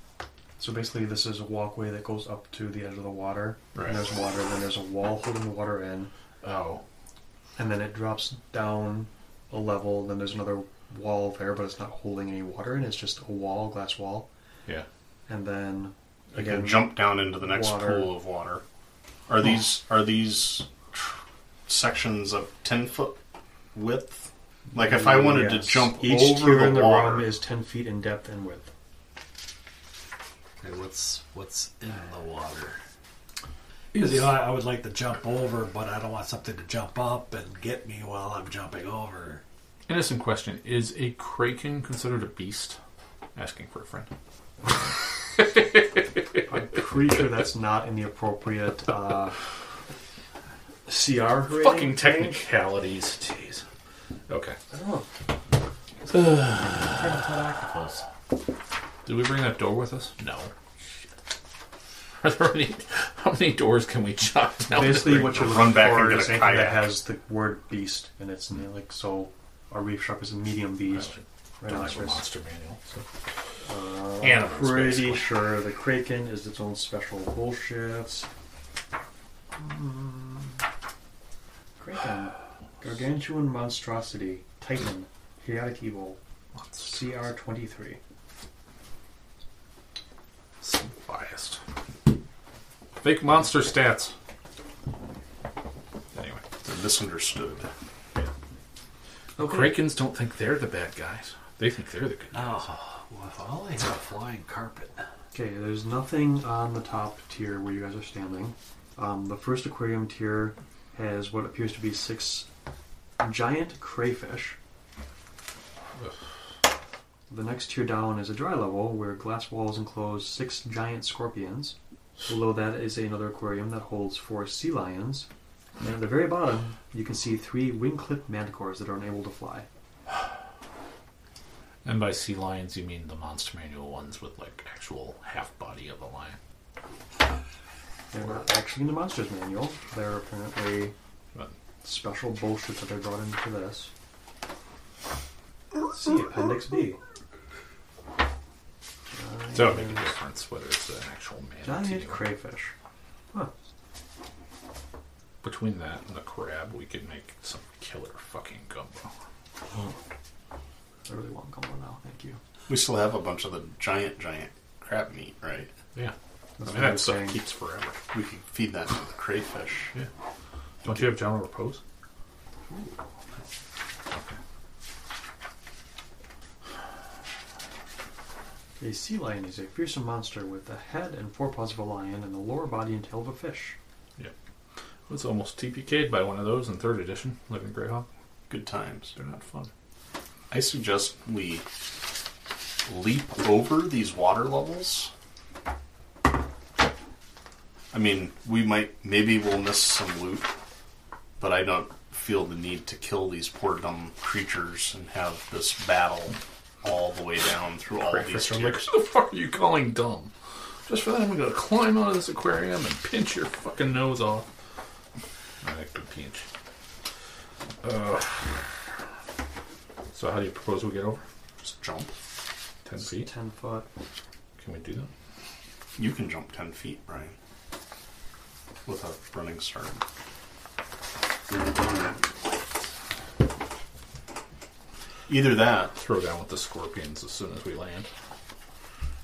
S3: So basically, this is a walkway that goes up to the edge of the water.
S4: Right.
S3: And there's water, then there's a wall holding the water in.
S5: Oh.
S3: and then it drops down a level. Then there's another wall there, but it's not holding any water, and it's just a wall, glass wall.
S5: Yeah.
S3: And then
S4: I
S3: again,
S4: can jump down into the next
S3: Water.
S4: pool of water. Are these are these tr- sections of ten foot width? Like if I wanted
S3: yes.
S4: to jump
S3: each
S4: over
S3: tier
S4: the,
S3: in the
S4: water,
S3: room is ten feet in depth and width.
S6: Okay, what's what's in the water? you know, I, I would like to jump over, but I don't want something to jump up and get me while I'm jumping over.
S5: Innocent question: Is a kraken considered a beast? Asking for a friend.
S3: I'm pretty sure that's not in the appropriate uh, CR. rating
S5: Fucking
S3: range.
S5: technicalities. Jeez. Okay.
S3: I don't know.
S5: Did we bring that door with us? No. Are there any, how many doors can we chop down? to
S3: Basically,
S5: bring-
S3: what you're
S4: Run
S3: looking
S4: back
S3: for
S4: and get
S3: is
S4: a
S3: anything that
S4: kayak.
S3: has the word "beast" in its name. Like so, a reef shark is a medium beast. Right
S7: don't
S3: on
S7: have a
S3: this wrist.
S7: monster manual. So.
S3: Uh,
S7: Animals,
S3: pretty
S7: basically.
S3: sure the Kraken is its own special bullshit. Mm. Kraken, gargantuan monstrosity, Titan, chaotic evil, CR twenty three.
S7: So biased. Fake monster stats. Anyway.
S4: They're misunderstood.
S7: No, Krakens don't think they're the bad guys. They think they're the good guys.
S6: Oh, well, if I only had a flying carpet.
S3: Okay, there's nothing on the top tier where you guys are standing. Um, the first aquarium tier has what appears to be six giant crayfish. The next tier down is a dry level where glass walls enclose six giant scorpions. Below that is another aquarium that holds four sea lions. And at the very bottom, you can see three wing-clipped manticores that are unable to fly.
S7: And by sea lions, you mean the monster manual ones with like actual half body of a lion.
S3: They're not actually in the Monsters Manual. They're apparently
S7: But
S3: special bullshit that they brought in for this. See Appendix B.
S7: so it make a difference whether it's an actual manatee.
S3: Giant
S7: or-
S3: crayfish.
S7: Between that and the crab, we could make some killer fucking gumbo.
S3: I really want gumbo now. Thank you.
S4: We still have a bunch of the giant, giant crab meat, right?
S7: Yeah. I
S3: what
S7: mean,
S3: I'm
S7: that stuff
S3: saying.
S7: keeps forever.
S4: We could feed that to the crayfish.
S7: Yeah. Don't you have general repose?
S3: A sea lion is a fearsome monster with the head and forepaws of a lion and the lower body and tail of a fish.
S7: Yeah. I was almost TPK'd by one of those in third edition, Living Greyhawk.
S4: Good times.
S7: They're not fun.
S4: I suggest we leap over these water levels. I mean, we might, maybe we'll miss some loot, but I don't feel the need to kill these poor dumb creatures and have this battle all the way down through all these
S7: Breakfast. I'm like,
S4: tiers.
S7: who the fuck are you calling dumb? Just for that, I'm gonna climb out of this aquarium and pinch your fucking nose off. I like to pinch. Uh, so, how do you propose we get over?
S4: Just jump.
S7: Ten feet?
S3: Ten foot.
S7: Can we do that?
S4: You can jump 10 feet, Brian, with a running start. Either that,
S7: Throw down with the scorpions as soon as we land.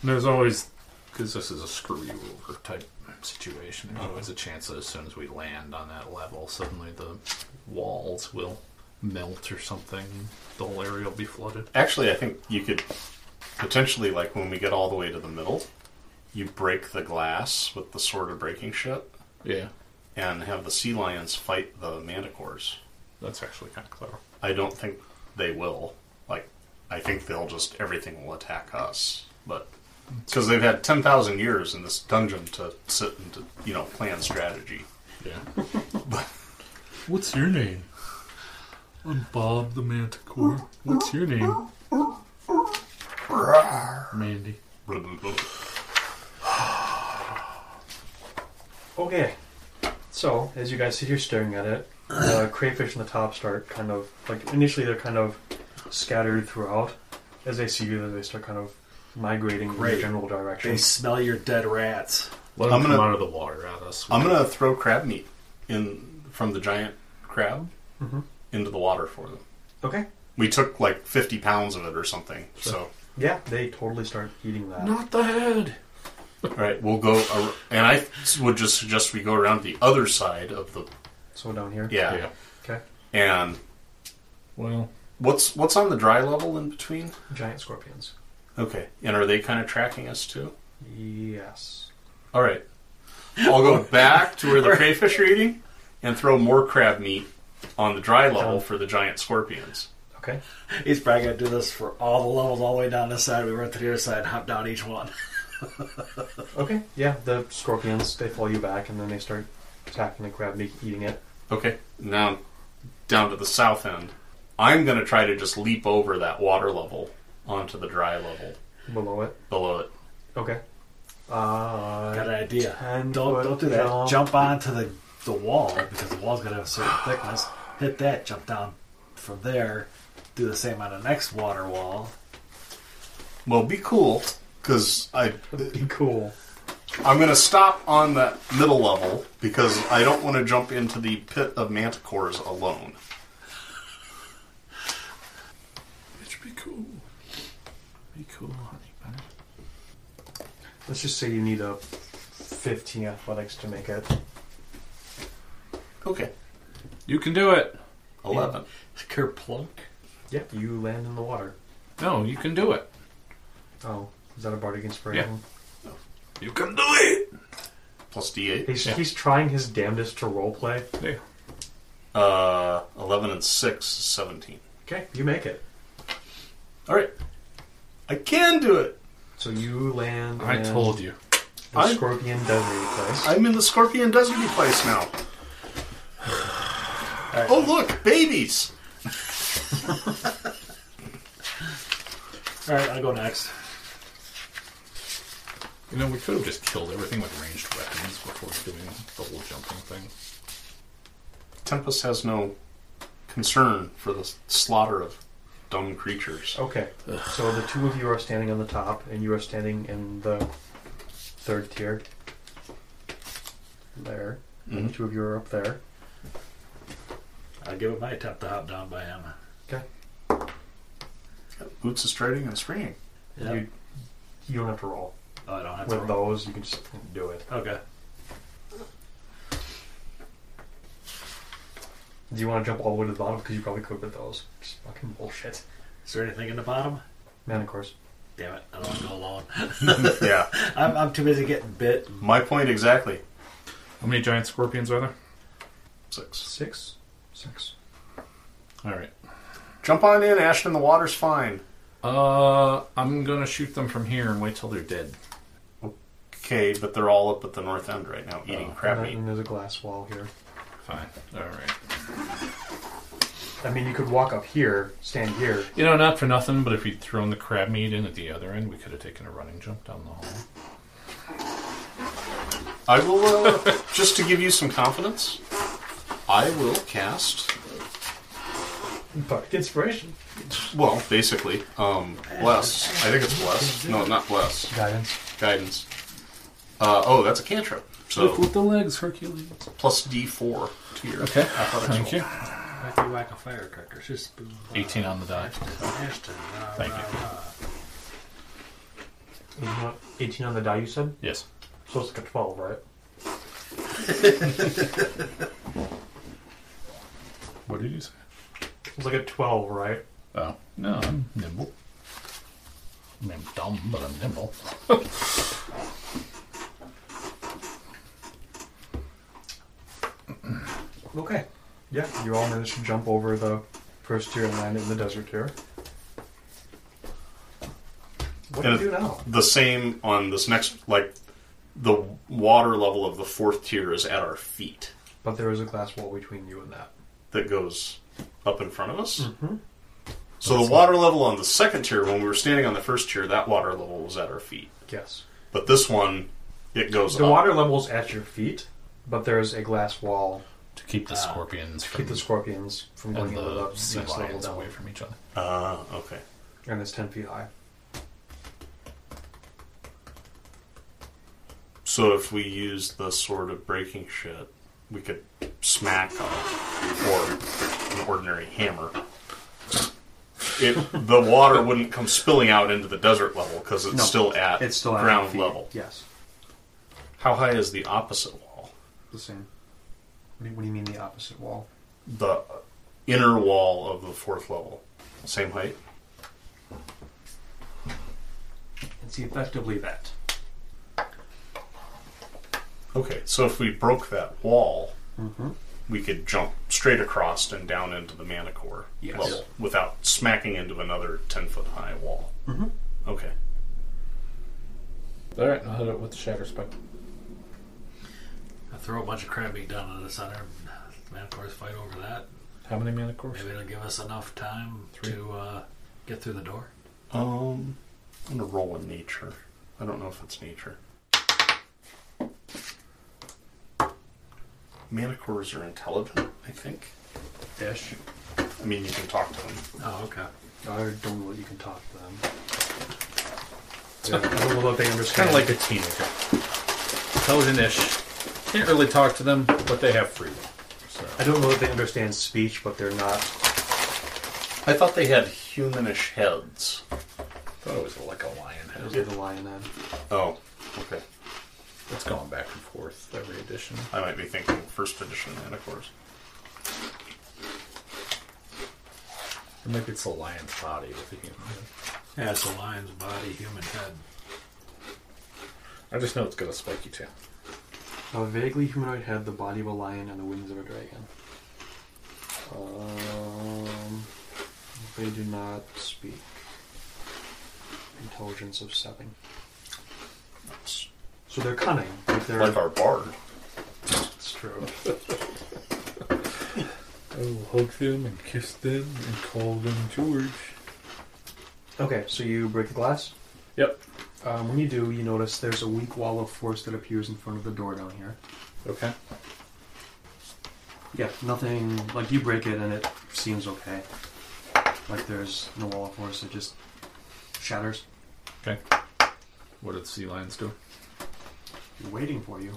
S7: And there's always, because this is a screw you over type situation, there's always a chance that as soon as we land on that level, suddenly the walls will melt or something. The whole area will be flooded.
S4: Actually, I think you could potentially, like, when we get all the way to the middle, you break the glass with the sword of breaking shit
S7: Yeah.
S4: and have the sea lions fight the manticores.
S7: That's actually kind of clever.
S4: I don't think they will. Like, I think they'll just, everything will attack us. But, because they've had 10,000 years in this dungeon to sit and to, you know, plan strategy.
S7: Yeah.
S8: What's your name? I'm Bob the Manticore. What's your name? Mandy.
S3: Okay. So, as you guys sit here staring at it, the crayfish on the top start kind of like initially they're kind of scattered throughout. As they see you, they start kind of migrating in
S6: Great.
S3: a general direction.
S6: They smell your dead rats.
S7: Let
S4: I'm
S7: them come
S4: gonna-
S7: out of the water at us.
S4: I'm going to throw crab meat in from the giant crab
S3: Mhm.
S4: into the water for them.
S3: Okay.
S4: We took like 50 pounds of it or something. So,
S3: Yeah, they totally start eating that.
S7: Not the head.
S4: all right, we'll go. Ar- and I would just suggest we go around the other side of the
S3: So down here.
S4: yeah.
S7: Yeah.
S3: Okay.
S4: And
S7: Well,
S4: what's what's on the dry level in between?
S3: Giant scorpions.
S4: Okay. And are they kind of tracking us too?
S3: Yes.
S4: All right. I'll go back to where the crayfish are eating and throw more crab meat on the dry level for the giant scorpions.
S3: Okay.
S6: He's probably gonna do this for all the levels, all the way down this side. We run to the other side, hop down each one.
S3: Okay. Yeah, the scorpions they follow you back, and then they start attacking the crab, meat, eating it.
S4: Okay. Now down to the south end. I'm going to try to just leap over that water level onto the dry level
S3: below it.
S4: below it.
S3: Okay. Uh,
S6: Got an idea.
S3: Ten
S6: don't
S3: foot
S6: don't do that.
S3: jump.
S6: Jump, onto the the wall because the wall's gonna have a certain thickness. Hit that. Jump down from there. Do the same on the next water wall.
S4: Well, be cool, because I
S3: Cool.
S4: I'm going to stop on that middle level because I don't want to jump into the pit of manticores alone.
S9: Bitch, be cool. Be cool, honey bunny.
S3: Let's just say you need a 15 athletics to make it.
S4: Okay.
S5: You can do it.
S4: Eleven.
S6: Kerplunk.
S3: Yep, you land in the water.
S5: No, you can do it.
S3: Oh, is that a bardic inspiration?
S5: You can do it.
S4: Plus D8.
S3: He's, he's trying his damnedest to roleplay.
S4: Uh, 11 and 6 is 17.
S3: Okay, you make it.
S4: All right. I can do it.
S3: So you land.
S5: I
S3: in
S5: told you.
S3: The
S4: I-
S3: scorpion desert place.
S4: I'm in the scorpion deserty place now. Oh, look, babies.
S6: All right, I'll go next.
S5: You know, we could have just killed everything with ranged weapons before doing the whole jumping thing.
S4: Tempest has no concern for the slaughter of dumb creatures.
S3: Okay, so the two of you are standing on the top, and you are standing in the third tier. There. And the two of you are up there.
S6: I'll give it my attempt to hop down by him.
S3: Okay.
S4: Boots is trading and springing.
S6: Yeah.
S3: You, you don't have to roll.
S6: oh, I don't have to
S3: With
S6: roll.
S3: those, you can just do it.
S6: Okay.
S3: Do you want to jump all the way to the bottom? Because you probably could with those. Just fucking bullshit.
S6: Is there anything in the bottom?
S3: Man, of course.
S6: Damn it! I don't want to go alone.
S4: yeah,
S6: I'm, I'm too busy getting bit.
S4: my point exactly.
S5: How many giant scorpions are there?
S4: Six.
S3: Six? Six.
S5: All right.
S4: Jump on in, Ashton. The water's fine.
S5: Uh, I'm gonna shoot them from here and wait till they're dead.
S4: Okay, but they're all up at the north end right now, eating
S5: Oh.
S4: crab meat.
S3: And there's a glass wall here.
S5: Fine. All right.
S3: I mean, you could walk up here, stand here.
S5: You know, not for nothing, but if we'd thrown the crab meat in at the other end, we could have taken a running jump down the hall.
S4: I will, uh, just to give you some confidence, I will cast.
S3: Bardic inspiration.
S4: Well, basically, um, bless. I think it's bless. No, not bless.
S3: Guidance.
S4: Guidance. Uh, oh, that's a cantrip. So
S5: the legs, Hercules.
S4: plus D4 to your
S5: Okay.
S4: athletics
S5: Thank
S4: roll.
S5: you.
S6: Whack you whack a firecracker. Just boom.
S5: 18 on the die.
S6: Ashton. Uh,
S5: Thank you.
S3: You know, 18 on the die, you said?
S5: Yes.
S3: So it's like a 12, right?
S5: What did you say?
S3: It's like a 12, right?
S5: Oh, no, I'm
S7: Mm-hmm.
S5: nimble. I mean, I'm dumb, but I'm nimble.
S3: Okay. Yeah, you all managed to jump over the first tier and land in the desert tier. What do you
S4: And
S3: do now?
S4: The same on this next, like, the water level of the fourth tier is at our feet
S3: But there is a glass wall between you and that.
S4: that goes up in front of us.
S3: Mm-hmm.
S4: So the water level on the second tier, when we were standing on the first tier, that water level was at our feet.
S3: Yes.
S4: But this one, it goes
S3: The
S4: up.
S3: water level's at your feet, but there is a glass wall
S5: Ah. To keep the scorpions
S3: to keep the
S5: from-
S3: scorpions from going
S5: and
S3: into the
S5: the sea
S3: next level
S5: lions
S3: down.
S5: away from each other.
S4: Ah, okay.
S3: And it's 10 feet high.
S4: So if we use the sword of breaking shit, we could smack off or an ordinary hammer. It, the water wouldn't come spilling out into the desert level because it's
S3: No,
S4: still at
S3: It's still at your
S4: ground
S3: feet.
S4: level.
S3: Yes.
S4: How high is the opposite wall?
S3: The same. What do you, what do you mean the opposite wall?
S4: The inner wall of the fourth level, same height.
S3: It's effectively that.
S4: Okay, so if we broke that wall, we could jump straight across and down into the Manicore
S3: Yes.
S4: level without smacking into another ten foot high wall. Mm-hmm. Okay.
S5: All right, I'll hit it with the shatter spike.
S6: I throw a bunch of crab meat down in the center. Man, of course, fight over that.
S5: How many manacores?
S6: Maybe it'll give us enough time to uh, get through the door.
S4: Um, I'm gonna roll in nature. I don't know if it's nature. Manacores are intelligent, I think.
S3: Ish.
S4: I mean, you can talk to them.
S6: Oh, okay.
S3: I don't know that you can talk to them. Yeah, I don't know that they understand.
S7: Kind of like a teenager. Intelligent-ish. Can't really talk to them, but they have freedom. So
S3: I don't know that they understand speech, but they're not.
S4: I thought they had humanish heads.
S7: I thought it was like a lion head.
S3: Those are the lion then.
S4: Oh, okay.
S7: It's gone back and forth every edition.
S4: I might be thinking first edition and of course.
S7: Or maybe it's a lion's body with a human head.
S6: Yeah, it's a lion's body, human head.
S7: I just know it's got a spiky tail.
S3: A vaguely humanoid head, the body of a lion, and the wings of a dragon. Um, they do not speak. Intelligence of seven.
S4: That's
S3: So they're cunning. But they're,
S4: like our bard.
S3: It's true.
S10: I will hug them and kiss them and call them George.
S3: Okay, so you break the glass.
S7: Yep.
S3: Um, when you do, you notice there's a weak wall of force that appears in front of the door down here.
S7: Okay.
S3: Yeah, nothing. Like you break it and it seems okay. Like there's no wall of force, it just shatters.
S7: Okay. What did sea lions do?
S3: You're waiting for you.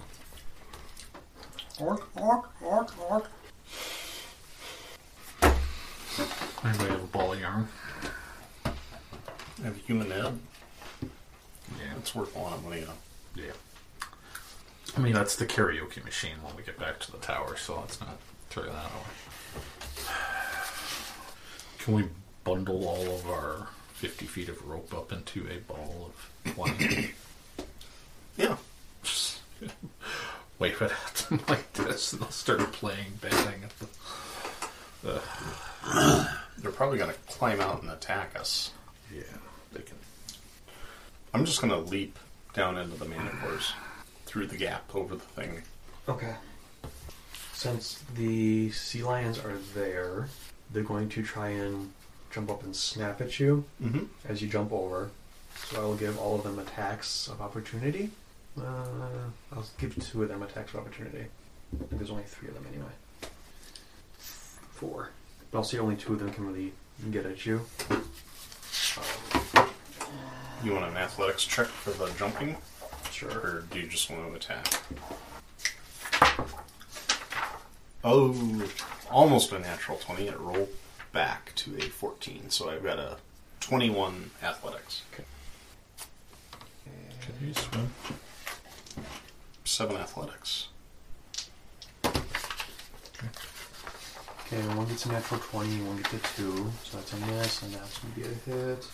S7: Anybody have a ball of yarn?
S4: Have a human head.
S7: Yeah.
S4: It's worth a lot of money now.
S7: Yeah. I mean, that's the karaoke machine when we get back to the tower, so let's not throw that away. Can we bundle all of our 50 feet of rope up into a ball of 20?
S4: Yeah.
S7: Wave it at them like this, and they'll start playing, banging at the.
S4: They're probably gonna climb out and attack us.
S7: Yeah, they can.
S4: I'm just gonna leap down into the manacores. Through the gap over the thing.
S3: Okay. Since the sea lions are there, they're going to try and jump up and snap at you
S4: Mm-hmm.
S3: as you jump over. So I will give all of them attacks of opportunity. Uh, I'll give two of them attacks of opportunity. I think there's only three of them anyway. Four. But I'll say only two of them can really get at you.
S4: You want an athletics check for the jumping?
S3: Sure.
S4: Or do you just want to attack? Oh, almost a natural 20. It rolled back to a 14, so I've got a 21 athletics.
S10: Can you swim?
S4: 7 athletics.
S3: Okay, one gets a natural 20, one gets a 2. So that's a miss, and that's going to be a hit.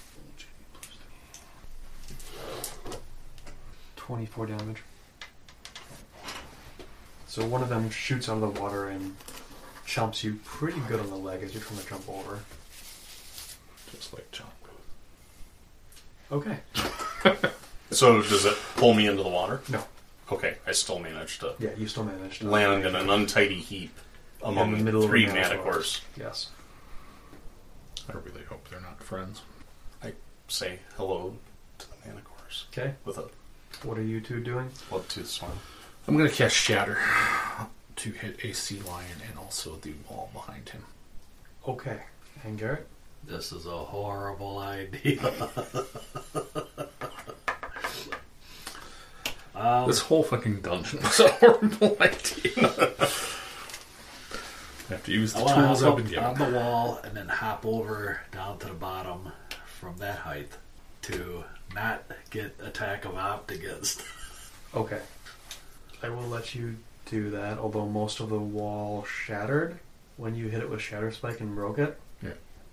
S3: 24 damage. So one of them shoots out of the water and chomps you pretty good on the leg as you're trying to jump over.
S7: Just like jump.
S3: Okay.
S4: So does it pull me into the water?
S3: No.
S4: Okay, I still managed to
S3: Yeah, you still managed.
S4: land in an untidy heap among
S3: In the middle of
S4: three
S3: the
S4: manacores.
S3: manacores. Yes.
S7: I really hope they're not friends.
S4: I say hello to the manacores
S3: Okay.
S4: with a
S3: What are you two doing?
S4: love tooth smile.
S7: I'm gonna cast Shatter to hit a sea lion and also the wall behind him.
S3: Okay. And Garrett?
S6: This is a horrible idea.
S7: This whole fucking dungeon was a horrible idea. I have to use
S6: I
S7: the
S6: want to
S7: tools I've
S6: hop
S7: been
S6: up
S7: given.
S6: on the wall and then hop over down to the bottom from that height to not get attack of opt against.
S3: Okay. I will let you do that, although most of the wall shattered when you hit it with Shatter Spike and broke it.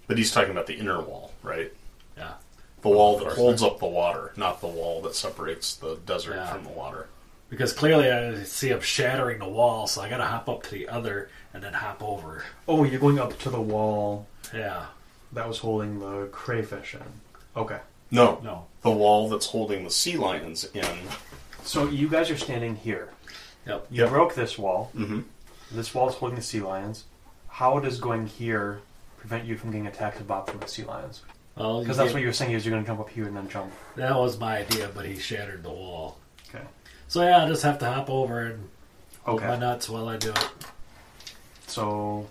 S4: But he's talking about the inner wall, right?
S6: Yeah.
S4: The wall that
S7: course.
S4: holds up the water, not the wall that separates the desert
S6: Yeah.
S4: from the water.
S6: Because clearly I see him shattering the wall, so I gotta hop up to the other and then hop over.
S3: Oh, you're going up to the wall
S6: Yeah.
S3: that was holding the crayfish in. Okay.
S4: No,
S6: No.
S4: The wall that's holding the sea lions in.
S3: So you guys are standing here.
S6: Yep.
S3: You broke this wall.
S4: Mm-hmm.
S3: This wall is holding the sea lions. How does going here prevent you from getting attacked about from the sea lions?
S6: Well,
S3: Because that's what you were saying is you're going to jump up here and then jump.
S6: that was my idea, but he shattered the wall.
S3: Okay.
S6: So yeah, I just have to hop over and hold my
S3: Okay.
S6: nuts while I do it.
S3: So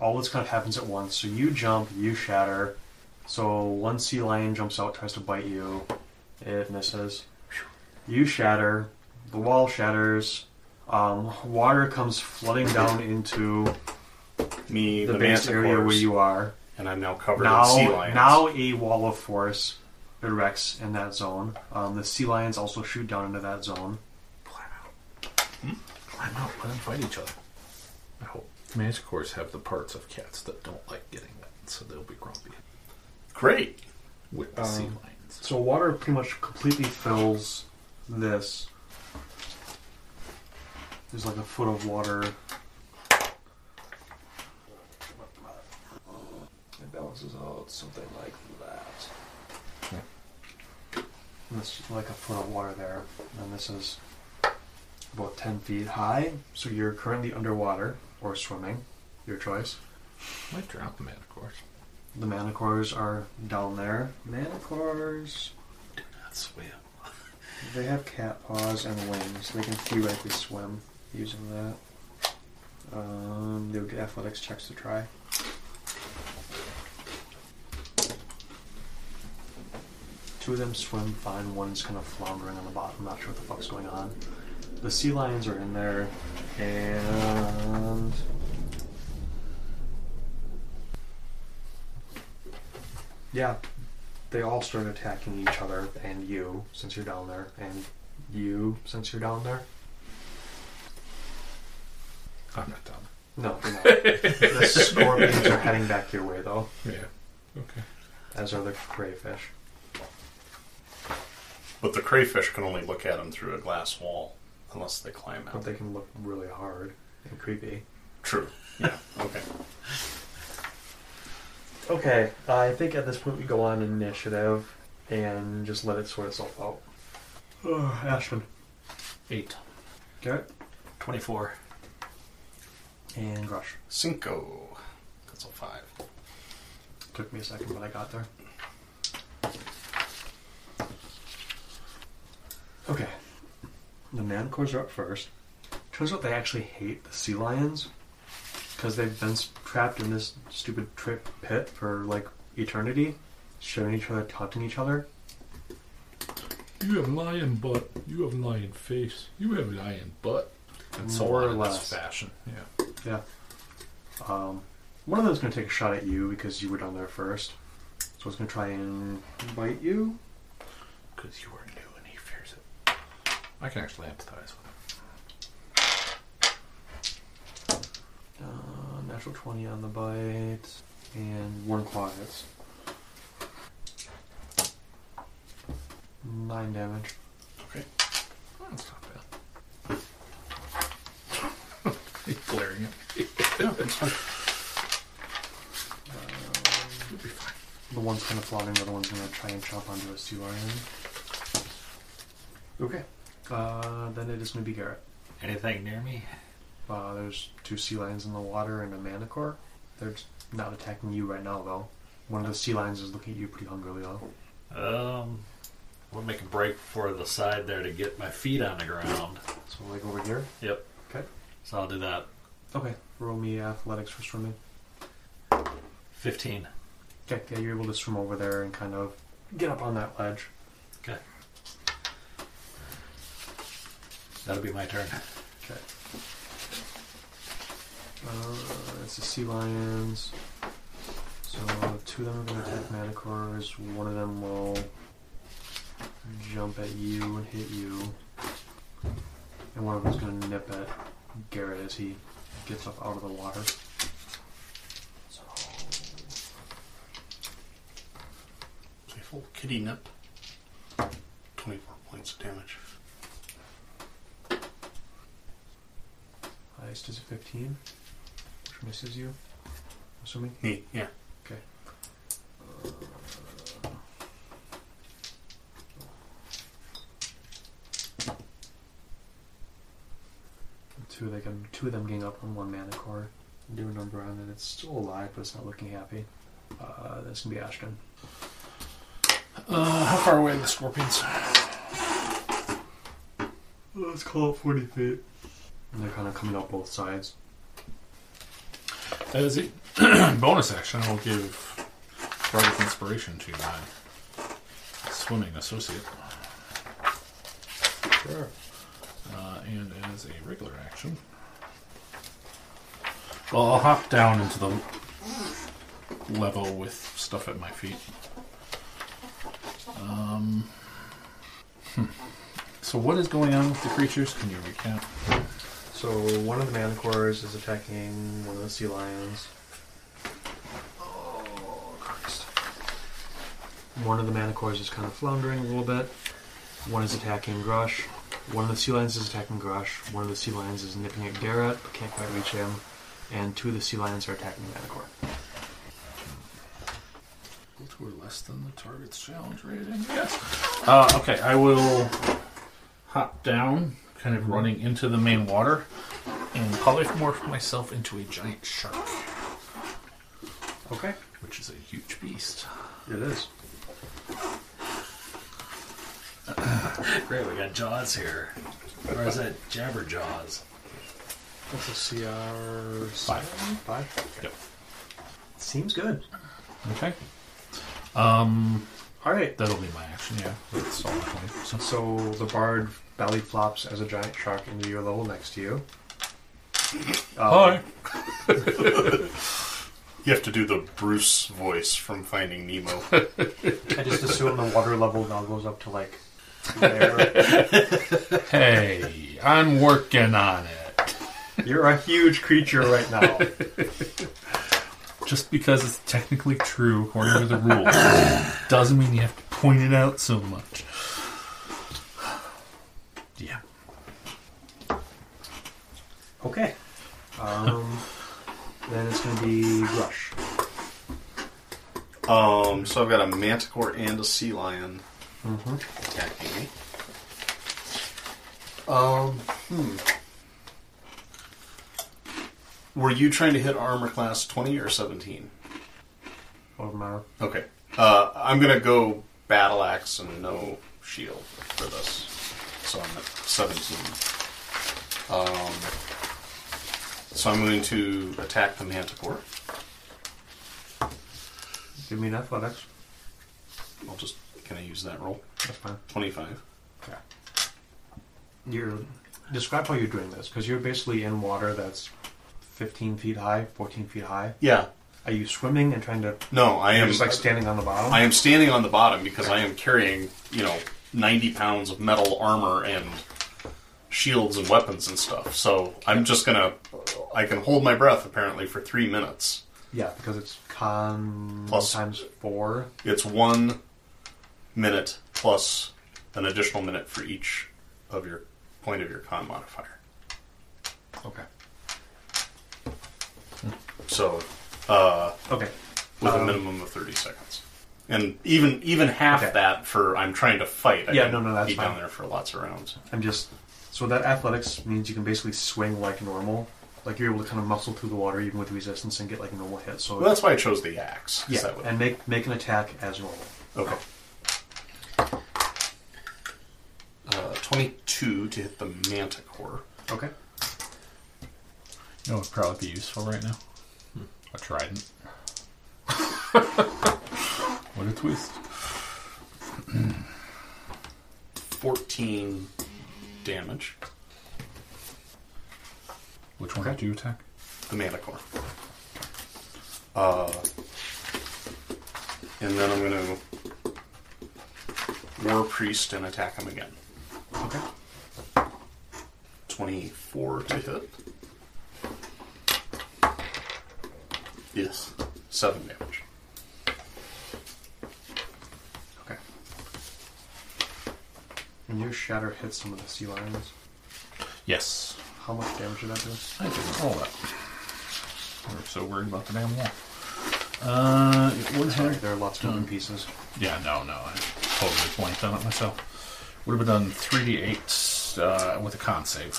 S3: all this kind of happens at once. So you jump, you shatter. So one sea lion jumps out, tries to bite you. It misses. You shatter. The wall shatters. Um, water comes flooding down into
S4: Me,
S3: the,
S4: the,
S3: base area where you are.
S4: and I'm now covered
S3: Now,
S4: in sea lions.
S3: now a wall of force erects in that zone. Um, the sea lions also shoot down into that zone.
S5: Hmm? Climb out, let them fight each other. I hope. Manticores have the parts of cats that don't like getting wet, so they'll be grumpy
S4: great.
S5: with the sea lions.
S3: So water pretty much completely fills this. There's like a foot of water.
S11: It balances out something like that.
S3: And There's like a foot of water there. And this is about 10 feet high. So you're currently underwater or swimming, your choice.
S5: Might drown the manticores.
S3: The manacores are down there. Manacores,
S6: That's swim.
S3: they have cat paws and wings. They can theoretically swim using that. Um, they would get athletics checks to try. Two of them swim fine, one's kind of floundering on the bottom, not sure what the fuck's going on. The sea lions are in there, and. Yeah, they all start attacking each other and you, since you're down there, and you, since you're down there.
S5: I'm not done.
S3: No, you're not. the scorpions are heading back your way, though,
S5: Yeah. Okay.
S3: as are the crayfish.
S4: But the crayfish can only look at them through a glass wall unless they climb
S3: But
S4: out.
S3: they can look really hard and creepy.
S4: True. Yeah. Okay.
S3: Okay, I think at this point we go on initiative and just let it sort itself out. Oh, Ashman.
S9: Eight.
S3: Garrett.
S6: 24.
S3: And Grush.
S4: Cinco. That's a five.
S3: Took me a second, but I got there. Okay. The mancores are up first. Turns out they actually hate the sea lions because they've been s- trapped in this stupid trip pit for like eternity, showing each other, taunting each other.
S9: You have lion butt. You have lion face. You have lion butt.
S5: And so
S3: More or
S5: on in this
S3: less.
S5: fashion. Yeah.
S3: Yeah. Um, one of them's going to take a shot at you because you were down there first. So it's going to try and bite you.
S5: Because you are new and he fears it. I can actually empathize with him.
S3: Uh, natural 20 on the bite, and one quiet. Nine damage.
S5: That's not bad. He's glaring at me. It'll be fine.
S3: The one's kind of floundering, the other one's going to try and chop onto a sea lion. Okay. Uh, then it is going to be Garrett.
S11: Anything near me?
S3: Uh, there's two sea lions in the water and a manticore. They're not attacking you right now, though. One of the sea lions is looking at you pretty hungrily, though.
S6: Um, we'll make a break for the side there to get my feet on the ground.
S3: So, like over here.
S6: Yep.
S3: Okay.
S6: So I'll do that.
S3: Okay. Roll me athletics for swimming.
S6: 15.
S3: Okay, yeah, you're able to swim over there and kind of get up on that ledge.
S6: Okay. That'll be my turn.
S3: Okay. Uh, it's the sea lions. So two of them are going to attack manticores. One of them will jump at you and hit you, and one of them's going to nip at Garrett as he gets up out of the water. So
S4: Playful kitty nip. Twenty-four points of damage.
S3: highest is a 15, which misses you. Assuming.
S4: Neat. Yeah.
S3: Two of them, two of them gang up on one manticore. Do a number on it. It's still alive, but it's not looking happy. Uh, that's gonna be Ashton.
S5: Uh, how far away are the scorpions?
S3: Let's call it 40 feet. And they're kind of coming up both sides.
S5: That is it. Bonus action. I'll give Bardic Inspiration to my swimming associate. Sure. Uh, and as a regular action. Well, I'll hop down into the level with stuff at my feet. Um, hmm. So, what is going on with the creatures? Can you recap?
S3: So one of the manticores is attacking one of the sea lions. Oh Christ! One of the manticores is kind of floundering a little bit. One is attacking Grush. One of the sea lions is attacking Grush. One of the sea lions is nipping at Garrett, but can't quite reach him. And two of the sea lions are attacking the manticore.
S5: Two are less than the target's challenge rating. Yes. Uh, okay, I will hop down, kind
S4: Mm-hmm.
S5: of running into the main water, and polymorph myself into a giant shark,
S3: Okay.
S5: which is a huge beast.
S3: It is.
S6: Great, we got Jaws here. Or is that Jabber Jaws?
S3: That's a CR
S5: Five.
S3: Five.
S5: Yep.
S3: Seems good.
S5: Okay. Um,
S3: All right.
S5: that'll be my action. Yeah, that's all I can- so-
S3: So the bard belly flops as a giant shark into your level next to you. Uh,
S5: Hi.
S4: You have to do the Bruce voice from Finding Nemo.
S3: I just assume the water level now goes up to like there.
S5: Hey, I'm working on it.
S3: You're a huge creature right now.
S5: Just because it's technically true according to the rules doesn't mean you have to point it out so much. Yeah.
S3: Okay. Um, then it's going to be Rush.
S4: Um, so I've got a manticore and a sea lion
S3: Mm-hmm.
S4: attacking me. Um, hmm. Were you trying to hit armor class 20 or 17?
S3: Over my
S4: Okay. Uh, I'm going to go battle axe and no shield for this. So I'm at 17. Um, so I'm going to attack the manticore.
S3: Give me an athletics.
S4: I'll just, can I use that roll?
S3: That's fine.
S4: 25.
S3: Okay. You're describe how you're doing this because you're basically in water that's 15 feet high, 14 feet high.
S4: Yeah.
S3: Are you swimming and trying to?
S4: No, I
S3: You're
S4: am
S3: just like standing on the bottom.
S4: I am standing on the bottom because I am carrying, you know, 90 pounds of metal armor and shields and weapons and stuff. So I'm just gonna. I can hold my breath apparently for three minutes.
S3: Yeah, because it's con
S4: Plus-
S3: times four.
S4: It's one minute plus an additional minute for each of your point of your con modifier.
S3: Okay.
S4: So uh,
S3: Okay.
S4: with
S3: Um,
S4: a minimum of 30 seconds. And even even half
S3: Okay.
S4: that for I'm trying to fight. I
S3: Yeah,
S4: can
S3: no, no, that's
S4: be down
S3: fine.
S4: there for lots of rounds.
S3: I'm just so that athletics means you can basically swing like normal. Like you're able to kind of muscle through the water even with resistance and get like a normal hit. So
S4: Well, that's why I chose the axe. 'cause
S3: yeah,
S4: that would-
S3: and make make an attack as normal.
S4: Okay. Uh, 22 to hit the manticore.
S3: Okay.
S5: You know, it would probably be useful right now. A trident. what a twist.
S4: 14 damage.
S5: Which one did you attack?
S4: The manticore. Uh, and then I'm going to war priest and attack him again.
S3: Okay.
S4: 24 to hit. Yes. 7 damage.
S3: Okay. And your shatter hit some of the sea lions.
S5: Yes.
S3: How much damage did that do?
S5: I didn't roll that. We're so worried about the damn wall. Uh, it would
S3: Sorry,
S5: have.
S3: there are lots of moving pieces.
S5: Yeah, no, no. I totally blanked on it myself. Would have done 3d8 uh, with a con save.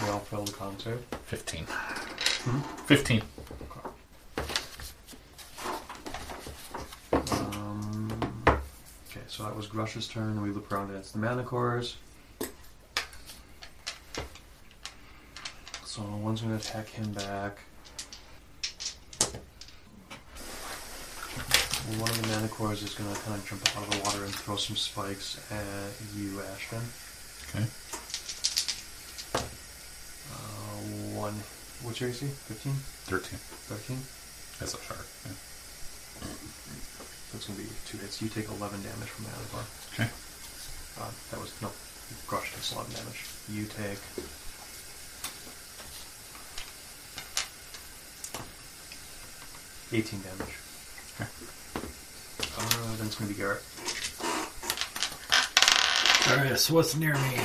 S3: They all failed the con save.
S5: 15.
S4: Hmm?
S5: 15.
S3: Um, okay, so that was Grush's turn. We loop around and it's the Manticores. So one's going to attack him back. And one of the manticores is going to kind of jump out of the water and throw some spikes at you, Ashton.
S12: Okay.
S3: Uh, one. What's your AC? 15?
S12: 13.
S3: 13?
S12: That's a shark. Yeah.
S3: That's going to be two hits. You take 11 damage from the manticore.
S12: Okay.
S3: Uh, that was no. Grush takes 11 damage. You take. Eighteen damage. Uh, then it's gonna be Garrett.
S6: Alright, so what's near me?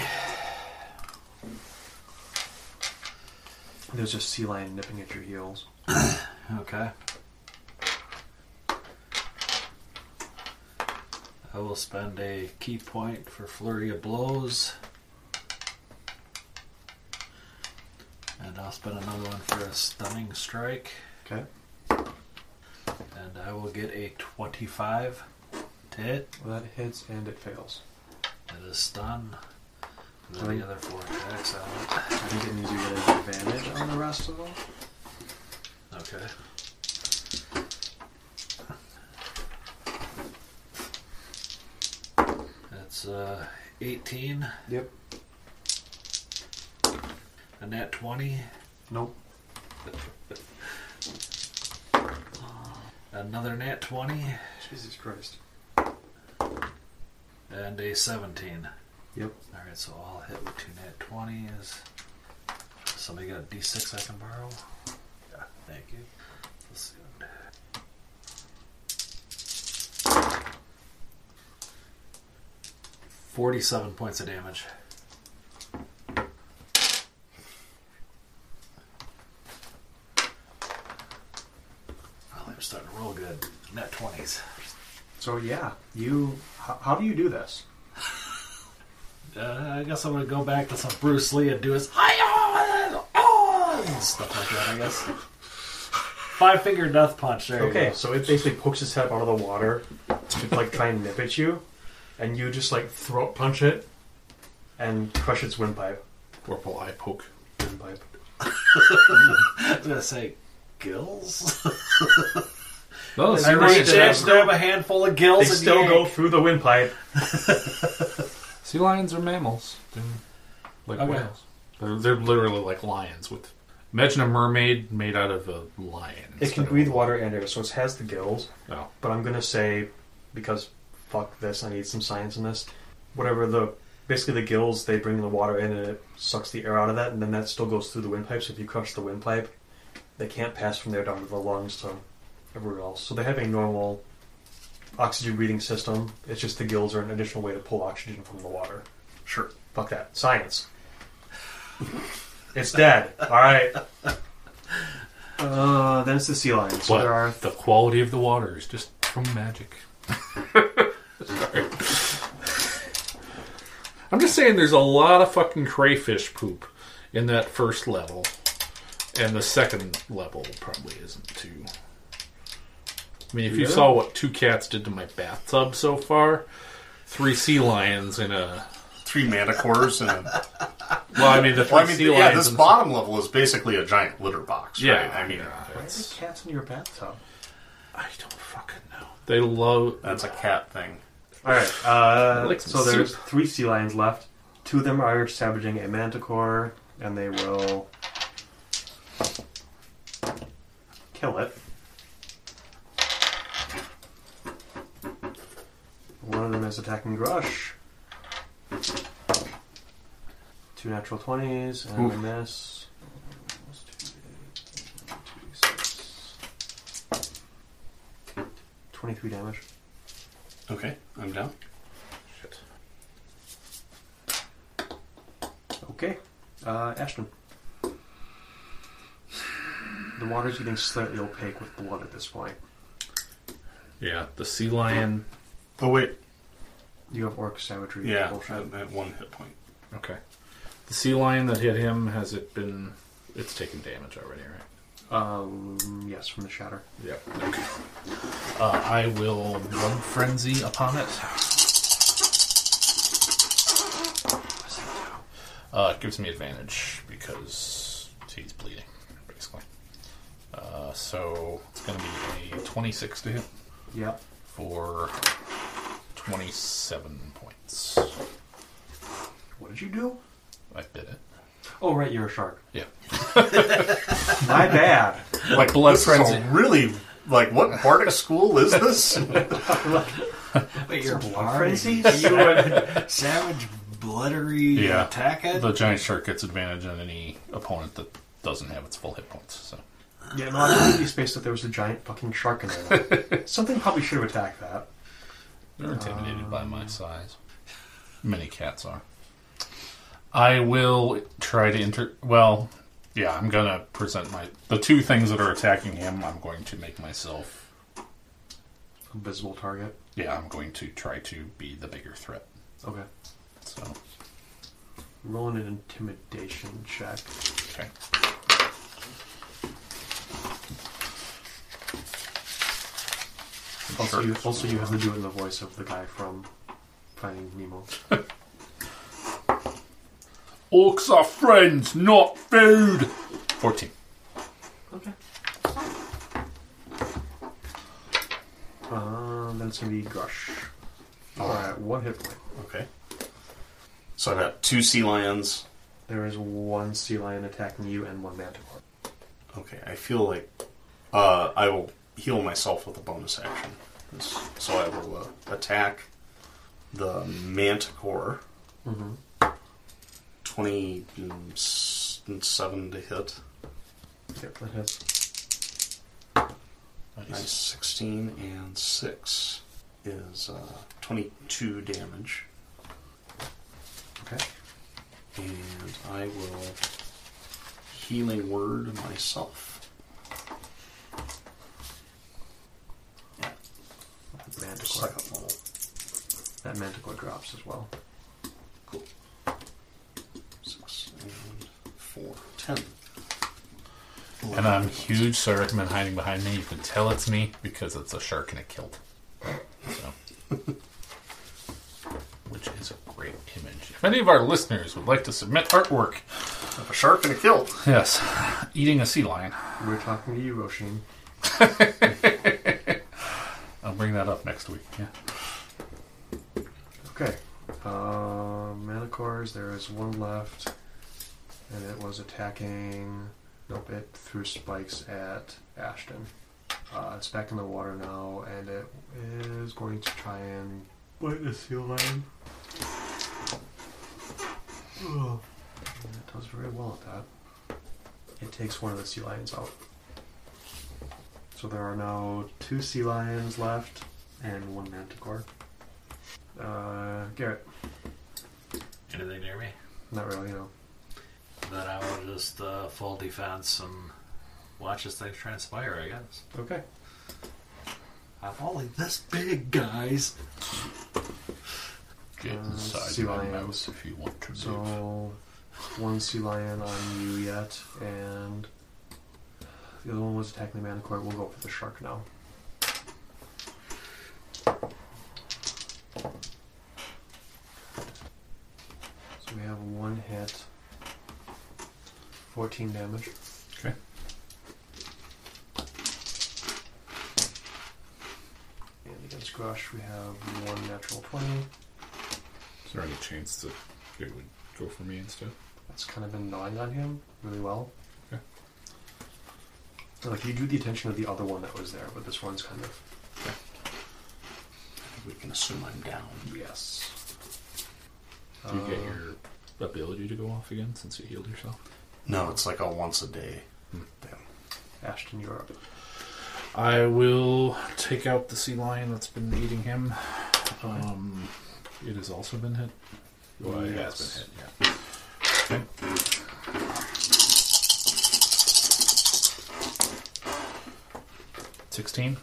S3: There's just sea lion nipping at your heels.
S6: Okay. I will spend a key point for flurry of blows. And I'll spend another one for a stunning strike.
S3: Okay.
S6: And I will get a 25 to hit.
S3: Well, that hits and it fails.
S6: That is stun. And then the other four attacks on
S3: I think it means you get an advantage on the rest of them.
S6: it. Okay. That's uh, 18.
S3: Yep.
S6: A nat 20.
S3: Nope.
S6: Another nat 20.
S3: Jesus Christ.
S6: And a 17.
S3: Yep.
S6: Alright, so I'll hit with two nat 20s. Somebody got a d6 I can borrow? Yeah, thank you. Let's see. Forty-seven points of damage. Well, they're starting to roll good. Net twenties.
S3: So yeah, you. How, how do you do this?
S6: Uh, I guess I'm gonna go back to some Bruce Lee and do his hi-yah, oh, and stuff like that. I guess five finger death punch. There you
S3: Okay,
S6: go.
S3: so it basically pokes its head out of the water to like try and nip at you, and you just like throat punch it and crush its windpipe.
S12: Corporal eye poke.
S3: Windpipe.
S6: I was gonna say gills.
S7: No,
S6: I reach in, grab a handful of gills,
S3: They
S6: and
S3: still go
S6: yank.
S3: through the windpipe.
S7: sea lions are mammals. They're like
S6: Okay.
S7: whales. They're, they're literally like lions. With imagine a mermaid made out of a lion.
S3: It can breathe water and air, so it has the gills.
S7: Oh,
S3: But I'm gonna say, because fuck this, I need some science in this. Whatever the basically the gills, they bring the water in and it sucks the air out of that, and then that still goes through the windpipe. So if you crush the windpipe, they can't pass from there down to the lungs to everywhere else. So they have a normal oxygen breathing system. It's just the gills are an additional way to pull oxygen from the water.
S4: Sure.
S3: Fuck that science. it's dead. All right. Uh, then it's the sea lion. So
S7: but
S3: there are
S7: the quality of the water is just from magic. Sorry. I'm just saying, there's a lot of fucking crayfish poop in that first level, and the second level probably isn't too. I mean, if you saw what two cats did to my bathtub so far, three sea lions and a
S4: Three manticores and a,
S7: well, I mean the three
S4: well, I mean,
S7: sea
S4: yeah,
S7: lions.
S4: this
S7: and-
S4: bottom level is basically a giant litter box.
S7: yeah,
S4: right? I mean,
S7: it's-
S3: cats in your bathtub.
S7: I don't fucking know. They love
S4: that's a cat thing.
S3: All right.
S7: I'd
S3: Uh,
S7: like some
S3: so there's
S7: soup.
S3: three sea lions left. Two of them are savaging a manticore, and they will kill it. One of them is attacking Grush. Two natural twenties and a miss. Twenty-three damage.
S4: Okay, I'm down.
S3: Okay. Uh, Ashton. The water's getting slightly opaque with blood at this point.
S7: yeah the sea lion.
S4: Oh wait,
S3: You have orc savagery.
S4: yeah,
S5: Oh,
S4: Uh,
S3: bullshit.
S4: at, at one hit point.
S7: Okay. The sea lion that hit him has it been? It's taken damage already, right?
S3: Um, yes, from the shatter.
S7: Yep. Okay. Uh, I will run frenzy upon it. Uh, it gives me advantage because he's bleeding, basically. Uh, so it's going to be a 26 to hit.
S3: Yep.
S5: for 27 points.
S3: What did you do?
S5: I bit it.
S3: Oh, right, you're a shark.
S5: Yeah.
S3: My bad.
S4: Like,
S5: blood
S4: this is a
S5: frenzy.
S4: really like what bardic school is this?
S6: Wait, you're
S3: Blood
S6: blind?
S3: frenzy? You would-
S6: Savage, bloody
S5: Yeah.
S6: attack it?
S5: The giant shark gets advantage on any opponent that doesn't have its full hit points. So
S3: yeah, no, I completely spaced that there was a giant fucking shark in there. Something probably should have attacked that.
S5: they're intimidated by
S4: Um,
S5: my size. Many cats are. I will try to inter. Well, yeah, I'm gonna present my the two things that are attacking him. I'm going to make myself.
S3: Invisible target.
S5: Yeah, I'm going to try to be the bigger threat.
S3: Okay.
S5: So
S3: Rolling an intimidation check.
S5: okay,
S3: Also, you, also you have to do it in the voice of the guy from Finding Nemo.
S5: orcs are friends, not food. Fourteen.
S3: Okay. Uh, then it's gonna be Grush. Alright, one hit point.
S4: Okay. So I got two sea lions.
S3: There is one sea lion attacking you and one manticore.
S4: Okay, I feel like uh, I will heal myself with a bonus action. So I will uh, attack the manticore. Mm-hmm. Twenty-seven to hit.
S3: Yep, that hits.
S4: Nice. Sixteen and six is uh, twenty-two damage,
S3: Okay.
S4: and I will healing word myself.
S3: Manticore.
S4: Second level.
S3: That manticore drops as well.
S4: Six and four. Ten.
S5: And I'm huge, so I recommend hiding behind me. You can tell it's me because it's a shark in a kilt. So. Which is a great image. If any of our listeners would like to submit artwork,
S4: A shark and a kill.
S5: yes, eating a sea lion,
S3: We're talking to you, Roshin.
S5: I'll bring that up next week. Yeah.
S3: Okay. Uh, manticores, there is one left. And it was attacking. Nope, it threw spikes at Ashton. Uh, it's back in the water now, and it is going to try and. Bite the seal lion. Oh. And It does very well at that. It takes one of the sea lions out. So there are now two sea lions left and one manticore. Uh, Garrett,
S6: Anything near me?
S3: not really, you know.
S6: Then I will just uh, full defense and watch this thing transpire, I guess.
S3: Okay.
S6: I'm only this big, guys.
S5: Get
S3: Uh,
S5: inside
S3: sea
S5: my
S3: lions.
S5: mouth if you want to. live.
S3: So, one sea lion on you yet, and the other one was attacking the manticore. We'll go for the shark now. So we have one hit, 14 damage.
S5: Okay.
S3: And against Grush, we have one natural 20.
S5: Is there any chance that they would go for me instead?
S3: That's kind of been gnawing on him really well.
S5: Yeah.
S3: So, Like you drew the attention of the other one that was there, but this one's kind of
S4: We can assume I'm down.
S3: yes.
S5: Do you get your ability to go off again since you healed yourself?
S4: No, it's like a once a day.
S5: Hmm.
S4: thing.
S3: Ashton, you're up.
S5: I will take out the sea lion that's been eating him. Um, it has also been hit. Well, it has been hit. Yeah. Okay. Sixteen.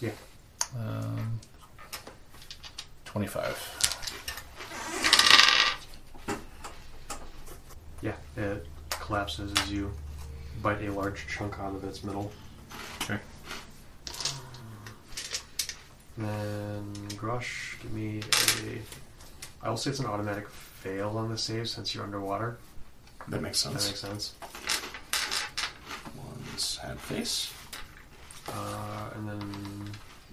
S3: Yeah.
S5: Um, Twenty-five.
S3: Yeah. It collapses as you bite a large chunk out of its middle.
S5: Okay.
S3: Then Grush, give me a. I will say it's an automatic fail on the save since you're underwater.
S4: That makes
S3: That
S4: sense.
S3: makes sense.
S4: One sad face.
S3: Uh, and then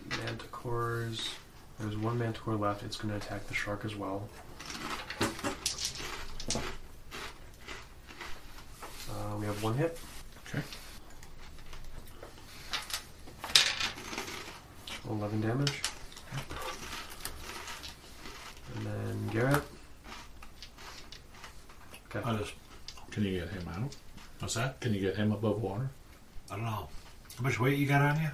S3: Manticores. There's one manticore left. It's going to attack the shark as well. Uh, we have one hit.
S7: Okay.
S3: 11 damage. And then Garrett. Okay.
S5: I just. Can you get him out?
S6: What's that?
S5: Can you get him above water?
S6: I don't know. How much weight you got on you?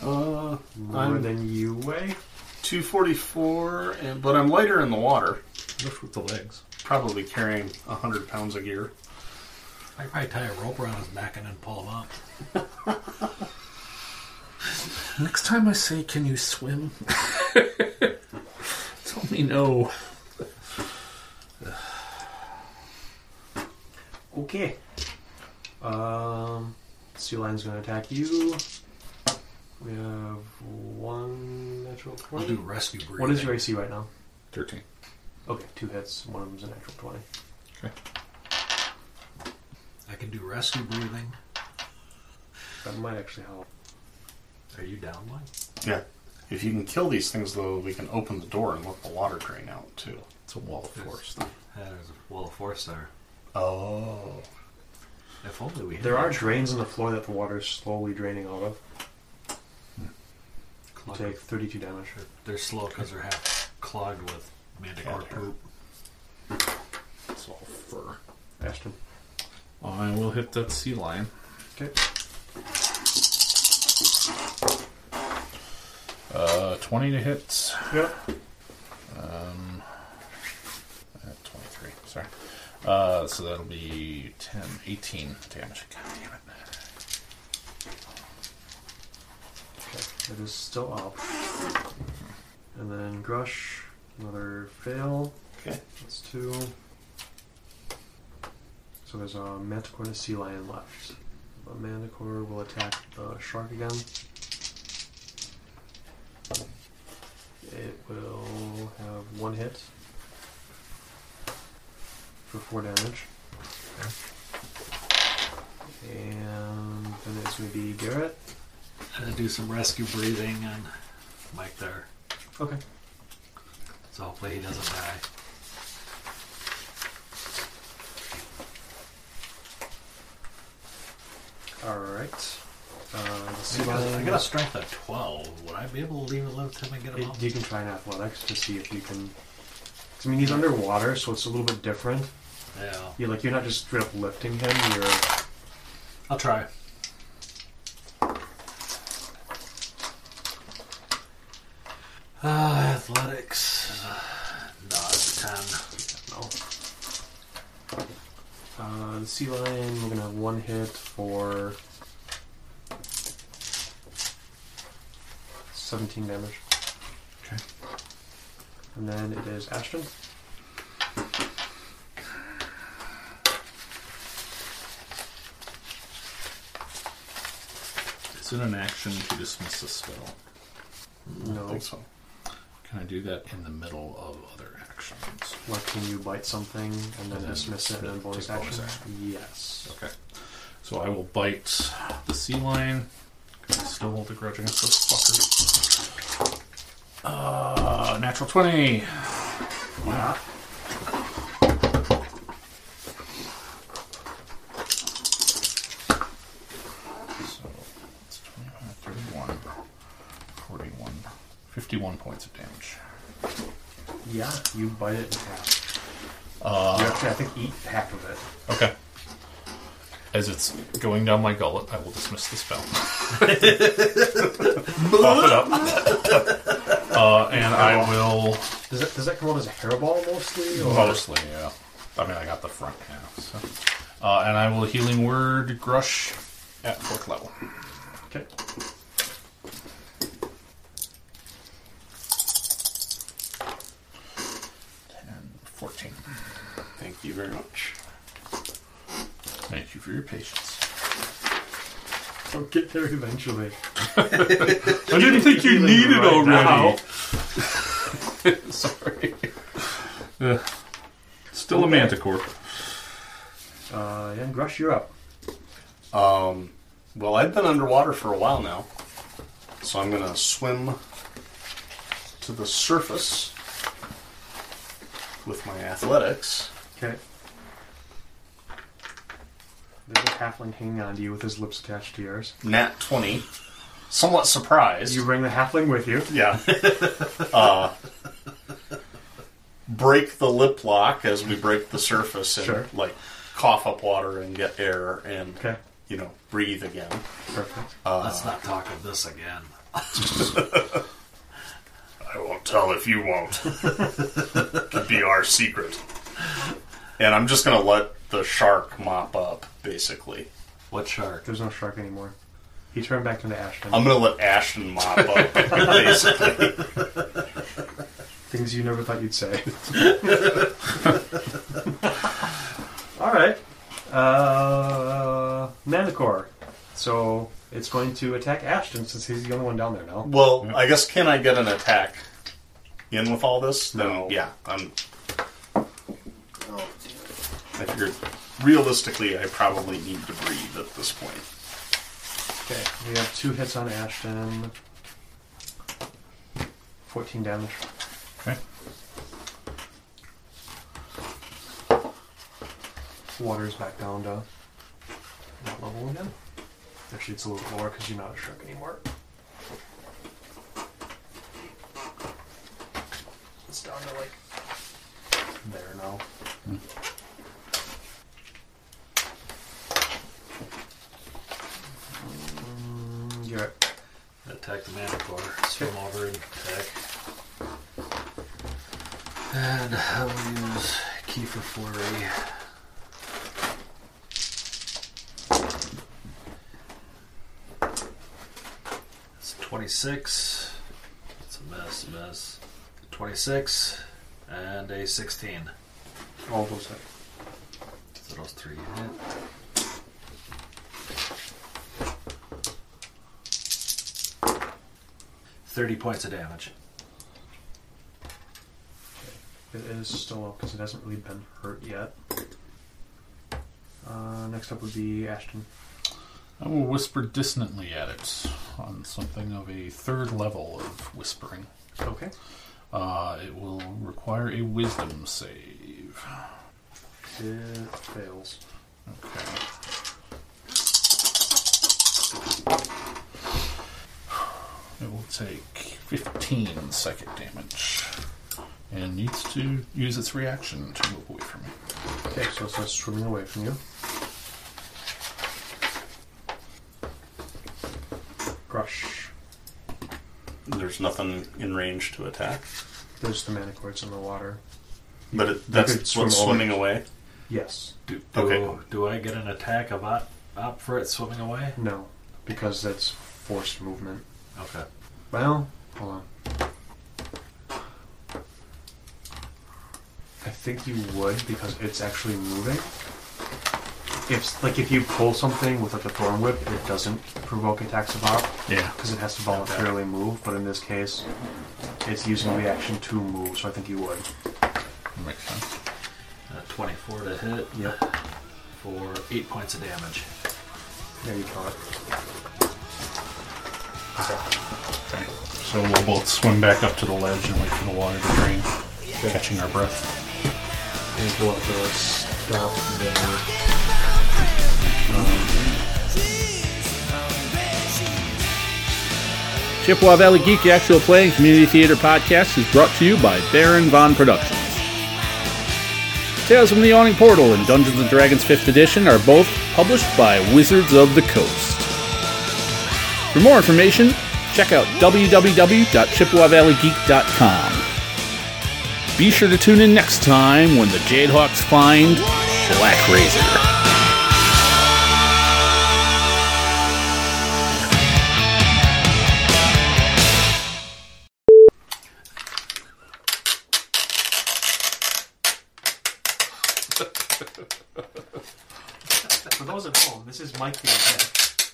S4: Uh,
S3: More
S4: I'm
S3: than you weigh.
S4: 244, and, but I'm lighter in the water.
S5: Lift with the legs.
S4: Probably carrying 100 pounds of gear.
S6: I could probably tie a rope around his neck and then pull him up.
S5: Next time I say, "Can you swim?" Tell me no.
S3: Okay. Um, sea lion's going to attack you. We have one natural
S6: I'll
S3: 20.
S6: do rescue breathing.
S3: What is your AC right now?
S5: Thirteen.
S3: Okay, two hits. One of them's a natural 20.
S6: I can do rescue breathing.
S3: That might actually help.
S6: Are you down one?
S4: Yeah. If you can kill these things, though, we can open the door and let the water drain out, too.
S5: It's a wall of force.
S6: Yeah, Uh, there's a wall of force there.
S4: Oh.
S6: If only we had
S3: There are drains in the floor that the water is slowly draining out of. You
S6: clogged.
S3: take 32 damage.
S6: They're, they're slow because they're half clogged with manticore
S4: Yeah.
S6: poop.
S5: It's all fur.
S3: Ashton.
S5: I will hit that sea lion.
S3: Okay.
S5: Uh, twenty to hit. Um,
S3: Yep.
S5: Uh, Twenty-three. Sorry. Uh, so that'll be 10, 18 damage. God damn it.
S3: Okay. It is still up. And then Grush. Another fail.
S4: Okay.
S3: That's two. So there's a manticore and a sea lion left. The manticore will attack the shark again. It will have one hit for four damage. And then it's going to be Garrett.
S6: I'm gonna do some rescue breathing on Mike there,
S3: Okay.
S6: so hopefully he doesn't die.
S3: Alright. Uh, the sea
S6: I got, I
S3: lion.
S6: got a strength of 12. Would I be able to leave a live him and get him
S3: It-
S6: out?
S3: you can try an athletics to see if you can. 'cause, I mean, he's underwater, so it's a little bit different.
S6: Yeah,
S3: You're like you're not just straight up lifting him. You're
S6: I'll try. Uh, athletics. Uh, no, it's a 10.
S3: no. Uh, the sea lion. We're gonna have one hit for seventeen damage.
S5: Okay.
S3: And then it is Ashton.
S5: Is it an action to dismiss the spell?
S4: I
S3: No.
S4: think so.
S5: Can I do that in the middle of other actions?
S3: Like, can you bite something and then
S5: then
S3: dismiss it and then
S5: take
S3: bonus action?
S5: bonus
S3: Yes.
S5: Okay. So I will bite the sea lion. 'cause I Still hold a grudge against this fucker. Uh, natural 20.
S3: Yeah.
S5: So it's 25, 31, 41, 51 points of damage.
S3: Yeah, you bite it in half. Uh, you have to, I think, eat half of it.
S5: Okay. As it's going down my gullet, I will dismiss the spell. Cough it up. uh, and I will
S3: Does that, does that come out as a hairball mostly? Or?
S5: mostly, yeah. I mean, I got the front half. So. Uh, and I will healing word grush at fourth level.
S3: Okay.
S5: And 14.
S4: Thank you very much.
S5: Thank you for your patience.
S3: I'll get there eventually.
S5: I didn't think you needed
S3: right now.
S5: Sorry. Uh, still a manticore.
S3: Uh, and Grush, you're up.
S4: Um, well, I've been underwater for a while now. So I'm gonna swim to the surface with my athletics.
S3: Okay. There's a halfling hanging on to you with his lips attached to yours.
S4: Nat 20. Somewhat surprised.
S3: You bring the halfling with you.
S4: Yeah. uh, break the lip lock as we break the surface and
S3: Sure.
S4: like cough up water and get air and
S3: Okay.
S4: you know breathe again.
S3: Perfect.
S6: Let's not talk of this again.
S4: I won't tell if you won't. Could be our secret. And I'm just gonna let the shark mop up basically.
S6: What shark?
S3: There's no shark anymore. He turned back into Ashton.
S4: I'm gonna let Ashton mop up basically.
S3: Things you never thought you'd say. All right. Uh, Manticore. So it's going to attack Ashton since he's the only one down there now.
S4: Well, I guess can I get an attack in with all this? Then,
S3: No.
S4: Yeah, I'm. I figured realistically, I probably need to breathe at this point.
S3: Okay. We have two hits on Ashton. 14 damage.
S7: Okay.
S3: Water's back down to that level again. Actually, it's a little lower because you're not a shark anymore. It's down to like there now. Mm, you're at
S6: Attack the manticore. Swim over and attack. And I will use Kiefer Flurry. It's 26. It's a mess, a mess. 26 and a 16.
S3: all those hit.
S6: So those three hit. Thirty points of damage.
S3: It is still up because it hasn't really been hurt yet. Uh, next up would be Ashton.
S7: I will whisper dissonantly at it on something of a third level of whispering.
S3: Okay.
S7: Uh, it will require a wisdom save.
S3: It fails.
S7: Okay. It will take 15 psychic damage. And needs to use its reaction to move away from me.
S3: Okay, so it starts swimming away from you. Crush.
S4: There's nothing in range to attack,
S3: There's the manicords in the water.
S4: but it,
S3: You could
S4: that's
S3: swim
S4: what's
S3: over.
S4: swimming away.
S3: Yes.
S6: Do, do,
S4: Okay.
S6: do I get an attack of op, op for it swimming away?
S3: No, because that's forced movement.
S6: Okay.
S3: Well, hold on. I think you would because it's actually moving. If like if you pull something with like a thorn whip, it doesn't provoke attacks of op
S7: Yeah.
S3: because it has to voluntarily move. But in this case, it's using reaction to move, so I think you would.
S7: Makes sense.
S6: Uh, Twenty-four to hit
S3: Yep.
S6: for eight points of damage.
S3: There you go.
S7: Okay. So we'll both swim back up to the ledge and wait for the water to drain, catching our breath.
S3: And go up to the stop there.
S1: Chippewa Valley Geek Actual Play and Community Theater Podcast is brought to you by Baron Von Productions. Tales from the Yawning Portal and Dungeons and Dragons 5th Edition are both published by Wizards of the Coast. For more information, check out www.chippewavalleygeek.com. Be sure to tune in next time when the Jadehawks find Black Razor.
S3: For those at home, this is Mike the Event.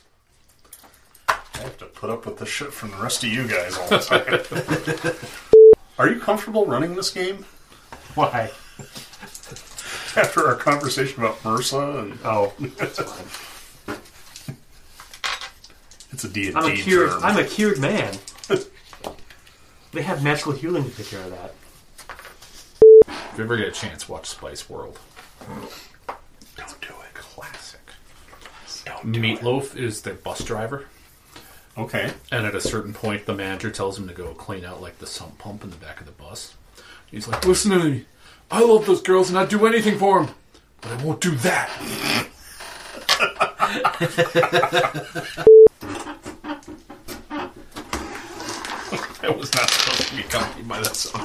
S4: I have to put up with the shit from the rest of you guys all the time. Are you comfortable running this game
S3: Why?
S4: after our
S3: Oh.
S4: conversation about MRSA? And
S3: Oh,
S4: It's a D and
S3: I'm a
S4: D
S3: cured.
S4: term.
S3: I'm a cured man. they have magical healing to take care of that.
S5: If you ever get a chance, watch Spice World. Don't do it. Classic. Meatloaf is their bus driver,
S4: okay.
S5: and at a certain point, the manager tells him to go clean out like the sump pump in the back of the bus. He's like, "Listen to me, I love those girls, and I'd do anything for them, but I won't do that." that was not supposed to be accompanied by that song.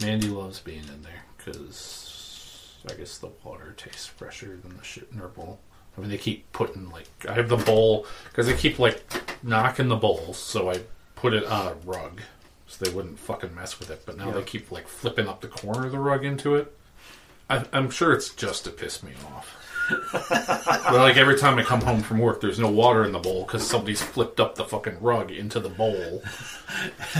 S5: Mandy loves being in there because I guess the water tastes fresher than the shit in her bowl. I mean, they keep putting like I have the bowl because they keep like knocking the bowls, so I put it on a rug so they wouldn't fucking mess with it. But now they keep like flipping up the corner of the rug into it. I, I'm sure it's just to piss me off. but like every time I come home from work, there's no water in the bowl because somebody's flipped up the fucking rug into the bowl.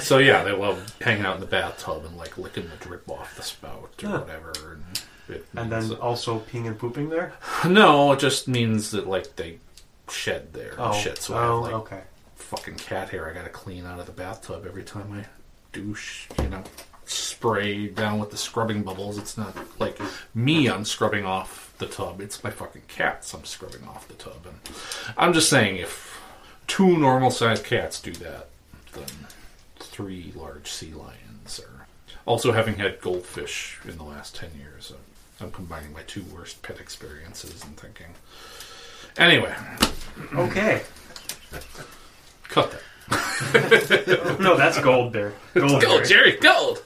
S5: So yeah, they love hanging out in the bathtub and like licking the drip off the spout or whatever. And, it
S3: And then
S5: means-
S3: also peeing and pooping there.
S5: no, it just means that like they shed there
S3: Oh
S5: and shit. So I have
S3: oh,
S5: like
S3: okay.
S5: fucking cat hair I gotta clean out of the bathtub every time I douche. You know, spray down with the scrubbing bubbles. It's not like me. I'm scrubbing off the tub. It's my fucking cats. I'm scrubbing off the tub. And I'm just saying, if two normal sized cats do that, then three large sea lions are. Also, having had goldfish in the last ten years, I'm, I'm combining my two worst pet experiences and thinking. Anyway,
S3: Okay.
S5: cut that.
S3: No, that's gold there. Gold.
S5: Gold,
S3: there.
S5: Jerry, gold.